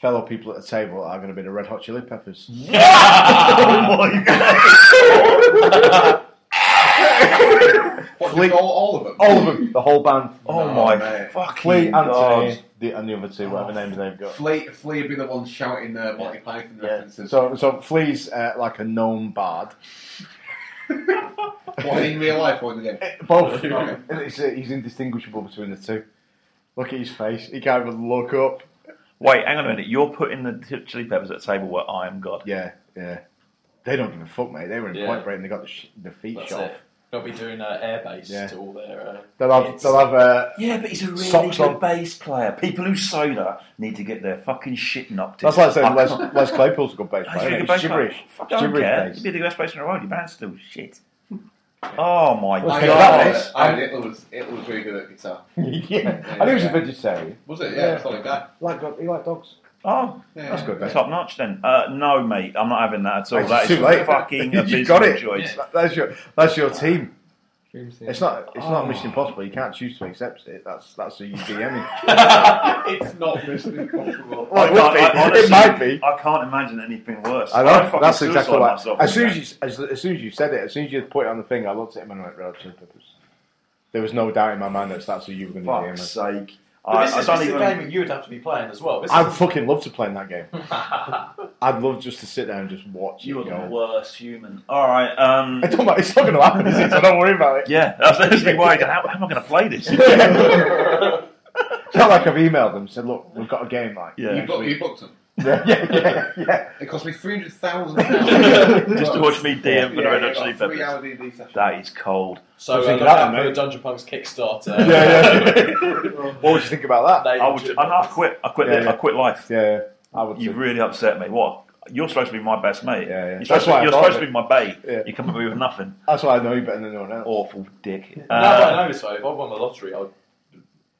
fellow people at the table are going to be the Red Hot Chili Peppers. oh my god. What, Fleet- just all, all of them. All of them, the whole band. Oh No, my mate. fucking Flea, god! Anthony, the, and the other two, Oh, whatever names they've got. Flea, Flea would be the one shouting the Monty Python references. So, so Flea's uh, like a known bard. what, in real life or in the game? Both. Okay. It's, uh, he's indistinguishable between the two. Look at his face. He can't even look up. Wait, hang on a minute. You're putting the Ch- Chili Peppers at a table where I am God. Yeah, yeah. They don't give a fuck, mate. They were in Yeah. Point Break and they got the, sh- the feet That's shot. it. They'll be doing uh, airbase Yeah. to all their. Uh, They'll have, hits. they'll have uh, Yeah, but he's a really Socks good on. bass player. People who say that need to get their fucking shit knocked. That's in. like saying I Les, can't- Les Claypool's a good bass He's a player. really isn't good he? bass It's gibberish. player. Fuck, I don't Gibberish care. bass. He'd be the best bass in the world. Your band's still shit. Oh my Well, I, that god! is- I, it was it was really good at guitar. yeah. I think he was a Yeah. vegetarian. Was it? Yeah. Yeah, something like that. Like, he liked dogs. Oh, Yeah. That's good, mate. top notch then. Uh, no, mate, I'm not having that at all. It's that is too late. fucking abysmal you got it. choice. That- That's your that's your team. Dream team. It's not it's not Oh. Mission Impossible. You can't choose to accept it. That's that's a UDM. it's not Mission Impossible. Well, it would be. it might be. I can't imagine anything worse. I I'd know. fucking That's exactly suicide what. myself in As soon that. as you as, as soon as you said it, as soon as you put it on the thing, I looked at him and went, "Real Chili Peppers." There was no doubt in my mind that that's what you were going to be. in, Fuck's man. sake. but I, this I is don't this is a even. game that you would have to be playing as well. This I'd is, fucking love to play in that game. I'd love just to sit there and just watch You it are the go. worst human. All right. Um, It don't matter. It's not going to happen, is it? So don't worry about it. yeah, that's actually why. I go, How, how am I going to play this? It's not like I've emailed them and said, "Look, we've got a game." Like, Yeah. You, book, you booked them. yeah, yeah, yeah. yeah. It cost me three hundred thousand. Just Just to watch me DM for the Red Hot Chili Three E Peppers. hour DD session. That is cold. so uh, Think look about out it, for the mate. Dungeon Punks Kickstarter. yeah, yeah. what would you think about that? They- I would. I, I quit. I quit. Yeah, this- yeah. I quit life. Yeah, yeah. I would. You too. really upset me. What? You're supposed to be my best mate. Yeah, yeah. You're That's supposed, to- why I you're bought supposed to it. be my bait. Yeah. You come at me with nothing. That's why I know you better than anyone else. Awful dick. no, but Uh, I know this way. If I won the lottery, I'd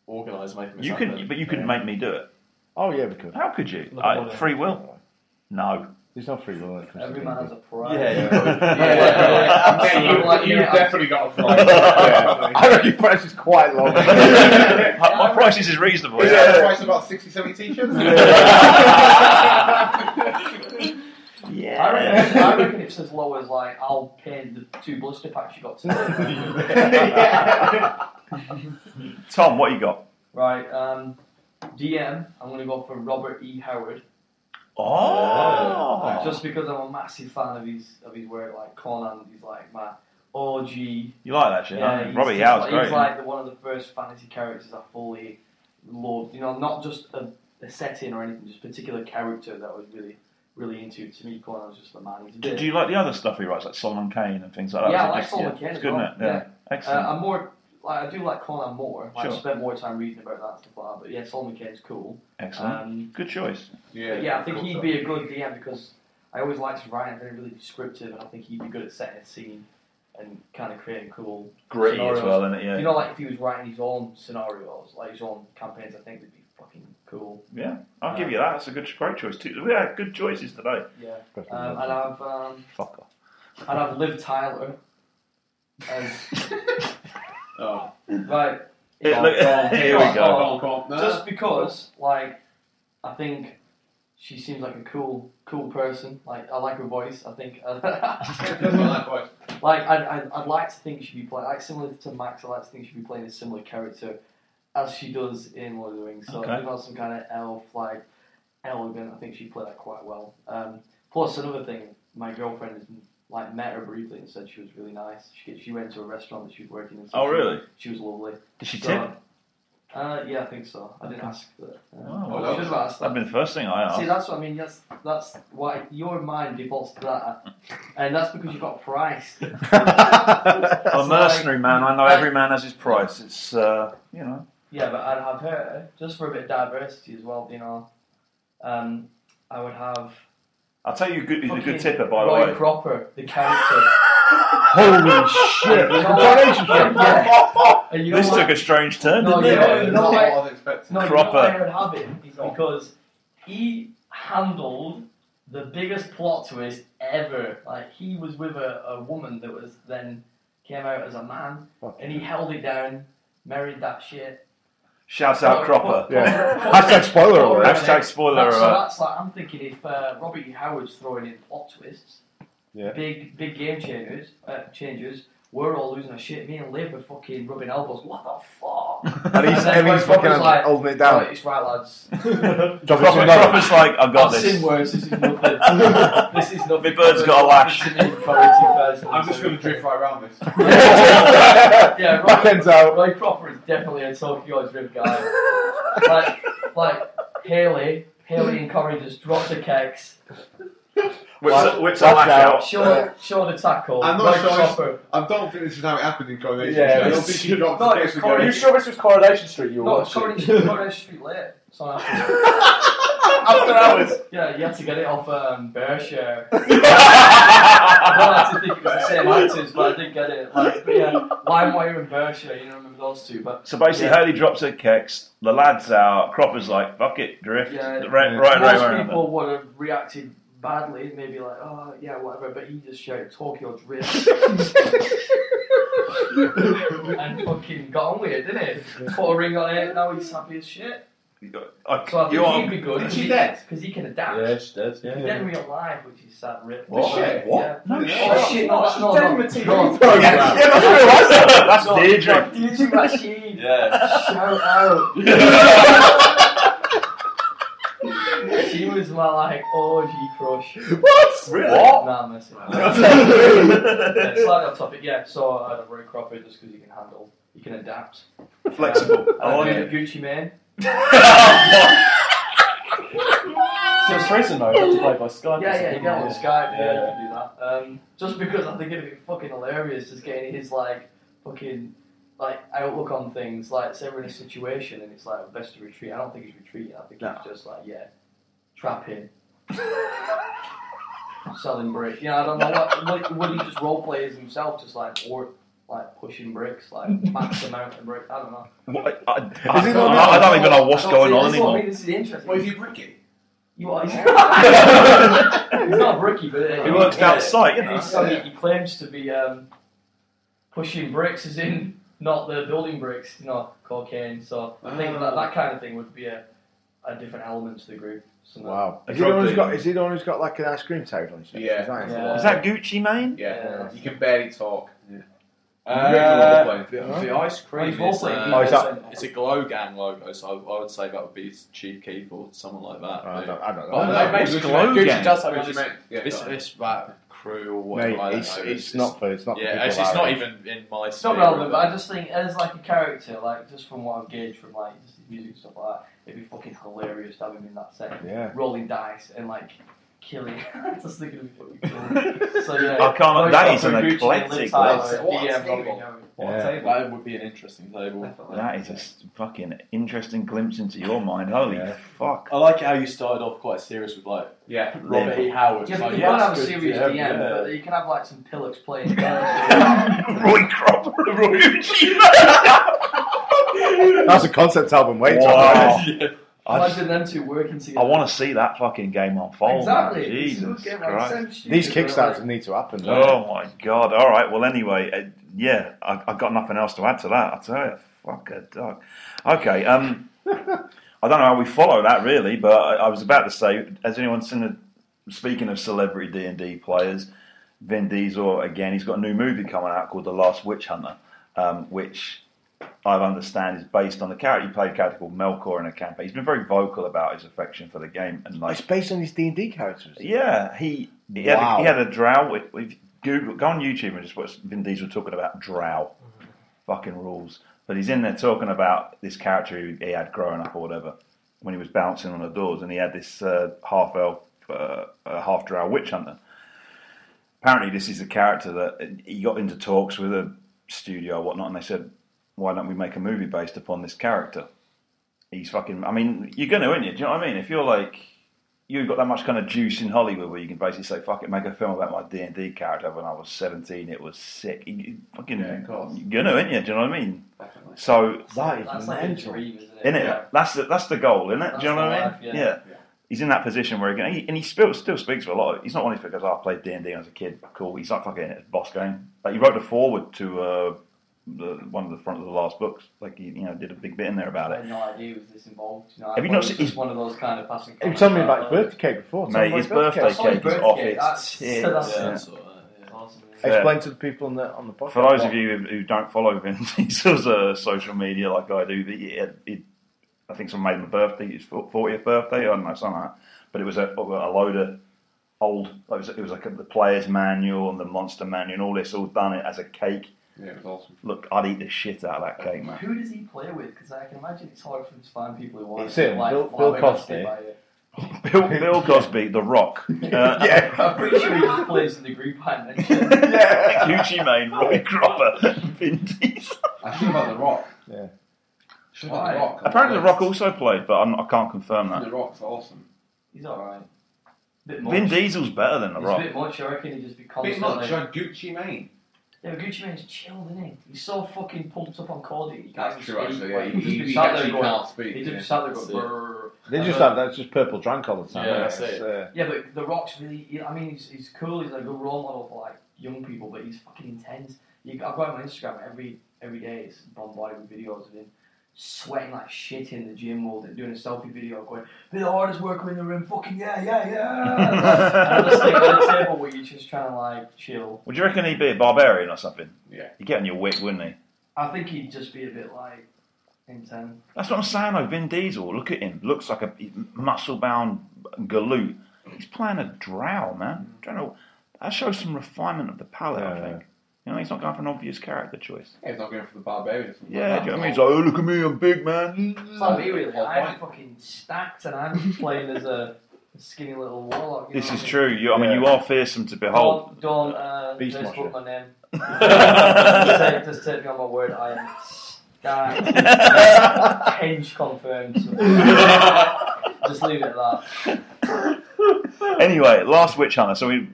organise making. you could, but you couldn't make me do it. Oh yeah, because How could you? Look, I, what- free will? No. there's no free will. when it comes to Every being man has good. a pride. Yeah, yeah, yeah. I bet you- Absolutely. You've definitely got a yeah. price. I reckon your price is quite Um, low. my, my prices is reasonable. Is yeah. that a price of about 60, 70 t-shirts? I Yeah. reckon, I reckon it's as low as like I'll pay the two blister packs you got today. Tom, what you got? right, um, DM. I'm gonna go for Robert E. Howard, Oh. just because I'm a massive fan of his of his work. Like Conan, he's like my OG. you like that shit, Yeah, huh? he's- Robbie he's Howe's like- E. great. He's like the, one of the first fantasy characters I fully loved. You know, not just a, a setting or anything, just a particular character that I was really, really into. To me, Conan was just the man. He's a do, bit- do you like the other stuff he writes, like Solomon Kane and things like that? Yeah, Is I it like just- Solomon Kane It's as good, well. isn't it? Yeah. Yeah. Uh, Excellent. I'm more like I do like Conan more. Like, Sure. I spent more time reading about that and stuff like that. But yeah, Solomon Kane's cool. Excellent. Um, good choice. Yeah, but yeah, I think he'd be a good DM because I always liked writing very really descriptive, and I think he'd be good at setting a scene and kind of creating cool. Gritty Scenarios. as well, isn't it? Yeah. You know, like if he was writing his own scenarios, like his own campaigns, I think would be fucking cool. I'll give you that. That's a good, great choice too. We had good choices today. Yeah, um, and I've um, Fuck off. and I've Liv Tyler as Oh. right. Oh, Yeah, look- here we go. Oh, just because like I think she seems like a cool cool person like I like her voice I think like I'd, I'd, I'd like to think she'd be playing like similar to Max I like to think she'd be playing a similar character as she does in Lord of the Rings so Okay. if I was some kind of elf like elegant I think she'd play that quite well um, plus another thing my girlfriend has like met her briefly and said she was really nice she, she went to a restaurant that she was working in so Oh, she- really? she was lovely Did she So- tip? uh, yeah, I think so. I didn't ask for that. Uh, Oh, I should have asked That'd that. been the first thing I asked. See, that's what I mean. That's that's why your mind defaults to that, and that's because you've got price. I'm a That's mercenary man. I know like- every man has his price. It's uh, you know. Yeah, but I'd have her just for a bit of diversity as well. You know, um, I would have. I'll tell you, good, he's a fucking good tipper, by the Roy way. Cropper, the character. Holy shit! You know- Coronation Street. Yeah. And you know This what? took a strange turn, No, didn't you it? know- you know why- No, you know Cropper. why I would have him is because he handled the biggest plot twist ever. Like he was with a, a woman that was then came out as a man, and he held it down, married that shit. Shout out Oh, Cropper. Yeah. Hashtag spoiler Oh, alert. right. Hashtag spoiler That's, so alert. that's like I'm thinking if uh, Robbie Howard's throwing in plot twists, Yeah. big big game changers, uh, changes. we're all losing our shit. Me and Liv are fucking rubbing elbows. What the fuck? And he's, then and Rob's he's fucking like, holding it "Right, down. it's right, lads. Drop it to Proper- another. proper's like, I've got I've this. seen worse. This is nothing. this is nothing. The bird's got a lash. I'm I'm just going to drift right around this. Yeah, Rob- Back ends out. Roy Cropper is definitely a Tokyo Drift guy. like, like Haley, Haley and Corey just dropped the kegs, Whips, whips a Lash lash out. out. showed, showed a tackle. I'm not Roy sure it's- Cropper. I don't think this is how it happened in Coronation Yeah, Street. I don't it's- think she dropped no, the it's case with Coronation- going, sure this was Coronation Street you No, Corey, Corey Street late. So after, After hours. yeah, you had to get it off um, Berkshire. I don't like to think it was the same actors, but I did get it. Like, but yeah, LimeWire and Berkshire, you know, remember those two. But So basically, Yeah. Hurley drops her kicks, the lad's out, Cropper's like, fuck it, drift. Yeah. Right, right, most right, right. people would have reacted badly, maybe like, oh yeah, whatever. But he just shouted Tokyo Drift. and fucking got on with it, didn't it? Put a ring on it, now he's happy as shit. So I you think he'd are, be good. Is he dead? Because he can adapt. Yeah, she did. He's dead in real life, which is sad, rip. What? Yeah. What? Yeah. No Oh shit. shit, no, that's no, no, no. Oh, yeah. yeah, that's what it was. That's Deirdre. Do you think that's she? Yeah. Shout out. She was my like orgy crush. Really? Nah, I'm messing around. yeah, slightly off topic, yeah. So I had a Roy Cropper just because he can handle, he can adapt. Flexible. I I like wanted it. a Gucci man. So it's prison though, you have to play by Skype. Yeah, yeah, you get on Skype, yeah, Yeah. you can do that. Um, just because I think it'd be fucking hilarious just getting his like fucking like outlook on things. Like, say we're in a situation and it's like best to retreat. I don't think he's retreating. I think he's just like yeah, trapping, selling bricks. You know, I don't know what like, would he just role play as himself, just like or like pushing bricks, like max amount of bricks. I don't know. What- I, I, Is it I, not- I don't even know what's I don't going on see- this is what I mean, anymore. This is interesting. What is he, Ricky? You are. He's not a rookie, but uh, He works yeah. outside, you know. He's- so he, he claims to be um, pushing bricks, as in not the building bricks, not cocaine. So I think that, that kind of thing would be a, a different element to the group. So that- Wow. A Is he, the drug one who's dealer. got, is he the one who's got like an ice cream table on his chest? Yeah. Is that it? Yeah. Is that Gucci Mane? Yeah. He can barely talk. Uh, the, Yeah. the ice cream He's role is, playing, uh, he's Oh, is role playing. it's a glow gang logo, so I, I would say that would be Chief Keef or someone like that. Oh, I but- don't, I don't know. Oh, no, no, it's Gucci glow Mane- Gucci gang. does have Which this, meant- yeah, this, go on. this that crew or whatever. I Mate, don't it's, know, it's not for it's not. for Yeah, people it's, it's our not age. even in my. It's not relevant, but I just think as like a character, like just from what I've gauged from like just his music and stuff like that, it'd be fucking hilarious to have him in that set, Yeah. rolling dice and like killing. just thinking it'd be fucking cool. so yeah, I can't- Roy Oh, that is Cropper, an Gucci, eclectic Liz Tyler, list. What a DM, table. Robbie Jones. What Yeah. a table. That would be an interesting table. That is a s- fucking interesting glimpse into your mind. Holy Yeah. fuck. I like how you started off quite serious with like Yeah. Robert E. Howard. Yeah, It's but like, you can't yeah, have a it's good, serious yeah, DM, yeah. but you can have like some pillocks playing. Roy Cropper, Roy Gucci Mane. That's a concept album. Wait, Wow. I, just- Imagine them two working together. I want to see that fucking game unfold. exactly. Man. It's a good Jesus game, like, Christ. same stupid, these but, kickstarts like, need to happen. don't Oh my god! All right. Well, anyway, uh, yeah, I, I got nothing else to add to that. I tell you, fuck a dog. Okay. Um, I don't know how we follow that really, but I, I was about to say, has anyone seen? A, speaking of celebrity D and D players, Vin Diesel again. He's got a new movie coming out called The Last Witch Hunter, um, which I understand is based on the character he played, a character called Melkor in a campaign. He's been very vocal about his affection for the game and they? like It's based on these D and D characters. yeah, he he, had, a, Wow. he had a drow. With, with Google, go on YouTube and just watch Vin Diesel talking about drow. Fucking rules. But he's in there talking about this character he, he had growing up or whatever when he was bouncing on the doors, and he had this uh, half elf, uh, uh, half drow witch hunter apparently this is a character that he got into talks with a studio or whatnot, and they said, "Why don't we make a movie based upon this character?" He's fucking. I mean, you're gonna, aren't you? Do you know what I mean? If you're like, you've got that much kind of juice in Hollywood where you can basically say, "Fuck it, make a film about my D and D character." When I was 17, it was sick. You- you fucking, Yeah, of course. you're gonna, aren't you? Do you know what I mean? Definitely. So That is that's mental. Like a dream, isn't it? in it. Yeah. That's the, that's the goal, isn't it? Do you That's know the what I mean? life, yeah. Yeah. He's in that position where he can, and he, and he still still speaks for a lot. Of, he's not one who goes, oh, "I played D and D as a kid." Cool. He's not fucking in it. It's a boss game. Like he wrote a forward to uh, the, one of the front of the last books. Like he you know did a big bit in there about I it. had no idea was this involved. You know, I Have you thought not it was seen- just one of those kind of passing. He was comments, telling me like, about his birthday cake before. Tell me Mate, about his birthday I saw his cake is birthday off cake. its That's- tits. so that's- Yeah, Yeah. sort of, yeah. Awesome. fair. Explain to the people on the on the podcast. For those what- of you who don't follow Vin Diesel's uh, social media like I do, he, he, he, I think someone made him a birthday, his 40th birthday, I don't know, something like that. But it was a, a load of old, it was, it was like the player's manual and the monster manual and all this, all done it as a cake. Yeah, it was awesome. Look, I'd eat the shit out of that cake, man. Who does he play with? Because I can imagine it's hard for him to find people who want It's to him, like Bill- fly Bill away by Cosby. by you. Bill, Bill Cosby, The Rock. Uh, Yeah. I'm pretty sure he just plays in the group hand. Gucci Mane, Roy Cropper, Vin Diesel. I think about The Rock. Yeah. Should have The Why? Rock. Apparently, The Rock also played, but I'm, I can't confirm that. The Rock's awesome. He's alright. Bit much. Vin Diesel's better than The He's Rock. a bit much. I reckon he just be Bit constantly. much. Like Gucci Mane. Yeah, but Gucci Mane's chilled, isn't he? He's so fucking pumped up on Cody. He can't That's even true, speak. actually. Yeah, Like, he, he'll just he be sat actually there going. can't speak. He'll just yeah. be sat there going. That's it. "Brrr." They And just then- have that's just purple drank all the time. Yeah, that's isn't it? it. It's, uh, Yeah, but The Rock's really. he- I mean, he's, he's cool. He's like a good role model for like young people, but he's fucking intense. You, I've got him on Instagram every every day. It's bombarded with videos of him sweating like shit in the gym while they're doing a selfie video, going, "Be the hardest worker in the room." Fucking yeah, yeah, yeah. and I'm just sitting at the table where you're just trying to like chill. Would you reckon he'd be a barbarian or something? Yeah. He'd get on your wick, wouldn't he? I think he'd just be a bit like intense. That's what I'm saying though. Vin Diesel, look at him. Looks like a muscle bound galoot. He's playing a drow, man. Don't know. That shows some refinement of the palate, I Yeah. think. You know, he's not going for an obvious character choice. Yeah, he's not going for the barbarian. Yeah, do you know what I mean? He's like, oh, look at me, I'm big, man. For me, really, whole I'm point. fucking stacked, and I'm playing as a skinny little warlock. you know "Oh, This what I is mean? true. You, I mean, you are fearsome to behold. Don't, don't uh, Beast Facebook Watcher. my name. just, take, just take me on my word, I am stacked. Hinge confirmed. just leave it at that. anyway, last witch hunter. So he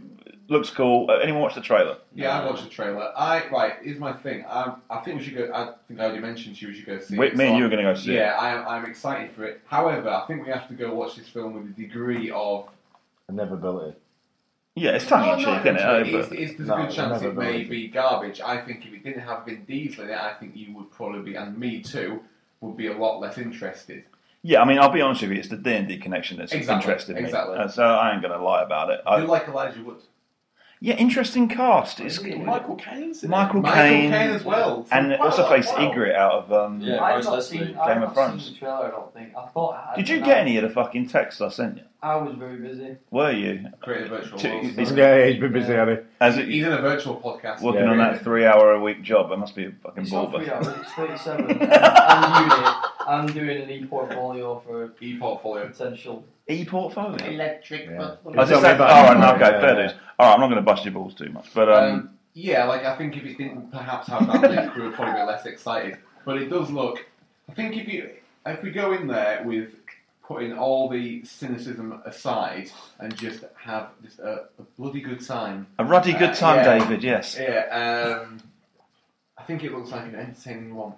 looks cool. Uh, anyone watch the trailer? Yeah, I watched the trailer. I right. Here's my thing. Um, I think we should go. I think I already mentioned to you we should go see. We, it. me So and you are going to go see it. Yeah, I'm, I'm excited for it. However, I think we have to go watch this film with a degree of. I never built it. Yeah, Oh, it's tongue in No, cheek, not isn't it? Eh, actually. It's- it's- there's No, a good chance never it may believe be garbage. I think if it didn't have Vin Diesel in it, I think you would probably be, and me too, would be a lot less interested. but- Yeah, I mean, I'll be honest with you. It's the D and D connection that's Exactly, interested me. exactly. Uh, so I ain't going to lie about it. you I, like Elijah Wood. yeah, interesting cast. It's Michael Caine's in it. Michael Michael Caine Caine as well. and Wow, what's her face wow. Ygritte out of. Um, Yeah, I've most not likely. seen, I've Game of not seen Thrones. the trailer, I don't think. I thought I had. Did you but get I- any of the fucking texts I sent you? I was very busy. Were you? Create a virtual Two- world. He's- yeah, he's been busy at it. As it, He's in a virtual podcast. working Yeah, on yeah. that three-hour-a-week job, I must be a fucking It's not baller. three hours, it's 37. and, and unit. um, I'm doing an e portfolio for e-portfolio. potential E-portfolio. Electric. Yeah. button. I just Tell me said, about all it. right, Oh, no, okay, Yeah, fair yeah. dues. All right, I'm not going to bust your balls too much, but um, Um, yeah, like I think if it didn't perhaps have that link, we would probably be less excited. But it does look. I think if you if we go in there with putting all the cynicism aside and just have just a, a bloody good time, a ruddy good uh, time, yeah. David. Yes, yeah, um, I think it looks like an entertaining one.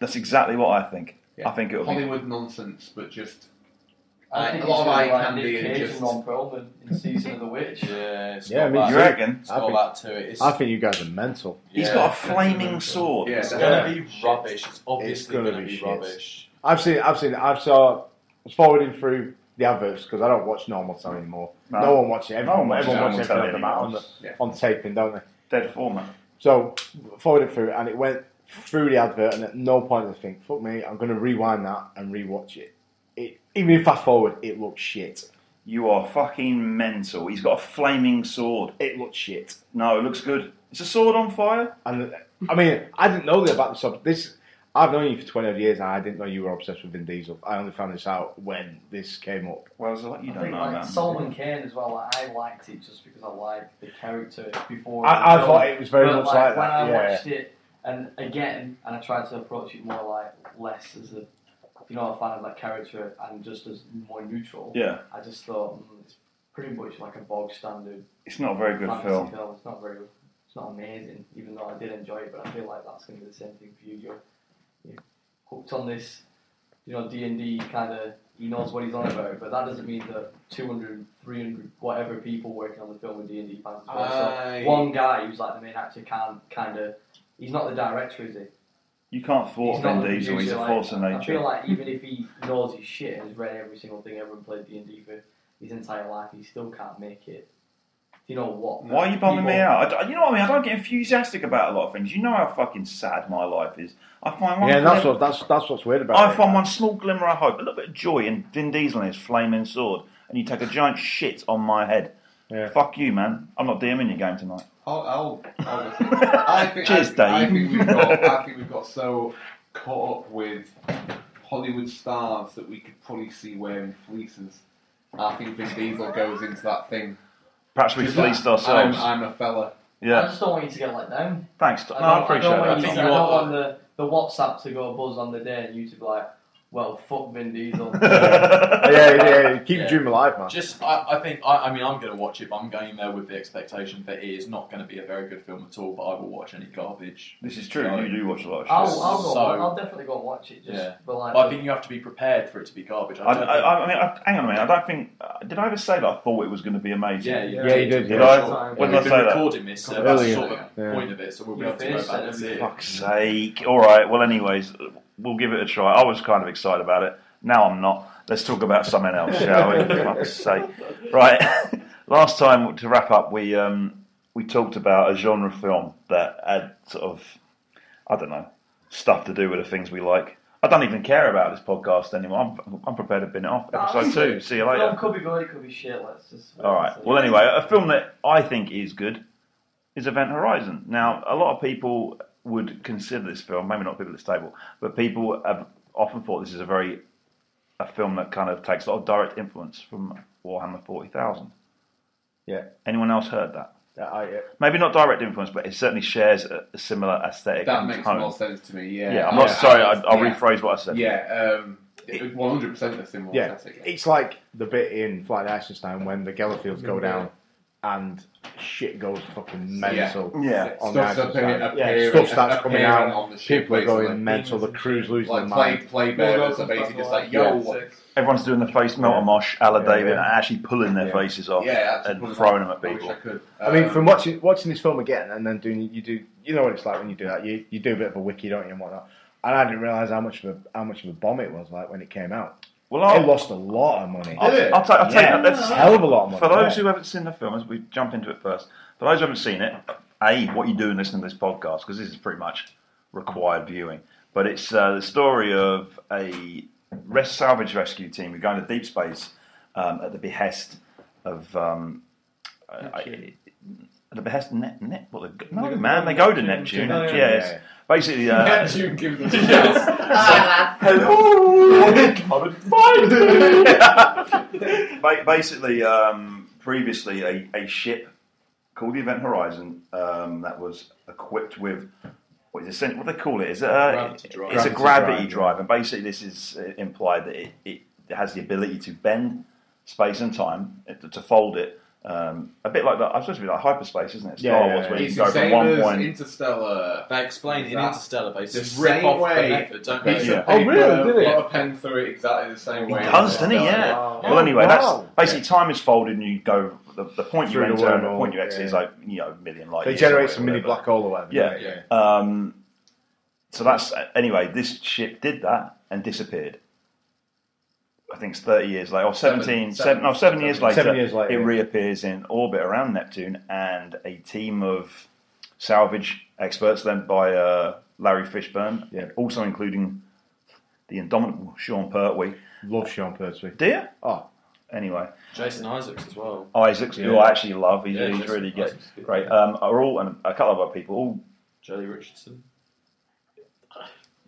that's exactly what I think. Yeah. I think it'll be Hollywood nonsense, but just I uh, think a it's lot of gonna eye be like candy Nick and Cage and just. Ron Perlman in Season of the Witch. Yeah, it's Yeah, I got mean, that- You reckon? It's got I that to it. It's, I think you guys are mental. He's yeah. got a flaming sword. Yeah, It's that's gonna it. be rubbish. It's obviously gonna gonna, be be, shit. rubbish. I've seen, I've seen, I've saw. I was forwarding through the adverts because I don't watch normal time anymore. No, one watches it. Everyone, No one watches everyone watches normal everything telly on, the- on, anymore. the- on taping, don't they? Dead former. So forwarded through, and it went through the advert, and at no point did I think, "Fuck me, I'm going to rewind that and rewatch it." It even if fast forward, it looked shit. You are fucking mental. He's got a flaming sword. It looked shit. No, it looks good. It's a sword on fire. And I mean, I didn't know about this. This I've known you for twenty odd years, and I didn't know you were obsessed with Vin Diesel. I only found this out when this came up. Well, it's like you I don't think know, like man. Solomon Kane as well. Like, I liked it just because I liked the character before. I, I the thought film. it was very But, much like when that. I Yeah, watched it, and again, and I tried to approach it more like less as a, you know, a fan of that character and just as more neutral. yeah, I just thought mm, it's pretty much like a bog standard it's not a very good fantasy film. It's not very, it's not amazing. Even though I did enjoy it, but I feel like that's going to be the same thing for you. You're, you're hooked on this, you know, D and D kind of. He knows what he's on about, but that doesn't mean that 200, 300, whatever people working on the film with D and D fans. as well. Uh, So I- one guy who's like the main actor can kind of. He's not the director, is he? You can't thwart He's not Vin the Diesel. He's a producer, like, force of I feel nature. like even if he knows his shit and has read every single thing ever and played D and D for his entire life, he still can't make it you know what? Why are you bumming me People- out? I d you know what I mean? I don't get enthusiastic about a lot of things. You know how fucking sad my life is. I find one. Yeah, and that's glim- what that's that's what's weird about I it. find one small glimmer of hope, a little bit of joy in Vin Diesel and his flaming sword, and you take a giant shit on my head. Yeah. Fuck you, man. I'm not DMing your game tonight. I'll, I'll, I'll listen. I think, Cheers, I, I Dave. think we've got, I think we've got so caught up with Hollywood stars that we could probably see wearing fleeces. I think Vin Diesel goes into that thing. Perhaps we Just, fleeced I'm, ourselves. I'm a fella. I yeah. just don't want you to get let down. Thanks. Tom. I No, I don't- appreciate I don't, that. want, you Tom. to, I don't want the, the WhatsApp to go buzz on the day and you to be like, well, fuck Vin Diesel. yeah, yeah, yeah, keep Yeah. the dream alive, man. Just, I, I think, I, I mean, I'm going to watch it, but I'm going in there with the expectation that it is not going to be a very good film at all, but I will watch any garbage. This is true. You do watch a lot of shit. I'll, I'll go. So- I'll definitely go and watch it. Just Yeah. but like, But I think you have to be prepared for it to be garbage. I, don't I, I mean, I, hang on a minute. I don't think. Uh, did I ever say that I thought it was going to be think- amazing? yeah, yeah. Yeah, you did. Did Yeah. I? We've When did I been say that? recording this, so that's Earlier. sort of the Yeah. point of it, so we'll be Your able to go face back said and see it. Fuck's sake. All right. Well, anyways, we'll give it a try. I was kind of excited about it. Now I'm not. Let's talk about something else, shall we? Fuck's sake. Right. Last time to wrap up, we um, we talked about a genre film that had sort of, I don't know, stuff to do with the things we like. I don't even care about this podcast anymore. I'm, I'm prepared to bin it off. Episode two. See you later. Film could be good. It could be shit. Let's just. All right. Well, anyway, a film that I think is good is Event Horizon. Now, a lot of people would consider this film, maybe not people at this table, but people have often thought this is a very a film that kind of takes a lot of direct influence from Warhammer Forty Thousand. Yeah. Anyone else heard that? Yeah, I, yeah. Maybe not direct influence, but it certainly shares a, a similar aesthetic. That and makes tone. more sense to me. Yeah. Yeah, I'm not Yeah. sorry. I, I'll yeah. rephrase what I said. Yeah, um, it- 100% the same. Yeah, aesthetic, it's like the bit in Flight of the Eisenstein when the Gellerfields go down and shit goes fucking mental. Yeah. Stuff's On the appear- Eisenstein. appearing- yeah, stuff starts coming appearing out. on the ship, People are basically. going mental. The crew's losing Like their play, mind. play bearers are basically just like, yo, what- Everyone's doing the face melt a mosh, a la Yeah, David, yeah. and actually pulling their Yeah. faces off yeah, actually and pulling throwing off. them at I wish people. I, could. I mean, Um, from watching watching this film again and then doing you do you know what it's like when you do that you, you do a bit of a wiki don't you and whatnot and I didn't realize how much of a how much of a bomb it was like when it came out. Well, I I'll, lost a lot of money. I'll, Did it? I'll, ta- I'll yeah, take that. That's, hell of a lot of money. For those yeah. who haven't seen the film, as we jump into it first, for those who haven't seen it, A, what you do in listening to this podcast, because this is pretty much required viewing. But it's uh, the story of a res- salvage rescue team who go into deep space um, at the behest of. Um, uh, I- at the behest of Net, Net, well, the, no, man, they go to Neptune. Neptune, yeah, it's yeah. Basically, uh, Neptune gives us a chance. Ba- Basically, um, previously, a, a ship called the Event Horizon um, that was equipped with what is it? What do they call it? Is it a, Gravity drive. It's a Gravity gravity drive, drive, and basically, this is uh, implied that it, it has the ability to bend space and time it- to fold it. Um, a bit like that. I supposed to be like hyperspace, isn't it? Star Yeah, yeah, Wars, where yeah. you It's can go the from same one as point. Interstellar. They explain in That- Interstellar, they the just rip same off the way- method, don't Yeah. they? Piece of Oh, paper, really? Did it? Put a pen through it exactly the same He way. as does, doesn't he? Interstellar. Yeah. Wow. Well, anyway, Oh, that's wow. basically time is folded, and you go the, the point you Through the enter, and the wormhole, point you exit yeah. is like you know a million light. they years generate away, some mini whatever. black hole or whatever. Yeah. don't they? Yeah. Um, so that's anyway. This ship did that and disappeared. I think it's thirty years later, or Seven. 17, seven, Seven. no, seven, years Seven later. years later, it yeah. reappears in orbit around Neptune, and a team of salvage experts, led by uh, Larry Fishburne, Yeah. also including the indomitable Sean Pertwee. Love Sean Pertwee. Dear, Oh, anyway, Jason Isaacs as well. Isaacs, who Yeah. I actually love, he's, Yeah, he's Jason really good. Isaacs is good. Great. Um, are all and a couple of other people, all Jolie Richardson.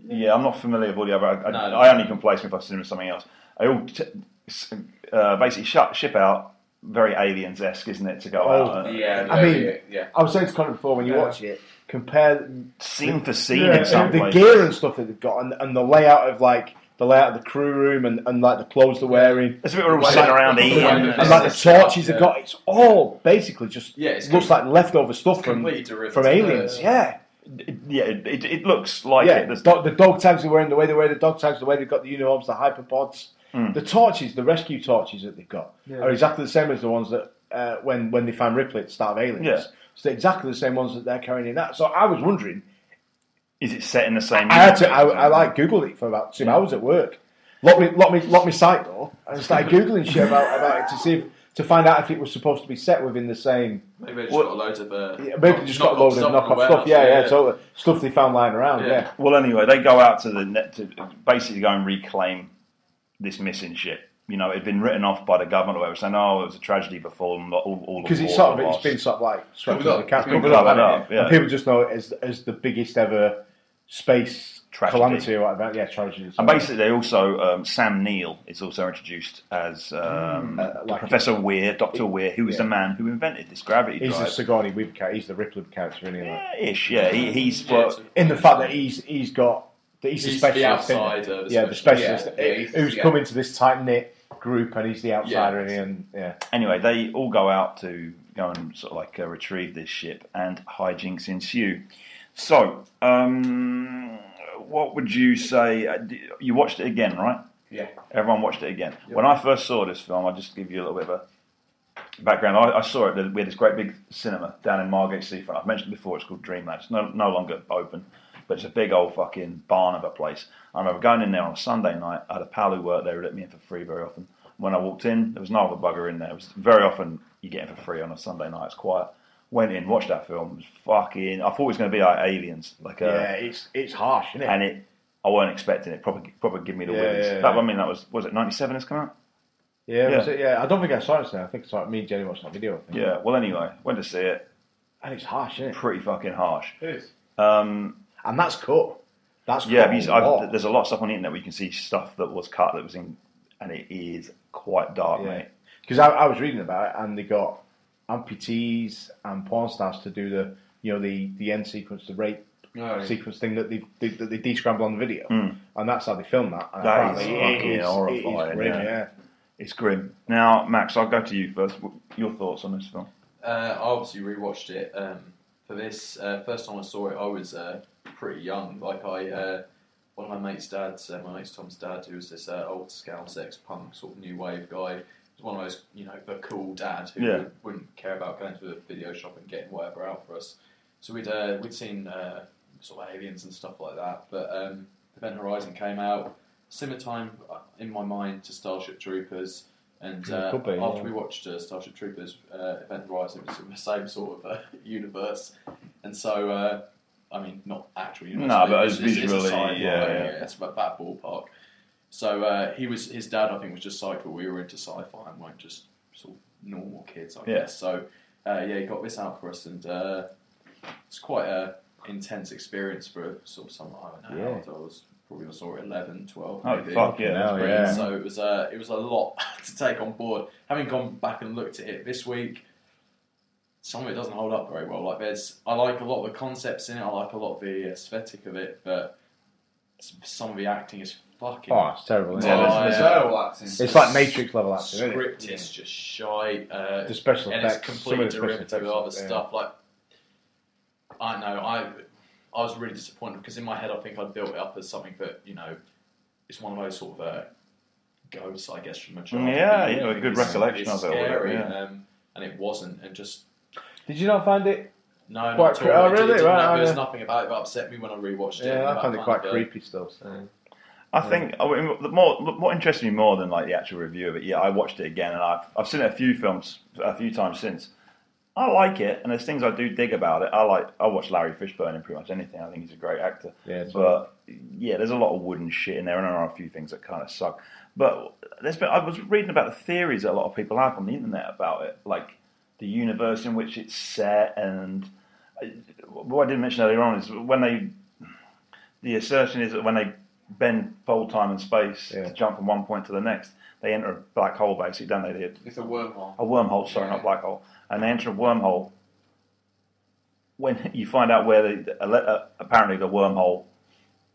Yeah, I'm not familiar with all the other. I, No. I only can place them if I've seen them in something else. I all t- s- uh, basically shut ship out. Very aliens esque, isn't it? To go Oh, out, and Yeah. I mean- very- yeah. I was saying to Connor before when you Yeah. watch it, compare scene for scene Yeah, in some the places. gear and stuff that they've got, and, and the layout of like the layout of the crew room, and, and like the clothes they're wearing, It's a bit we're all Like- sitting around like- eating. like- and like the torches Yeah. they've got. It's all basically just Yeah, it's looks like leftover stuff from Completely derivative. from aliens. Yeah, yeah, it, it, it looks like yeah. it. There's- Dog- the dog tags they're wearing, the way they wear the dog tags, the way they've got the uniforms, the hyperpods, Hmm. the torches, the rescue torches that they've got Yeah. are exactly the same as the ones that uh, when when they find Ripley at the start of Aliens. Yeah. So they're exactly the same ones that they're carrying in that. So I was wondering. is it set in the same? I had to. I, I like googled it for about two hours at work. Locked me, locked me, locked me site door, and started googling shit about, about it to see if to find out if it was supposed to be set within the same. Maybe they just What- got loads of uh, Yeah, maybe they just got a knock-off load of knock off around, stuff. Yeah, yeah, yeah. totally. Stuff they found lying around. Yeah. Yeah. Well, anyway, they go out to the net to basically go and reclaim this missing ship. You know, it had been written off by the government or whatever, saying, "Oh, it was a tragedy before them, all, all the Because it's wars sort of were it's lost." been sort of like swept Covered under up. the carpet. It's been Covered up, covered haven't up, it? yeah. And people just know it as as the biggest ever space Tragedy. calamity or whatever. Yeah, tragedy. And basically, they also um, Sam Neill is also introduced as um, Uh, like- Professor Weir, Doctor Weir, who was Yeah. the man who invented this gravity he's the drive. Sigourney Weaver character. He's the Ripley character, isn't he? Like. yeah, ish, yeah. He, he's Yeah, well, so- In the fact that he's he's got that he's, He's the specialist. the isn't he? outsider, the yeah, the specialist. specialist Yeah, yeah, he's- who's yeah. come into this tight knit group, and he's the outsider, Yeah. and he- and yeah, anyway, they all go out to go and sort of like uh, retrieve this ship, and hijinks ensue. So, um, what would you say? uh, d- You watched it again, right? Yeah. Everyone watched it again. When I first saw this film, I'll just give you a little bit of a background. I, I saw it. We had this great big cinema down in Margate Seafront. I've mentioned before. It's called Dreamland. It's no, no longer open, but it's a big old fucking barn of a place. I remember going in there on a Sunday night. I had a pal who worked there who let me in for free very often. When I walked in, there was no other bugger in there. It was very often you get in for free on a Sunday night. It's quiet. Went in, watched that film. It was fucking. I thought it was going to be like Aliens, like uh, a, yeah, it's it's harsh, isn't it? and it. I wasn't expecting it. Probably, probably give me the Yeah, willies. yeah, That yeah. I mean, that was was it ninety seven? It's come out. yeah, yeah. was it- yeah. I don't think I saw it. Today. I think it's like me and Jenny watched that video. I think. Yeah. Well, anyway, went to see it. and it's harsh, isn't it? Pretty fucking harsh. It is. Um, And that's cut. That's yeah, cut because a I've, lot. there's a lot of stuff on the internet where you can see stuff that was cut that was in, and it is quite dark, Yeah. mate. Because I, I was reading about it, and they got amputees and porn stars to do the you know the the end sequence, the rape sequence thing that they, they that they descramble on the video, Mm. and that's how they film that. And That is apparently fucking horrifying, grim, yeah. yeah. It's grim. Now, Max, I'll go to you first. W- Your thoughts on this film? Uh, I obviously rewatched it um, for this. Uh, first time I saw it, I was uh, pretty young. Like I, uh, one of my mates' dads, uh, my mate's Tom's dad, who was this uh, old scouse ex-punk sort of new wave guy. He was one of those, you know, the cool dad who Yeah. would, wouldn't care about going to a video shop and getting whatever out for us. So we'd uh, we'd seen uh, sort of aliens and stuff like that. But um, Event Horizon came out similar time uh, in my mind to Starship Troopers. And Yeah, uh, could be, after yeah. we watched uh, Starship Troopers, uh, Event Horizon was in the same sort of uh, universe, and so uh, I mean, not actual universe. No, but it's, as it's- it's a visually, sci-fi, yeah, yeah. it's about that ballpark. So uh, he was his dad. I think was just psycho. We were into sci-fi and weren't just sort of normal kids, I Yeah. guess. So uh, yeah, he got this out for us, and uh, it's quite a intense experience for sort of someone I don't know. how Yeah. old I was probably I saw it 11, 12 Oh, maybe. fuck yeah. Hell, Brilliant. yeah. So it was uh, it was a lot to take on board. Having gone back and looked at it this week, some of it doesn't hold up very well. Like there's, I like a lot of the concepts in it. I like a lot of the aesthetic of it, but s- some of the acting is fucking. Oh, it's terrible. Isn't Yeah, it? there's- Oh, There's yeah. terrible acting. It's like Matrix level acting, isn't it? script is just shy, uh, The special and effects, it's some completely of the special derivative of other effects, yeah. stuff. Like I don't know, I I was really disappointed because in my head I think I'd built it up as something that you know is one of those sort of uh, ghosts, I guess, from a Mm, child. Yeah, that you yeah, think a good is- recollection is of it all, scary, yeah. and, um, and it wasn't, and just Did you not find it? no, not Quite at all. cre- oh, It didn't- really? didn't- Right, there was yeah. nothing about it that upset me when I rewatched it. Yeah, I That found it kind quite of, uh, creepy still. So. I think I mean, the more what interested me more than like the actual review of it. Yeah, I watched it again, and I've I've seen it a few films a few times since. I like it, and there's things I do dig about it. I like I watch Larry Fishburne in pretty much anything. I think he's a great actor. Yeah, so But yeah, there's a lot of wooden shit in there, and there are a few things that kind of suck. But there's been I was reading about the theories that a lot of people have on the internet about it, like the universe in which it's set, and uh, what I didn't mention earlier on is when they the assertion is that when they bend fold time and space Yeah. to jump from one point to the next, they enter a black hole basically, don't they? They- It's a wormhole. A wormhole, sorry, not black hole, and they enter a wormhole. When you find out where the ele- uh, apparently the wormhole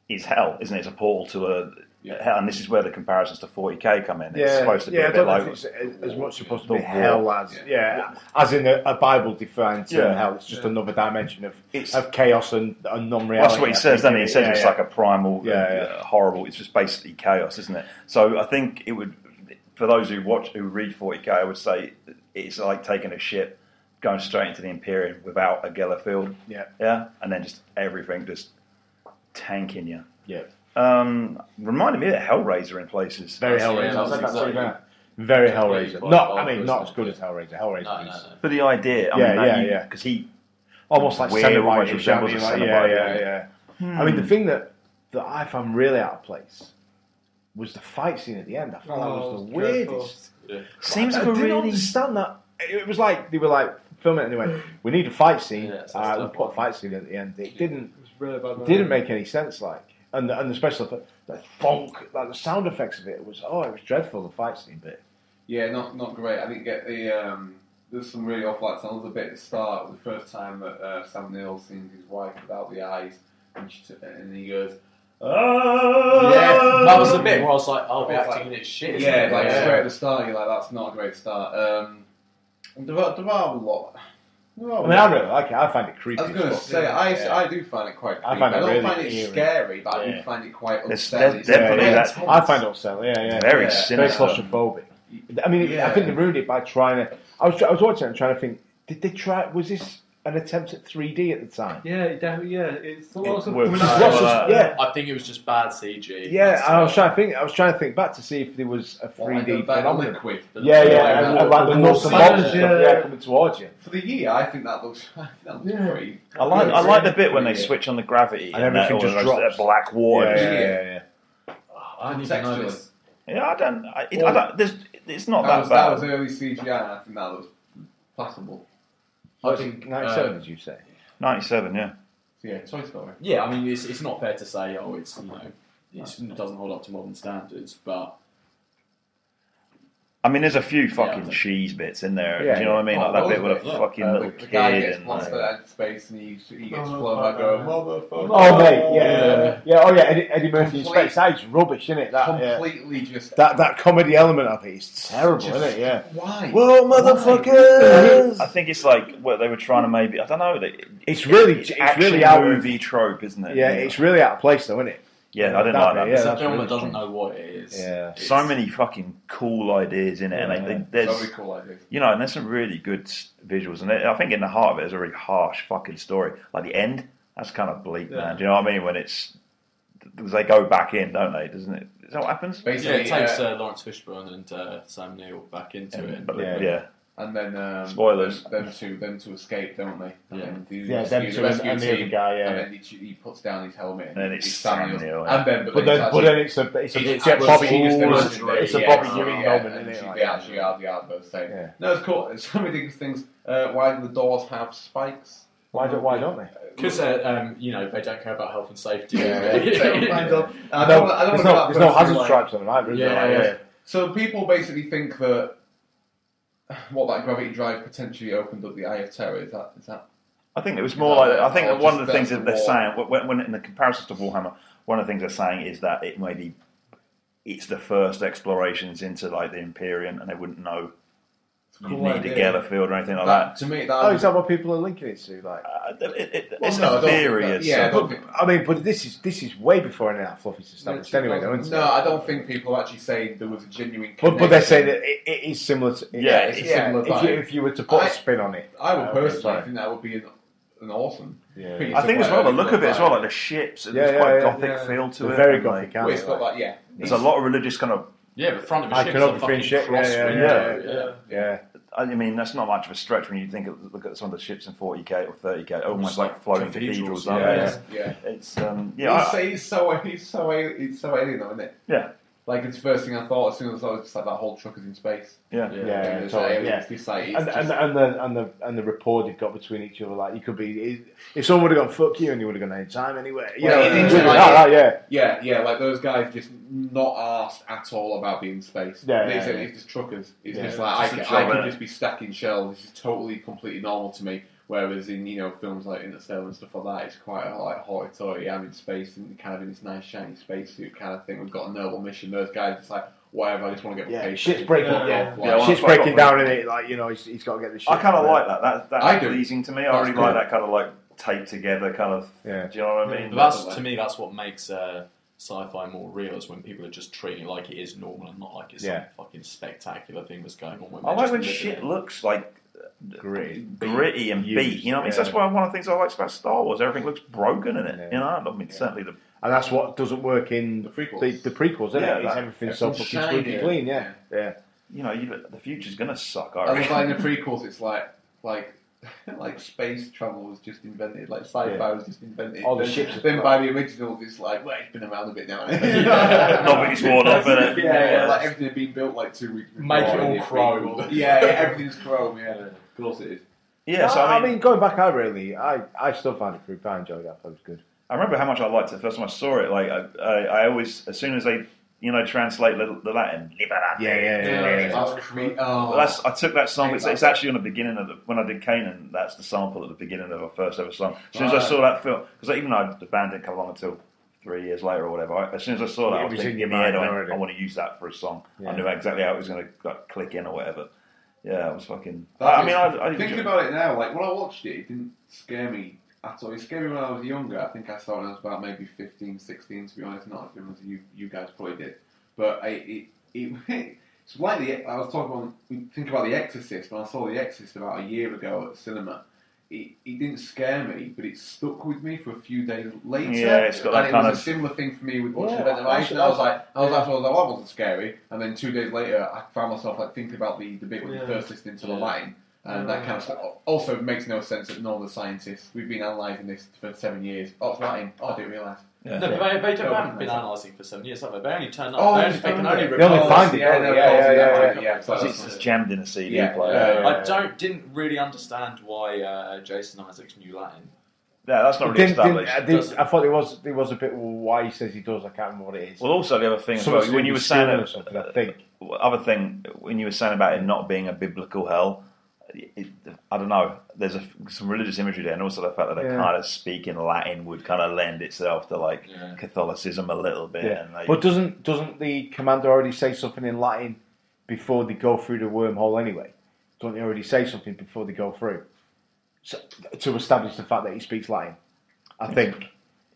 is hell, isn't it? It's a portal to a hell, and this is where the comparisons to 40k come in. It's yeah, supposed to be yeah, a I bit don't know like if it's a- as much supposed the to be war. hell as yeah, as in a, a Bible defined term Yeah. hell. It's just another dimension of It's- of chaos and, and non-reality. Well, that's what he I says, think, doesn't he? He isn't says it? it's Yeah, like a primal, Yeah, uh, horrible. It's just basically chaos, isn't it? So I think it would, for those who watch, who read 40k, I would say it's like taking a ship, going straight into the Imperium without a Geller field, yeah, yeah, and then just everything just tanking you. yeah, yeah. Um, reminded me of Hellraiser in places. Very Yeah, hell. that was Yeah, exactly- Very It's Hellraiser. quite Not, well I mean, for not us, as good as Hellraiser. Hellraiser No, no, is no. But the idea, I Yeah, mean, yeah, that yeah. because he almost like Weird, almost Cenobite-ish, I mean, resembles a like, Yeah, Cenobite, yeah, really. yeah. I Hmm. mean, the thing that, that I found really out of place was the fight scene at the end. I thought that was the Oh, it was dreadful. weirdest. seems I like a didn't really understand that. It was like they were like filming it anyway. Hmm. We need a fight scene. Yeah, it's All that right, we'll stuff. put a fight scene at the end. It didn't. It was really bad. man. didn't make any sense. Like, and the, and the special effect, the thunk, like the sound effects of it was oh, it was dreadful. The fight scene bit. Yeah, not not great. I didn't get the. Um, there's some really awful like sounds. A bit at the start, the first time that uh, Sam Neill sings his wife about the eyes, and, she t- and he goes, "Ah." Yeah, that was the bit where I was like, oh, the Yeah, acting in it's shit. isn't Yeah, it? like straight at the start, you're like, "That's not a great start." Um, there are there are a lot. there are a I mean, lot. I Oh. really like it. I find it creepy. I was as going to fuck. say, Yeah. I, Yeah. I do find it quite. I creepy. find it don't really find it eerie. scary, but I Yeah. do find it quite It's unsettling. de- definitely yeah, that- it's I find it upsetting. Yeah, yeah. very Yeah. Very sinister. claustrophobic. I mean, it, I Yeah. think they ruined it by trying to. I was I was watching it and trying to think. Did they try? Was this an attempt at 3D at the time? Yeah, it definitely. Yeah, it's lots of works. coming It's out. Lots well, of- uh, yeah, I think it was just bad CG. yeah. That's I was it. trying to think. I was trying to think back to see if there was a Well, I 3D go back on phenomenon. liquid. Yeah, yeah, Yeah, and, the- and like the the nuts and water bolts and sponge, stuff, yeah. yeah, coming towards you. For the year, I think that looks, that looks Yeah. pretty. I like I like the bit when they Yeah. switch on the gravity And that- everything all just those- that drops. black water. yeah, just- yeah, yeah, yeah. I don't even know this. Yeah, I don't. I, it, I Well, don't there's, it's not That that, was, that was bad. early CGI, and I think that looks passable. I think. uh, 97, did you say? Ninety-seven. Yeah. So yeah, Toy Story. Yeah, I mean, it's, it's not fair to say, oh, it's, you know, it's, it doesn't hold up to modern standards, but I mean, there's a few I fucking think- cheese bits in there. Yeah, do you know what I mean? yeah. like that Oh, bit with those a bits, yeah. fucking Uh, little the, the kid. guy gets and, uh, like, blasted out of space, and he, he gets Oh, flown out going, motherfucker. motherfucker. Oh, mate, yeah, yeah, yeah. Oh, yeah. Eddie, Eddie Murphy in Complete- space. That is rubbish, isn't it? That, yeah. Completely just. that that comedy element of it is terrible, Just- isn't it? Yeah. Why? Whoa, motherfuckers! I think it's like what they were trying to maybe. I don't know. They, It's really, it's, action really out of movie trope, isn't it? yeah, it's really out of place, though, isn't it? yeah. I didn't like that bit, that. yeah. it's a that's film really that doesn't true. know what it is. Yeah. It's- So many fucking cool ideas in it, and they, Yeah. they, Very there's cool idea. you know, and there's some really good s- visuals, and it, I think in the heart of it is a really harsh fucking story. Like the end, that's kind of bleak, man. Do you know what I mean? When it's they go back in, don't they? Doesn't it? Is that what happens? Yeah, Basically, it takes uh, uh, Lawrence Fishburne and uh, Sam Neill back into it. But Yeah. yeah, and then um, Spoilers. Them, them two, them two escape, don't they? And Yeah. then the Yeah, rescue, them the two and, rescue and the team, other guy. And Yeah. then he, he puts down his helmet, and, Then it's Samuel. Sam Neill, yeah. And then, but, But then, then, but then it's a it's a It's Jet actually- Bobby. she just Ewing- imagines it, It's a yeah. Bobby Oh, Ewing yeah, moment, and isn't she- it? They actually are the are both saying. Yeah. No, it's cool. So many things. things uh, why do the doors have spikes? Why don't Why don't they? Because, uh, um, you know, they don't care about health and safety. Yeah, yeah. So, I don't, I No, don't, I don't wanna there's no, be there's that no person hazard like- stripes on them either. is there? Yeah, Like, yeah. So people basically think that what that gravity drive potentially opened up the Eye of Terror. Is that is that? I think it was more Yeah, like I think or that one of just the things that that's they're the saying when, when in the comparisons to Warhammer, one of the things they're saying is that it maybe it's the first explorations into like the Imperium, and they wouldn't know you Cool need idea. a Geller field or anything like that. that to me that Oh, is that what people are linking it to? Like, Uh, it, it, Well, it's no, I a don't think theory, that- as yeah, I such. don't think- I mean, but this is this is way before any of that fluff is established Yeah, anyway, though, isn't No, it? I don't think people actually say there was a genuine. But, but they say connection. that it, it is similar to. Yeah, it's a similar if, you, vibe. if you were to put a I- spin on it. I Oh, would Uh, personally sorry. think that would be an, an awesome. Yeah. piece I think of as well the work. look of it as well, like the ships, and Yeah, there's yeah, quite a yeah, gothic yeah. feel to They're it. very and, like, gothic, Well, it's aren't they? got like yeah, There's a lot of religious kind of. Yeah, the front of a I ship can is a open fucking fin ship, yeah, cross yeah, window. yeah, yeah. Yeah. I mean, that's not much of a stretch when you think of, look at some of the ships in 40k or 30k, almost like floating cathedrals. cathedrals, aren't yeah, they? yeah. It's- yeah. It's um, yeah, Yeah, I- he's, so- he's so he's so he's so alien though, isn't it? Yeah. Like it's the first thing I thought as soon as I was just like that whole truck is in space. yeah. Yeah. Yeah, and it's totally, aliens. yeah. It's like it's And, just, and, and the and the and the rapport they've got between each other, like you could be if someone would have gone fuck you and you would have gone any time anyway. You Well, know, it it is would be like- like, oh, yeah, yeah, yeah, like those guys just not asked at all about being in space. Yeah, it's, yeah, yeah. it's just truckers. It's Yeah. just Just like a I, can, job, I can innit? just be stacking shells. It's just totally completely normal to me. Whereas in you know films like Interstellar and stuff like that, it's quite a, like hoity toity. I'm in space and kind of in this nice shiny spacesuit kind of thing. We've got a noble mission. Those guys just like whatever. I just want to get yeah, paid. shit's breaking, Yeah. yeah, Yeah, I wanna shit's fuck breaking off. down in it. Like you know, he's, he's got to get the shit. I kind of Yeah. like that. That that's I do. pleasing to me. I That's really cool. like that kind of like tape together kind of. Yeah. Do you know what I mean? But that's to me, that's what makes uh, sci-fi more real is when people are just treating it like it is normal and not like it's Yeah. some fucking spectacular thing that's going on. When I they're like just when living shit it. looks like Gritty. gritty and Used, beat. You know what I mean? So yeah. that's why one of the things I like about Star Wars. Everything looks broken in it. Yeah. You know, I mean, certainly the and that's what doesn't work in The prequels. the, the prequels, isn't Yeah, it? It's like- everything so It's fucking squeaky shiny. clean. Yeah, yeah. you know, you, the future's going to suck. I And it's reckon. like in the prequels, it's like like like space travel was just invented, like sci-fi was just invented. All the then, ships are Then by the originals, it's like well, it's been around a bit now. Nobody's worn off, innit? Yeah, yeah, Yeah. like everything had been built like two weeks. before Make it in all the chrome. prequel. Yeah, yeah, everything's chrome. Yeah, of course it is. Yeah, so I, I mean, going back, I really, I, I still find it pretty. I enjoyed that. That was good. I remember how much I liked it the first time I saw it. Like, I, I, I always, as soon as they, you know, translate the, the Latin, "Liberate." That's creepy. Oh, Well, that's, I took that song. It's, it's actually on the beginning of the, when I did Canaan. That's the sample at the beginning of our first ever song. As soon as I Right. saw that film, because even though the band didn't come along until three years later or whatever, I, as soon as I saw that, I It was was in thinking your in my head, mind I, went, already. I want to use that for a song. Yeah. I knew exactly how it was going to like, click in or whatever. Yeah, I was fucking. That I, I is- mean, I, I didn't thinking enjoy- about it now, like when I watched it, it didn't scare me at all. It scared me when I was younger. I think I saw it when I was about maybe 15, 16, to be honest. Not as young as you, you guys probably did. But I, it, it, it's like the, I was talking about, we think about The Exorcist. When I saw The Exorcist about a year ago at cinema, it, it didn't scare me, but it stuck with me for a few days later. Yeah, it's got that and kind it was of- a similar thing for me with watching Yeah, Event Horizon. I- I was like, I was like, well, that wasn't scary. And then two days later, I found myself like thinking about the, the bit when you Yeah. first listened to the Yeah. Latin. And that kind of stuff. Also, it makes no sense that none of the scientists, we've been analysing this for seven years. Oh, it's Latin. Oh, I didn't realise. Yeah. No, but they, they Oh, haven't been nice. analysing for seven years, have they? They only turn up. Oh, they, you only, they can found only it. rip They only off- find it, Yeah, don't no, they? Yeah, yeah, yeah, yeah, yeah. yeah. So It's, that's- it's jammed in a CD Yeah, player. yeah, yeah. I don't didn't really understand why uh, Jason Isaacs knew Latin. Yeah, that's not It really didn't- didn't- established. I, does didn't, it? I thought it was. It was a bit why he says he does. I can't remember what it is. Well, also the other thing as Something well, when you were to do with saying or something, I think. other thing when you were saying about it not being a biblical hell, it, I don't know. There's a, some religious imagery there, and also the fact that they Yeah. kind of speak in Latin would kind of lend itself to like Yeah. Catholicism a little bit. Yeah. And they, But doesn't doesn't the commander already say something in Latin before they go through the wormhole anyway? Don't they already say something before they go through? So, to establish the fact that he speaks Latin, I think.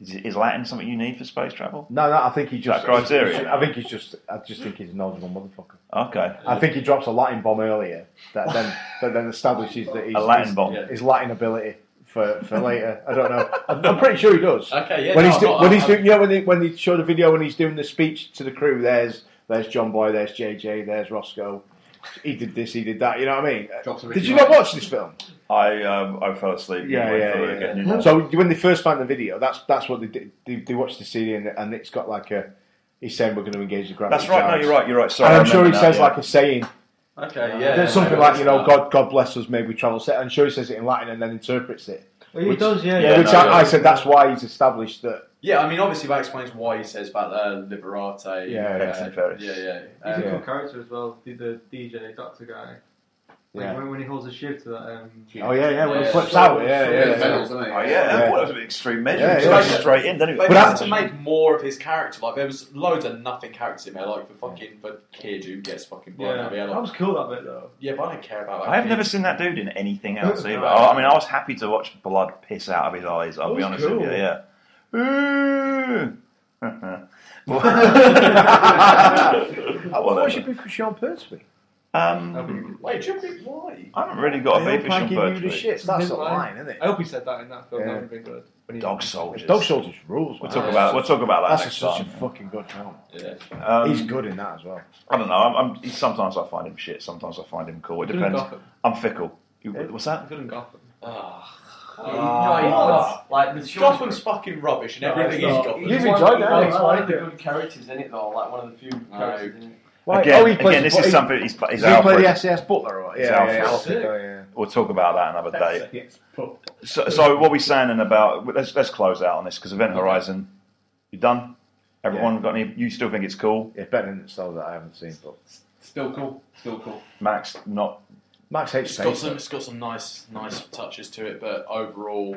is, is Latin something you need for space travel? No, no, I think he That just criteria? I think he's just. I just think he's a knowledgeable motherfucker. Okay, I think he drops a Latin bomb earlier that then that then establishes that he's a Latin his, bomb. yeah. his Latin ability for, for later. I don't know. I'm, I'm pretty sure he does. Okay, yeah. when no, he's I'm do, not- when I'm- he's I'm- doing yeah when he when he showed the video when he's doing the speech to the crew. There's there's John Boy. There's JJ. There's Roscoe. He did this. He did that. You know what I mean? Drops of Did you Ricky not watch this film? I um, I fell asleep. midway through it again, you know. So when they first find the video, that's that's what they did. They, they watched the CD and, and it's got like a. He's saying we're going to engage the gravity. that's right. No, drives. you're right. You're right. Sorry, And I'm I sure he remember now, says yeah. like a saying. Okay, yeah. There's no, something no, like you know, no. God, God bless us. May we travel. set. I'm sure he says it in Latin and then interprets it. Well, he Which- does, yeah. yeah, Which no, I, yeah. I said that's why he's established that Yeah, I mean, obviously that explains why he says about uh, liberate. Yeah, uh, Benson Ferris. Yeah, yeah. He's Um, a cool character as well. The, the DJ doctor guy. Like, Yeah. when, when he holds a shiv to that. Um, Oh yeah, yeah. When Yeah, it flips yeah. out, yeah, Yeah, yeah. it's yeah. medals, isn't it? Oh yeah, that Yeah. was an extreme measure. Yeah, He yeah. goes straight in, didn't But he? they had that's- to make more of his character. Like there was loads of nothing characters in there. Like the fucking the kid who gets fucking blown yeah. up. Yeah, That like, was cool that bit though. yeah, but I don't care about that. I have kid. never seen that dude in anything else No. either. I I mean, I was happy to watch blood piss out of his eyes. I'll be was honest cool. with you. Yeah. Ooh. Oh, Whatever. what should be for Sean Pertwee? um, Wait, Jimmy, why? I haven't really got a beef with Sean you the Pertwee. shits. That's Didn't a I? line, isn't it? I hope he said that in that film. Yeah. That would have been good. When he- Dog soldiers. Dog Soldiers rules. We'll man. talk about we'll talk about that That's next such time. a fucking good film. Yeah. Um, He's good in that as well. I don't know. I'm, I'm, he's- sometimes I find him shit. Sometimes I find him cool. It Good in depends. Gotham. I'm fickle. You- What's that? Good in Gotham. Ah. Oh, no, he's not. Like the Sean Gotham's fucking rubbish and No, everything it's is not. Gotham. You've He's one- enjoyed he's that, one- I He's one of liked the it. good characters in it though. Like one of the few No. characters in it. Why- again, oh, he plays- again, this what, is he- something. He's, he's Does he play Alfred. the SAS Butler or what? He's Yeah, yeah, Alfred. yeah, Alfred, oh, yeah. We'll talk about that another day. Yes. So, so what we saying then about let's let's close out on this because Event Horizon, you done? Everyone got any? You still think it's cool? It's better than itself that I haven't seen. But Still cool. Still cool. Max, not Max H. It's got Space. some. It's got some nice, nice touches to it, but overall,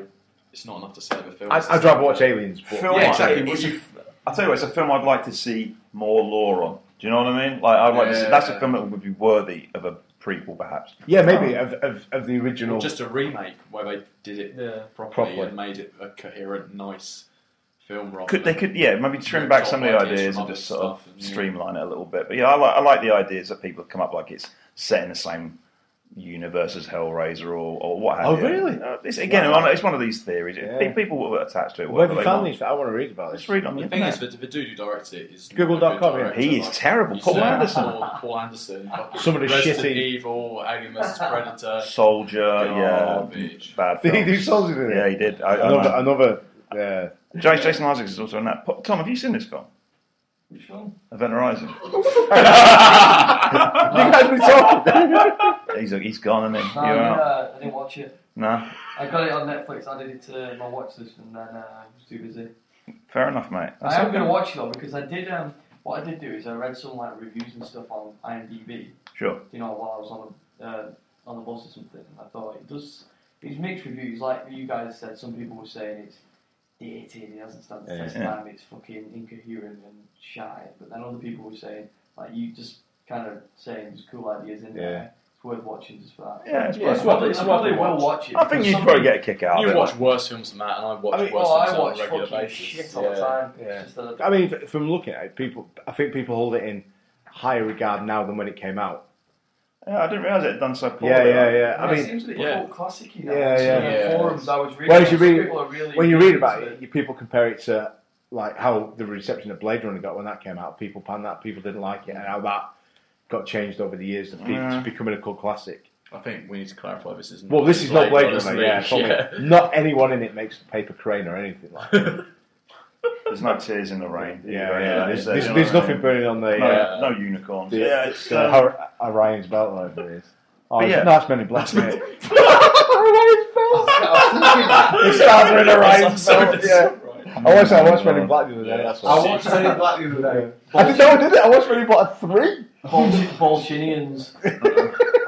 it's not enough to save the film. I- I'd rather watch Aliens. But film. Yeah, exactly. It's Would a- you- I tell you, what, it's a film I'd like to see more lore on. Do you know what I mean? Like I'd like to see. That's a Yeah. film that would be worthy of a prequel, perhaps. yeah, maybe of, of, of the Or original. just a remake where they did it Yeah. properly, Properly. and made it a coherent, nice film. Rather Could they than- could yeah maybe trim Yeah, back top some of the ideas ideas from and other just sort of stuff and- streamline it a little bit. But yeah, I like I like the ideas that people have come up like it's set in the same universe as Hellraiser or, or what have Oh, you. really? Uh, it's, again, Wow. it's one of these theories. Yeah. Pe- People were attached to it. Where have Whatever you they found want. these? I want to read about this. Just read on the The thing internet. is, the, the dude who directs it is Google.com, not a good yeah. director, he is like, terrible. you Paul said, Anderson, Paul, Paul Anderson. fucking Some of the Resident shitty- Evil, Alien vs Predator. Soldier, Uh, yeah, Garbage. bad. Did he films. do Soldier, did he? Yeah, he did. I, I Another, know. another uh, Jason- Jason Isaacs is also in that. Po- Tom, have you seen this film? Which one? Event Horizon. you guys were talking. He's he's gone, isn't he? No, Oh, You're I, out. uh, I didn't watch it. No, I got it on Netflix. I did it to my watch list, and then uh, I was too busy. fair enough, mate. That's I am okay. going to watch it though because I did. Um, what I did do is I read some like reviews and stuff on IMDb. Sure. You know, while I was on the uh, on the bus or something, and I thought it does. It's mixed reviews. Like you guys said, some people were saying it's dated, it hasn't stand the Yeah. test of time, it's fucking incoherent and shy. But then other people were saying like you just kind of saying there's cool ideas in there. Yeah. It's worth watching just for that. Yeah, it's Yeah, worth it's it. worth I probably will watch it. I think because you'd some probably get a kick out of You it. watch worse films than that, and I watch I mean, worse Oh, I films watch on a regular fucking basis. shit all the Yeah. time. Yeah. It's just that I- I mean, f- from looking at it, people, I think people hold it in higher regard now than when it came out. Yeah, I didn't realise it had done so poorly. Yeah, yeah, yeah. I Yeah, it mean, seems a bit yeah. cult classicy now. Yeah, Some yeah. of the Yeah. Forums I was reading. Well, if you some read- people are really when you read about into it, you, people compare it to like how the reception of Blade Runner got when that came out. People panned that, people didn't like it, and how that got changed over the years and pe- Yeah. it's becoming a cult classic. I think we need to clarify this is Well, this is not Blade Runner. honestly. Yeah, probably. Not anyone in it makes a paper crane or anything like. that. There's no tears in the rain. Yeah, yeah. There's, uh, there's, you know there's what I nothing mean? burning on the. No, uh, no unicorns. the, Yeah, it's. the Um, Hor- Orion's belt, whatever it is. Oh, But yeah. yeah. no, that's Men in Black. Men isn't it? it's starting in the rain. It's so yeah. I watched, I watched Men Oh, in Black the other day. That's Yeah. what I watched Men in Black the other day. I didn't know I did it. I watched Men in Black three. Bolsh- Bolshinians.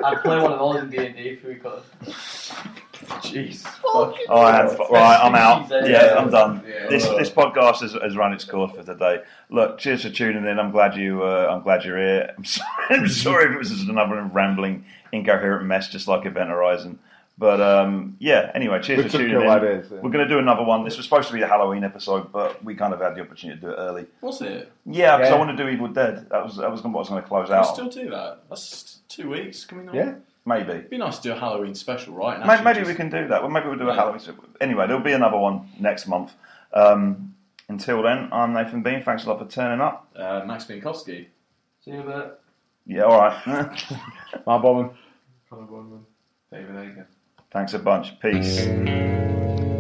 I'd play one of those in D and D if we could. Jeez. Oh, I have, right, I'm out. Species, eh? Yeah, I'm done. Yeah. This this podcast has, has run its course for today. Look, cheers for tuning in. I'm glad you. Uh, I'm glad you're here. I'm sorry, I'm sorry if it was just another rambling, incoherent mess, just like Event Horizon. But um, yeah. Anyway, cheers We for took tuning your in. ideas, yeah. We're going to do another one. This was supposed to be the Halloween episode, but we kind of had the opportunity to do it early. Was it? Yeah, because Yeah. I want to do Evil Dead. That was that was what I was going to close Can we out. still do that? That's two weeks. Can we not? Yeah. Maybe. It'd be nice to do a Halloween special, right? And May- actually Maybe just- we can do that. Well, maybe we'll do Yeah. a Halloween. Anyway, there'll be another one next month. Um, until then, I'm Nathan Bean. Thanks a lot for turning up. Uh, Max Binkowski. See you in a bit. Yeah, all right. My bomb. Connor Bowman. David Ager. Thanks a bunch. Peace.